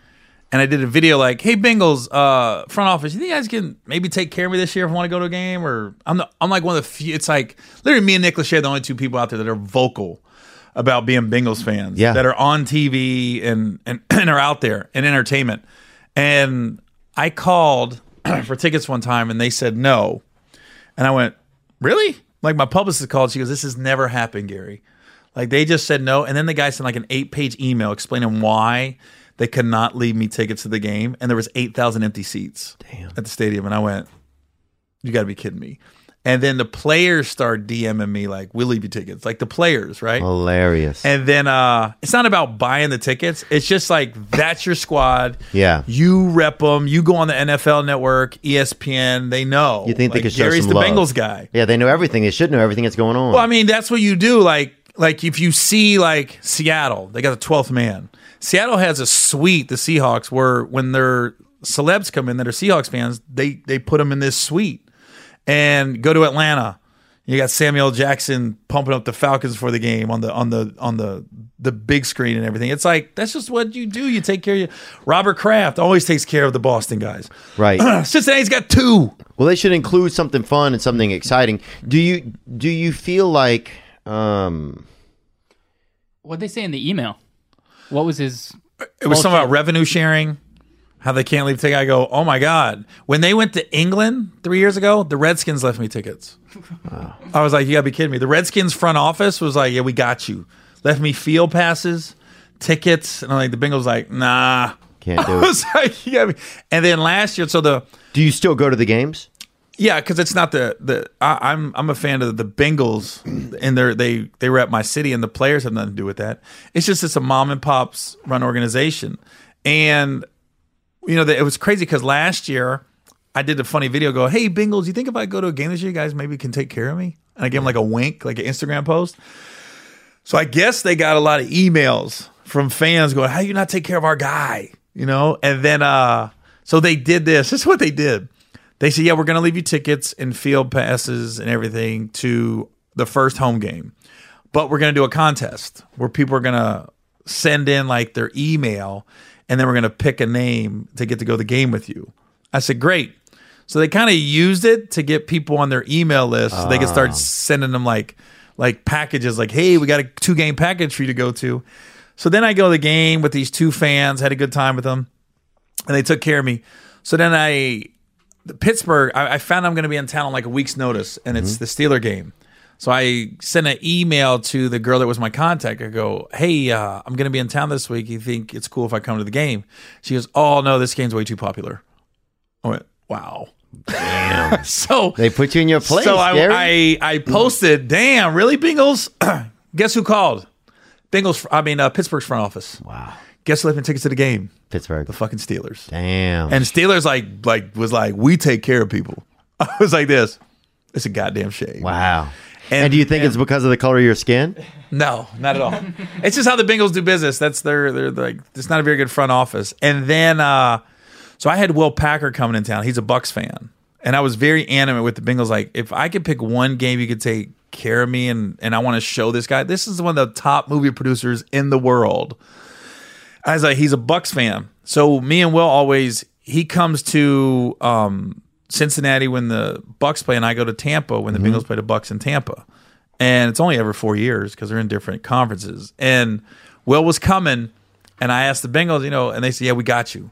Speaker 2: and I did a video like, "Hey Bengals, uh, front office, you think you guys can maybe take care of me this year if I want to go to a game?" Or I'm the, I'm like one of the few. It's like literally me and Nick Lachey are the only two people out there that are vocal about being Bengals fans
Speaker 1: Yeah.
Speaker 2: that are on TV and and, and are out there in entertainment. And I called for tickets one time, and they said no. And I went, Really? Like my publicist called. She goes, This has never happened, Gary. Like they just said no. And then the guy sent like an eight page email explaining why they could not leave me tickets to the game. And there was 8,000 empty seats at the stadium. And I went, You got to be kidding me. And then the players start DMing me like, "We'll leave you tickets." Like the players, right?
Speaker 1: Oh. Hilarious.
Speaker 2: And then uh it's not about buying the tickets. It's just like that's your squad.
Speaker 1: Yeah.
Speaker 2: You rep them. You go on the NFL Network, E ESPN. They know.
Speaker 1: you think
Speaker 2: Like,
Speaker 1: they could show
Speaker 2: Gary's
Speaker 1: some
Speaker 2: the
Speaker 1: love.
Speaker 2: Bengals guy.
Speaker 1: Yeah, they know everything. They should know everything that's going on.
Speaker 2: Well, I mean, that's what you do. Like, like if you see like Seattle, they got the twelfth man. Seattle has a suite, the Seahawks, where when their celebs come in that are Seahawks fans, they they put them in this suite. And go to Atlanta, you got Samuel Jackson pumping up the Falcons for the game on the on the on the the big screen and everything. It's like that's just what you do. You take care of you. Robert Kraft always takes care of the Boston guys.
Speaker 1: right.
Speaker 2: Cincinnati's got two.
Speaker 1: well, they should include something fun and something exciting. Do you do you feel like um
Speaker 3: What'd they say in the email? What was his?
Speaker 2: It was something about revenue sharing, how they can't leave ticket. I go, oh my god! When they went to England three years ago, the Redskins left me tickets. I was like, you gotta be kidding me! The Redskins front office was like, yeah, we got you. Left me field passes, tickets, and I'm like, the Bengals like, nah.
Speaker 1: can't
Speaker 2: I
Speaker 1: do it?
Speaker 2: was like, you gotta be. And then last year, so the
Speaker 1: Do you still go to the games?
Speaker 2: yeah, because it's not the the I, I'm I'm a fan of the Bengals and they're they they were at my city and the players have nothing to do with that. It's just it's a mom and pops run organization, and you know that it was crazy because last year I did a funny video go Hey Bengals, you think if I go to a game this year, you guys maybe can take care of me? And I gave them like a wink, like an Instagram post. So I guess they got a lot of emails from fans going, "How you not take care of our guy?" You know, and then uh, so they did this. This is what they did. They said, "Yeah, we're going to leave you tickets and field passes and everything to the first home game, but we're going to do a contest where people are going to send in like their email, and then we're going to pick a name to get to go to the game with you." I said, "Great." So they kind of used it to get people on their email list so they could start sending them like like packages like, hey, we got a two game package for you to go to. So then I go to the game with these two fans, had a good time with them, and they took care of me. So then I the Pittsburgh, I, I found I'm gonna be in town on like a week's notice, and it's the Steeler game. So I sent an email to the girl that was my contact. I go, "Hey, uh, I'm gonna be in town this week. You think it's cool if I come to the game?" She goes, "Oh no, this game's way too popular." I went, "Wow." Damn. so
Speaker 1: They put you in your place.
Speaker 2: so I,
Speaker 1: Gary.
Speaker 2: I I posted, damn, really, Bengals? Guess who called? Bengals, I mean, uh, Pittsburgh's front office.
Speaker 1: wow,
Speaker 2: Guess who left me tickets to the game?
Speaker 1: Pittsburgh.
Speaker 2: The fucking Steelers.
Speaker 1: Damn.
Speaker 2: And Steelers like like was like, we take care of people. I was like this. It's a goddamn shame.
Speaker 1: wow. And, do you think it's because of the color of your skin?
Speaker 2: No, not at all. it's just how the Bengals do business. That's their they're like it's not a very good front office. And then uh so I had Will Packer coming in town. He's a Bucks fan. And I was very animate with the Bengals like if I could pick one game you could take care of me and and I want to show this guy. This is one of the top movie producers in the world. I was like, he's a Bucks fan. So me and Will always he comes to um, Cincinnati when the Bucks play, and I go to Tampa when the Bengals play the Bucks in Tampa. And it's only every four years because they're in different conferences. And Will was coming, and I asked the Bengals, you know, and they said, "Yeah, we got you."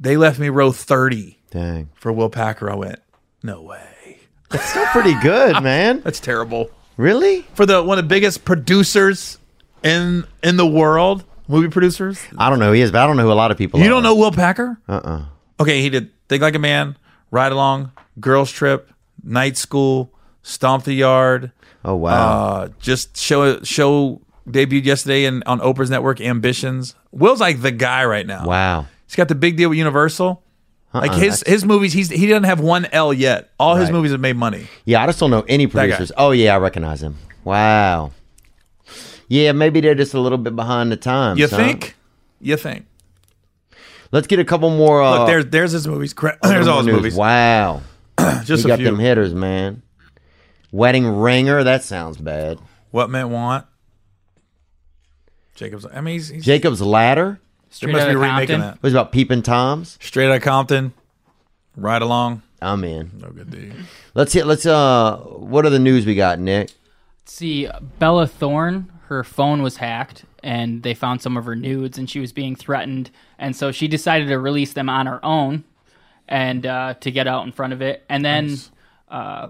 Speaker 2: They left me row thirty
Speaker 1: Dang,
Speaker 2: for Will Packer. I went, "No way,
Speaker 1: that's still pretty good, man.
Speaker 2: that's terrible."
Speaker 1: Really?
Speaker 2: For the one of the biggest producers in in the world, movie producers,
Speaker 1: I don't know who he is, but I don't know who a lot of people.
Speaker 2: You
Speaker 1: are.
Speaker 2: don't know Will Packer?
Speaker 1: Uh uh
Speaker 2: Okay, he did Think Like a Man, Ride Along, Girls Trip, Night School, Stomp the Yard.
Speaker 1: Oh wow.
Speaker 2: Uh, just show show debuted yesterday in, on Oprah's network, Ambitions. Will's like the guy right now.
Speaker 1: wow.
Speaker 2: He's got the big deal with Universal. like
Speaker 1: Uh-uh,
Speaker 2: his his movies, he's he doesn't have one L yet. All his
Speaker 1: Right.
Speaker 2: movies have made money.
Speaker 1: Yeah, I just don't know any
Speaker 2: guy.
Speaker 1: producers. Oh yeah, I recognize him. Wow. Yeah, maybe they're just a little bit behind the times.
Speaker 2: You
Speaker 1: huh?
Speaker 2: think? You think?
Speaker 1: Let's get a couple more. Uh,
Speaker 2: Look, there's there's his movies. Cra- There's
Speaker 1: couple
Speaker 2: all his
Speaker 1: more news.
Speaker 2: movies.
Speaker 1: Wow.
Speaker 2: Just
Speaker 1: he
Speaker 2: a
Speaker 1: got
Speaker 2: few.
Speaker 1: them hitters, man. Wedding ringer. That sounds bad.
Speaker 2: What men want. Jacob's. I mean, he's, he's
Speaker 1: Jacob's ladder.
Speaker 2: there
Speaker 3: Straight
Speaker 2: must be a
Speaker 3: Outta
Speaker 2: remake of
Speaker 3: Compton?
Speaker 2: that.
Speaker 1: What about peeping toms?
Speaker 2: Straight out of Compton, right along.
Speaker 1: I'm in.
Speaker 2: No good deed.
Speaker 1: Let's hit. Let's uh. What are the news we got, Nick?
Speaker 3: see Bella Thorne, her phone was hacked and they found some of her nudes and she was being threatened. And so she decided to release them on her own and uh, to get out in front of it. And then uh,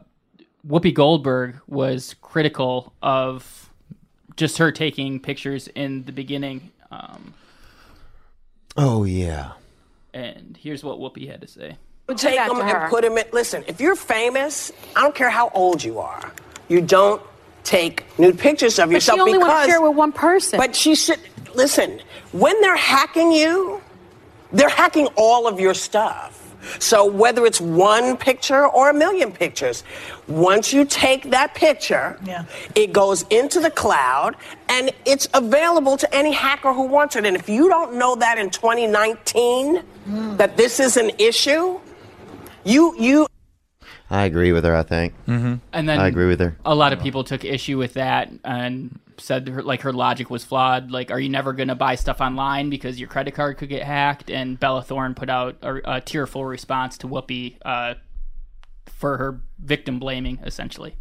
Speaker 3: Whoopi Goldberg was critical of just her taking pictures in the beginning. Um,
Speaker 1: Oh yeah.
Speaker 3: and here's what Whoopi had to say.
Speaker 7: Take
Speaker 8: that
Speaker 7: them
Speaker 8: to her.
Speaker 7: and put them in. Listen, if you're famous, I don't care how old you are, you don't take nude pictures of
Speaker 8: But she
Speaker 7: yourself
Speaker 8: only
Speaker 7: because.
Speaker 8: wanted to share with one person.
Speaker 7: But she should listen. When they're hacking you, they're hacking all of your stuff. So whether it's one picture or a million pictures, once you take that picture,
Speaker 9: Yeah.
Speaker 7: it goes into the cloud and it's available to any hacker who wants it. And if you don't know that in 2019
Speaker 8: Mm.
Speaker 7: that this is an issue, you you
Speaker 1: I agree with her. I think. Mm-hmm.
Speaker 3: And then
Speaker 1: I agree with her.
Speaker 2: Oh.
Speaker 3: A lot of people took issue with that and said her, like her logic was flawed. Like, are you never going to buy stuff online because your credit card could get hacked? And Bella Thorne put out a, a tearful response to Whoopi uh, for her victim blaming, essentially.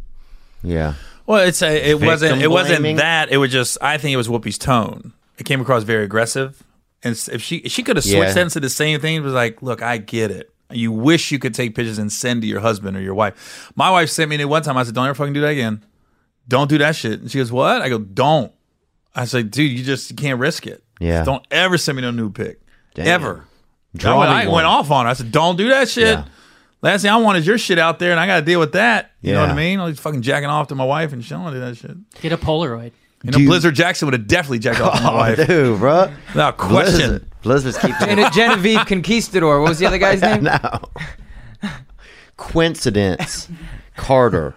Speaker 1: Yeah.
Speaker 2: Well, it's a, it wasn't it
Speaker 1: blaming?
Speaker 2: wasn't that. It was just I think it was Whoopi's tone. It came across very aggressive, and s- if she she could have switched
Speaker 1: Yeah.
Speaker 2: that into the same thing, it was like, look, I get it. You wish you could take pictures and send to your husband or your wife. My wife sent me that one time. I said, don't ever fucking do that again. Don't do that shit. And she goes, what? I go, don't. I said, dude, you just you can't risk it.
Speaker 1: Yeah.
Speaker 2: Don't ever send me no nude pic.
Speaker 1: Damn.
Speaker 2: Ever.
Speaker 1: Draw
Speaker 2: I, went,
Speaker 1: me
Speaker 2: I
Speaker 1: one.
Speaker 2: went off on her. I said, don't do that shit.
Speaker 1: Yeah.
Speaker 2: Last thing I want is your shit out there, and I got to deal with that. You know what
Speaker 1: Yeah.
Speaker 2: I mean? I was fucking jacking off to my wife and showing her that shit.
Speaker 3: Get a Polaroid.
Speaker 2: You know,
Speaker 1: Dude.
Speaker 2: Blizzard Jackson would have definitely jacked off to my wife.
Speaker 1: Oh, Dude, bro.
Speaker 2: Without question.
Speaker 1: Blizzard. Blizzard's keeping
Speaker 4: And a Genevieve Conquistador. What was the other guy's name?
Speaker 1: No. Coincidence. Carter.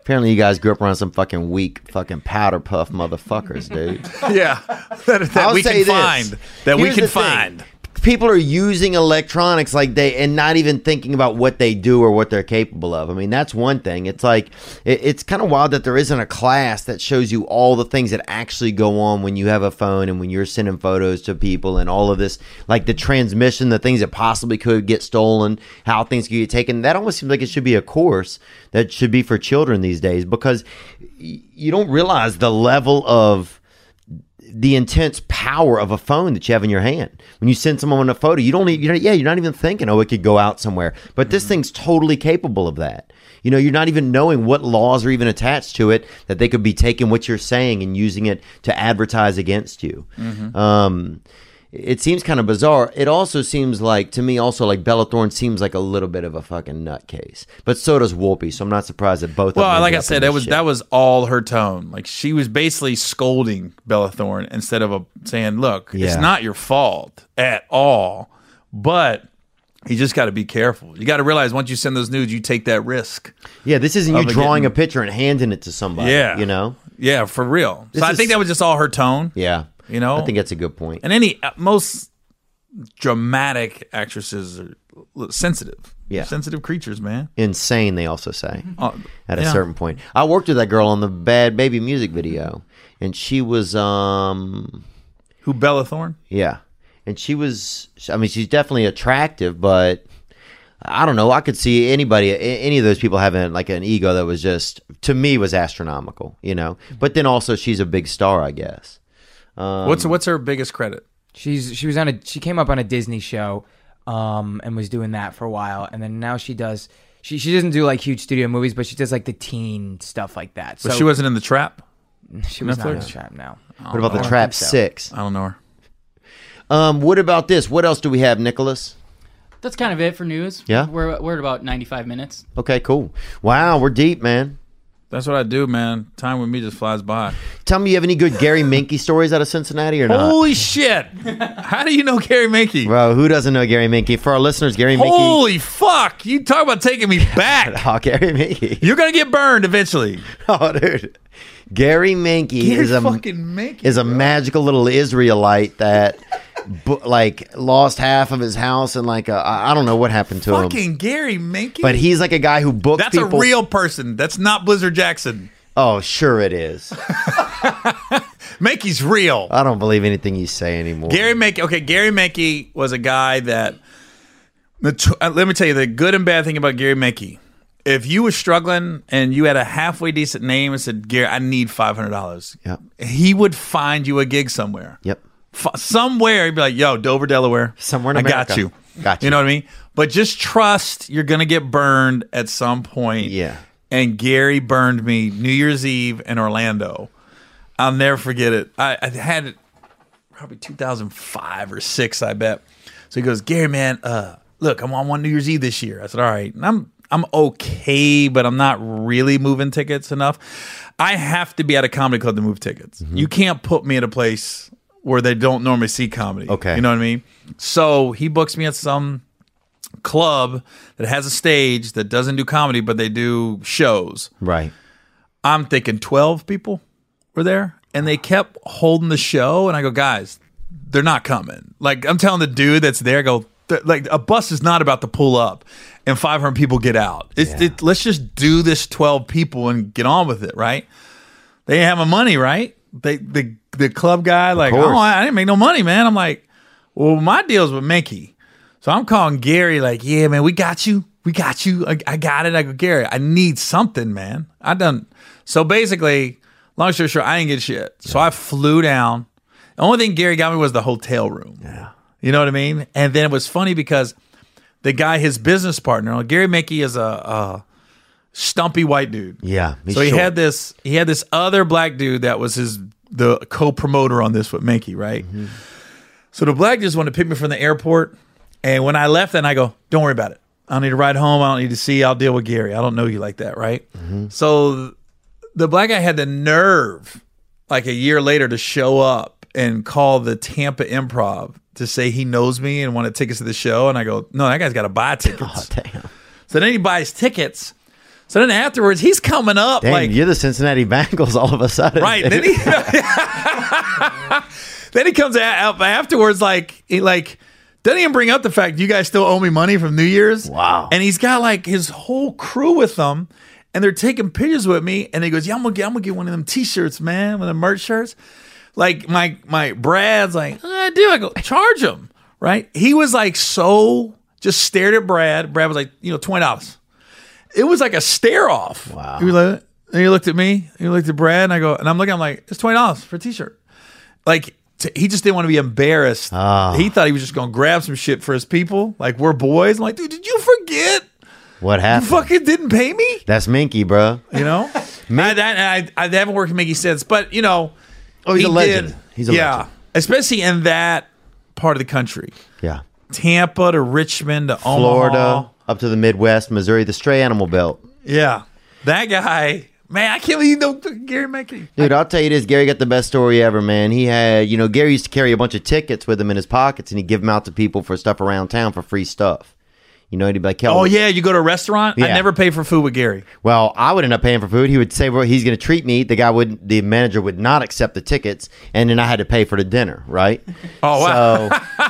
Speaker 1: Apparently, you guys grew up around some fucking weak, fucking powder puff motherfuckers, dude.
Speaker 2: Yeah, that, that
Speaker 1: I'll
Speaker 2: we
Speaker 1: say
Speaker 2: can
Speaker 1: this.
Speaker 2: find. That we
Speaker 1: Here's
Speaker 2: can
Speaker 1: the thing.
Speaker 2: find.
Speaker 1: People are using electronics like they and not even thinking about what they do or what they're capable of. I mean, that's one thing. It's like it, it's kind of wild that there isn't a class that shows you all the things that actually go on when you have a phone and when you're sending photos to people and all of this, like the transmission, the things that possibly could get stolen, how things could get taken. That almost seems like it should be a course that should be for children these days because y- you don't realize the level of the intense power of a phone that you have in your hand. When you send someone a photo, you don't, e- you know, yeah, you're not even thinking, oh, it could go out somewhere. But
Speaker 2: Mm-hmm.
Speaker 1: this thing's totally capable of that. You know, you're not even knowing what laws are even attached to it that they could be taking what you're saying and using it to advertise against you.
Speaker 2: Mm-hmm.
Speaker 1: Um, it seems kind of bizarre. It also seems like to me, also like Bella Thorne seems like a little bit of a fucking nutcase, but so does Whoopi. So I'm not surprised that both. of
Speaker 2: Well,
Speaker 1: them
Speaker 2: like
Speaker 1: ended
Speaker 2: I
Speaker 1: up in
Speaker 2: said, that
Speaker 1: this
Speaker 2: was
Speaker 1: shit.
Speaker 2: that was all her tone. Like she was basically scolding Bella Thorne instead of a, saying, "Look, it's
Speaker 1: Yeah.
Speaker 2: not your fault at all, but you just got to be careful. You got to realize once you send those nudes, you take that risk.
Speaker 1: yeah. This isn't you
Speaker 2: of a
Speaker 1: drawing
Speaker 2: getting-
Speaker 1: a picture and handing it to somebody.
Speaker 2: Yeah.
Speaker 1: you know.
Speaker 2: Yeah, for real.
Speaker 1: This
Speaker 2: so I
Speaker 1: is-
Speaker 2: think that was just all her tone.
Speaker 1: Yeah.
Speaker 2: You know?
Speaker 1: I think that's a good point.
Speaker 2: and any uh, most dramatic actresses are l- sensitive.
Speaker 1: Yeah.
Speaker 2: sensitive creatures, man.
Speaker 1: Insane, they also say
Speaker 2: Oh,
Speaker 1: at a
Speaker 2: yeah.
Speaker 1: certain point. I worked with that girl on the Bad Baby music video, and she was, um,
Speaker 2: Who Bella Thorne?
Speaker 1: yeah, and she was. I mean, she's definitely attractive, but I don't know. I could see anybody, a- any of those people having like an ego that was just to me was astronomical, you know. But then also, she's a big star, I guess. Um,
Speaker 2: what's what's her biggest credit?
Speaker 4: She's she was on a she came up on a Disney show, um, and was doing that for a while, and then now she does. She, she doesn't do like huge studio movies, but she does like the teen stuff like that. So
Speaker 2: But she wasn't in the trap.
Speaker 4: she was not in
Speaker 2: Netflix?
Speaker 4: the trap now.
Speaker 1: What
Speaker 2: Oh,
Speaker 1: about the Trap Six?
Speaker 2: I don't know her.
Speaker 1: Um, what about this? What else do we have, Nicholas?
Speaker 3: That's kind of it for news.
Speaker 1: Yeah.
Speaker 3: We're, we're at about 95 minutes.
Speaker 1: Okay, cool. Wow, we're deep, man.
Speaker 2: That's what I do, man. Time with me just flies by.
Speaker 1: Tell me you have any good Gary Minky stories out of Cincinnati or not?
Speaker 2: Holy shit! How do you know Gary Mankey?
Speaker 1: Bro, who doesn't know Gary Minky? For our listeners, Gary Minky.
Speaker 2: Holy fuck! You talk about taking me back.
Speaker 1: Oh, Gary Minky.
Speaker 2: You're gonna get burned eventually.
Speaker 1: Oh, dude. Gary Minky is a
Speaker 2: fucking Mankey
Speaker 1: is a magical little Israelite that bu- like lost half of his house and like I I I don't know what happened to him.
Speaker 2: Fucking Gary Mankey.
Speaker 1: But he's like a guy who books
Speaker 2: That's
Speaker 1: people.
Speaker 2: a real person. That's not Blizzard Jackson.
Speaker 1: oh, sure it is.
Speaker 2: Mankey's real.
Speaker 1: I don't believe anything you say anymore.
Speaker 2: Gary Mankey. Okay, Gary Mankey was a guy that. the- uh, Let me tell you the good and bad thing about Gary Mankey. If you were struggling and you had a halfway decent name and said, "Gary, I need five hundred dollars,"
Speaker 1: Yep.
Speaker 2: he would find you a gig somewhere.
Speaker 1: Yep.
Speaker 2: F- somewhere he'd be like, "Yo, Dover, Delaware,
Speaker 1: Somewhere in
Speaker 2: I got
Speaker 1: America.
Speaker 2: you,
Speaker 1: Got you.
Speaker 2: You know what I mean? But just trust you're gonna get burned at some point.
Speaker 1: Yeah.
Speaker 2: And Gary burned me New Year's Eve in Orlando. I'll never forget it. I, I had it probably 2005 or six, I bet. So he goes, Gary, man, uh, look, I'm on one New Year's Eve this year. I said, all right, and I'm I'm okay, but I'm not really moving tickets enough. I have to be at a comedy club to move tickets. You can't put me at a place where they don't normally see comedy.
Speaker 1: Okay.
Speaker 2: you know what I mean. So he books me at some club that has a stage that doesn't do comedy, but they do shows.
Speaker 1: Right.
Speaker 2: I'm thinking 12 people were there and they kept holding the show. And I go, guys, they're not coming. Like, I'm telling the dude that's there, I go, "Th- like, a bus is not about to pull up and 500 people get out. It's, it, let's just do this 12 people and get on with it, right? They ain't having money, right? They, the, the club guy, like,
Speaker 1: course.
Speaker 2: oh, I I didn't make no money, man. I'm like, well, my deal's with Mickey. So I'm calling Gary, like, yeah, man, we got you. We got you. I, I got it. I go, Gary, I need something, man. I done. So basically, long story short, I didn't get shit. So I flew down. The only thing Gary got me was the hotel room. Yeah. You know what I mean? And then it was funny because the guy, his business partner, Gary Mickey is a, a stumpy white dude.
Speaker 1: Yeah. he's
Speaker 2: So he
Speaker 1: short.
Speaker 2: had this he had this other black dude that was his the co-promoter on this with Mankey, right? So the black dude's wanted to pick me from the airport. And when I left, and I go, don't worry about it. I don't need to ride home. I don't need to see. you. I'll deal with Gary. I don't know you like that, right? So the black guy had the nerve, like a year later, to show up and call the Tampa Improv to say he knows me and wanted tickets to the show. And I go, no, that guy's got to buy tickets.
Speaker 1: Damn.
Speaker 2: So then he buys tickets. So then afterwards, he's coming up
Speaker 1: Damn,
Speaker 2: like,
Speaker 1: you're the Cincinnati Bengals all of a sudden.
Speaker 2: right? Then he, then he comes out afterwards like he like doesn't even bring up the fact you guys still owe me money from New Year's.
Speaker 1: Wow.
Speaker 2: And he's got like his whole crew with him, and they're taking pictures with me. And he goes, "Yeah, I'm gonna get, I'm gonna get one of them T-shirts, man, one of the merch shirts." Like my my Brad's like, I do. I go charge him, right? He was like so just stared at Brad. Brad was like, you know, twenty dollars. It was like a stare off. Wow. He was like, and he looked at me, and he looked at Brad, and I go, and I'm looking, I'm like, it's twenty dollars for a T-shirt like t- he just didn't want to be embarrassed. He thought he was just gonna grab some shit for his people. Like we're boys. I'm like, dude, did you forget?
Speaker 1: What
Speaker 2: You
Speaker 1: happened?
Speaker 2: fucking didn't pay me.
Speaker 1: That's Minky, bro.
Speaker 2: You know, I, that, I, I haven't worked with Mickey since, but you know,
Speaker 1: Oh, he's
Speaker 2: he
Speaker 1: a legend.
Speaker 2: did-
Speaker 1: He's a
Speaker 2: yeah,
Speaker 1: legend.
Speaker 2: especially in that part of the country,
Speaker 1: Yeah.
Speaker 2: Tampa to Richmond to
Speaker 1: Florida
Speaker 2: Omaha.
Speaker 1: up to the Midwest, Missouri, the stray animal belt.
Speaker 2: Yeah, that guy, man, I can't believe you know Gary Mickey.
Speaker 1: Dude, I'll tell you this. Gary got the best story ever, man. He had, you know, Gary used to carry a bunch of tickets with him in his pockets and he'd give them out to people for stuff around town for free stuff. You know, he'd be like,
Speaker 2: Oh yeah, you go to a restaurant. I
Speaker 1: Yeah.
Speaker 2: never pay for food with Gary.
Speaker 1: Well, I would end up paying for food. He would say, well, he's going to treat me. The guy would, the manager would not accept the tickets. And then I had to pay for the dinner, right?
Speaker 2: Oh wow,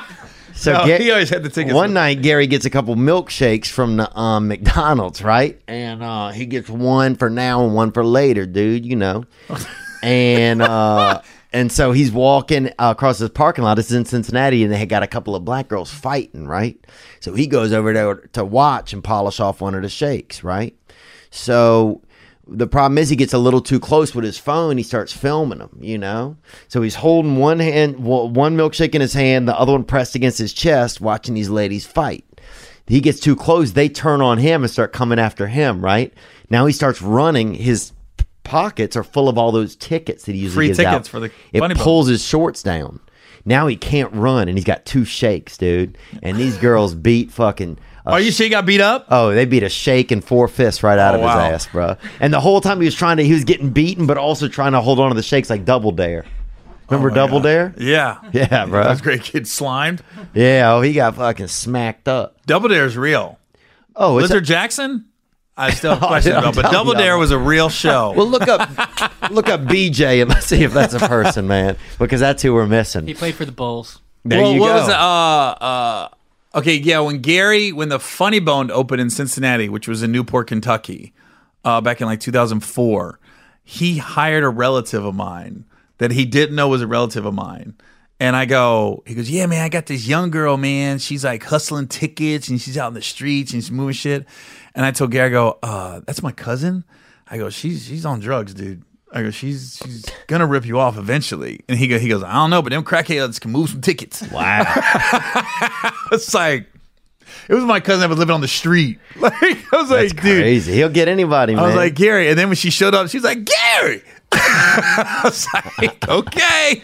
Speaker 1: So, so
Speaker 2: No,
Speaker 1: Ga-
Speaker 2: he always had the tickets.
Speaker 1: One night, Gary gets a couple milkshakes from the um, McDonald's, right? And uh, he gets one for now and one for later, dude. You know, and uh, and so he's walking uh, across this parking lot. This is in Cincinnati, and they had got a couple of black girls fighting, right? So he goes over there to watch and polish off one of the shakes, right? So the problem is he gets a little too close with his phone. He starts filming them, you know. So he's holding one hand, wa- one milkshake in his hand, the other one pressed against his chest, watching these ladies fight. He gets too close. They turn on him and start coming after him. Right now, he starts running. His p- pockets are full of all those tickets that he usually
Speaker 2: Free
Speaker 1: gives
Speaker 2: tickets
Speaker 1: out.
Speaker 2: for the
Speaker 1: it
Speaker 2: bunny boat.
Speaker 1: pulls his shorts down. Now he can't run, and he's got two shakes, dude. And these girls beat fucking. a
Speaker 2: Are you sure he got beat up?
Speaker 1: Oh, they beat a shake and four fists right out
Speaker 2: Oh,
Speaker 1: of
Speaker 2: wow.
Speaker 1: his ass, bro. And the whole time he was trying to, he was getting beaten, but also trying to hold on to the shakes like Double Dare. Remember Double Dare?
Speaker 2: Oh, Yeah.
Speaker 1: Yeah, bro.
Speaker 2: That's great kid slimed.
Speaker 1: Yeah, oh, he got fucking smacked up.
Speaker 2: Double Dare is real.
Speaker 1: Oh, it's
Speaker 2: Lizard Jackson? I still have questions
Speaker 1: Oh, yeah,
Speaker 2: about, but
Speaker 1: I'm
Speaker 2: Double
Speaker 1: telling
Speaker 2: Dare
Speaker 1: you.
Speaker 2: was a real show.
Speaker 1: well, look up, look up BJ and let's see if that's a person, man, because that's who we're missing.
Speaker 3: He played for the Bulls.
Speaker 1: There
Speaker 2: Well,
Speaker 1: you
Speaker 2: what
Speaker 1: go.
Speaker 2: was it? Uh, uh, okay, yeah, when Gary, when the Funny Bone opened in Cincinnati, which was in Newport, Kentucky, uh, back in like 2004, he hired a relative of mine that he didn't know was a relative of mine. And I go, he goes, yeah, man, I got this young girl, man. She's like hustling tickets and she's out in the streets and she's moving shit. And I told Gary, I go, uh, that's my cousin. I go, she's she's on drugs, dude. I go, she's she's gonna rip you off eventually. And he go, he goes, I don't know, but them crackheads can move some tickets.
Speaker 1: wow.
Speaker 2: It's like it was my cousin that was living on the street. Like I was
Speaker 1: That's
Speaker 2: like, dude.
Speaker 1: crazy. He'll get anybody, man.
Speaker 2: I was like, Gary. And then when she showed up, she was like, Gary. I was like, okay.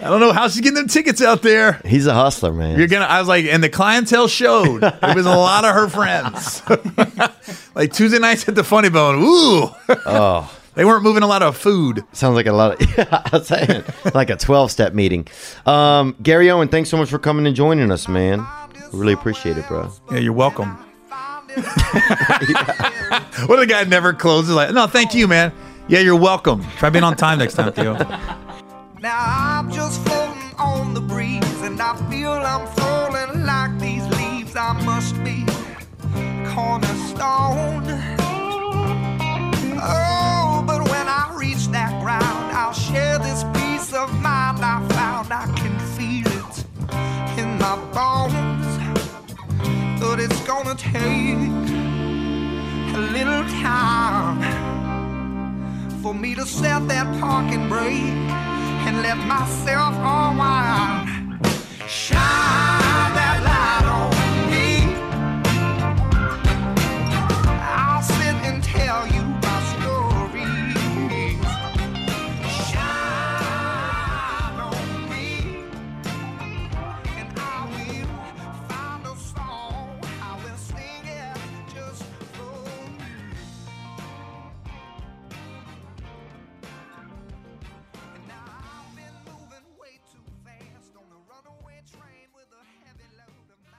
Speaker 2: I don't know how she's getting them tickets out there.
Speaker 1: He's a hustler, man.
Speaker 2: You're gonna. I was like, and the clientele showed. It was a lot of her friends. like Tuesday nights at the Funny Bone. Ooh.
Speaker 1: oh,
Speaker 2: They weren't moving a lot of food.
Speaker 1: sounds like a lot of. I was saying, like a twelve-step meeting. Um, Gary Owen, thanks so much for coming and joining us, man. Really appreciate it, bro.
Speaker 2: Yeah, you're welcome. what if the guy never closes? Like, no, thank you, man. Yeah, you're welcome. Try being on time next time, Theo.
Speaker 8: Now I'm just floating on the breeze, and I feel I'm falling like these leaves. I must be cornerstone. Oh, but when I reach that ground, I'll share this peace of mind I found. I can feel it in my bones, but it's gonna take a little time for me to set that parking brake and let myself unwind. Shine that light on me. I'll sit and tell you my stories. Shine on me, and I will find a song. I will sing it just for you. And I've been moving way too fast on a runaway train with a heavy load of my.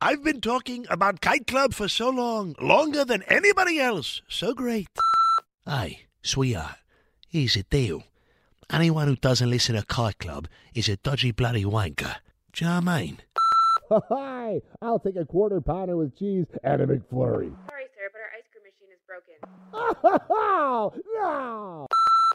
Speaker 9: I've been talking about Kite Club for so long, longer than anybody else. So great.
Speaker 8: Hey, sweetheart, here's the deal. Anyone who doesn't listen to Kite Club is a dodgy bloody wanker. Do you know what I mean?
Speaker 9: Hi, I'll take a quarter pounder with cheese and a McFlurry.
Speaker 10: Sorry, sir, but our ice cream machine is broken.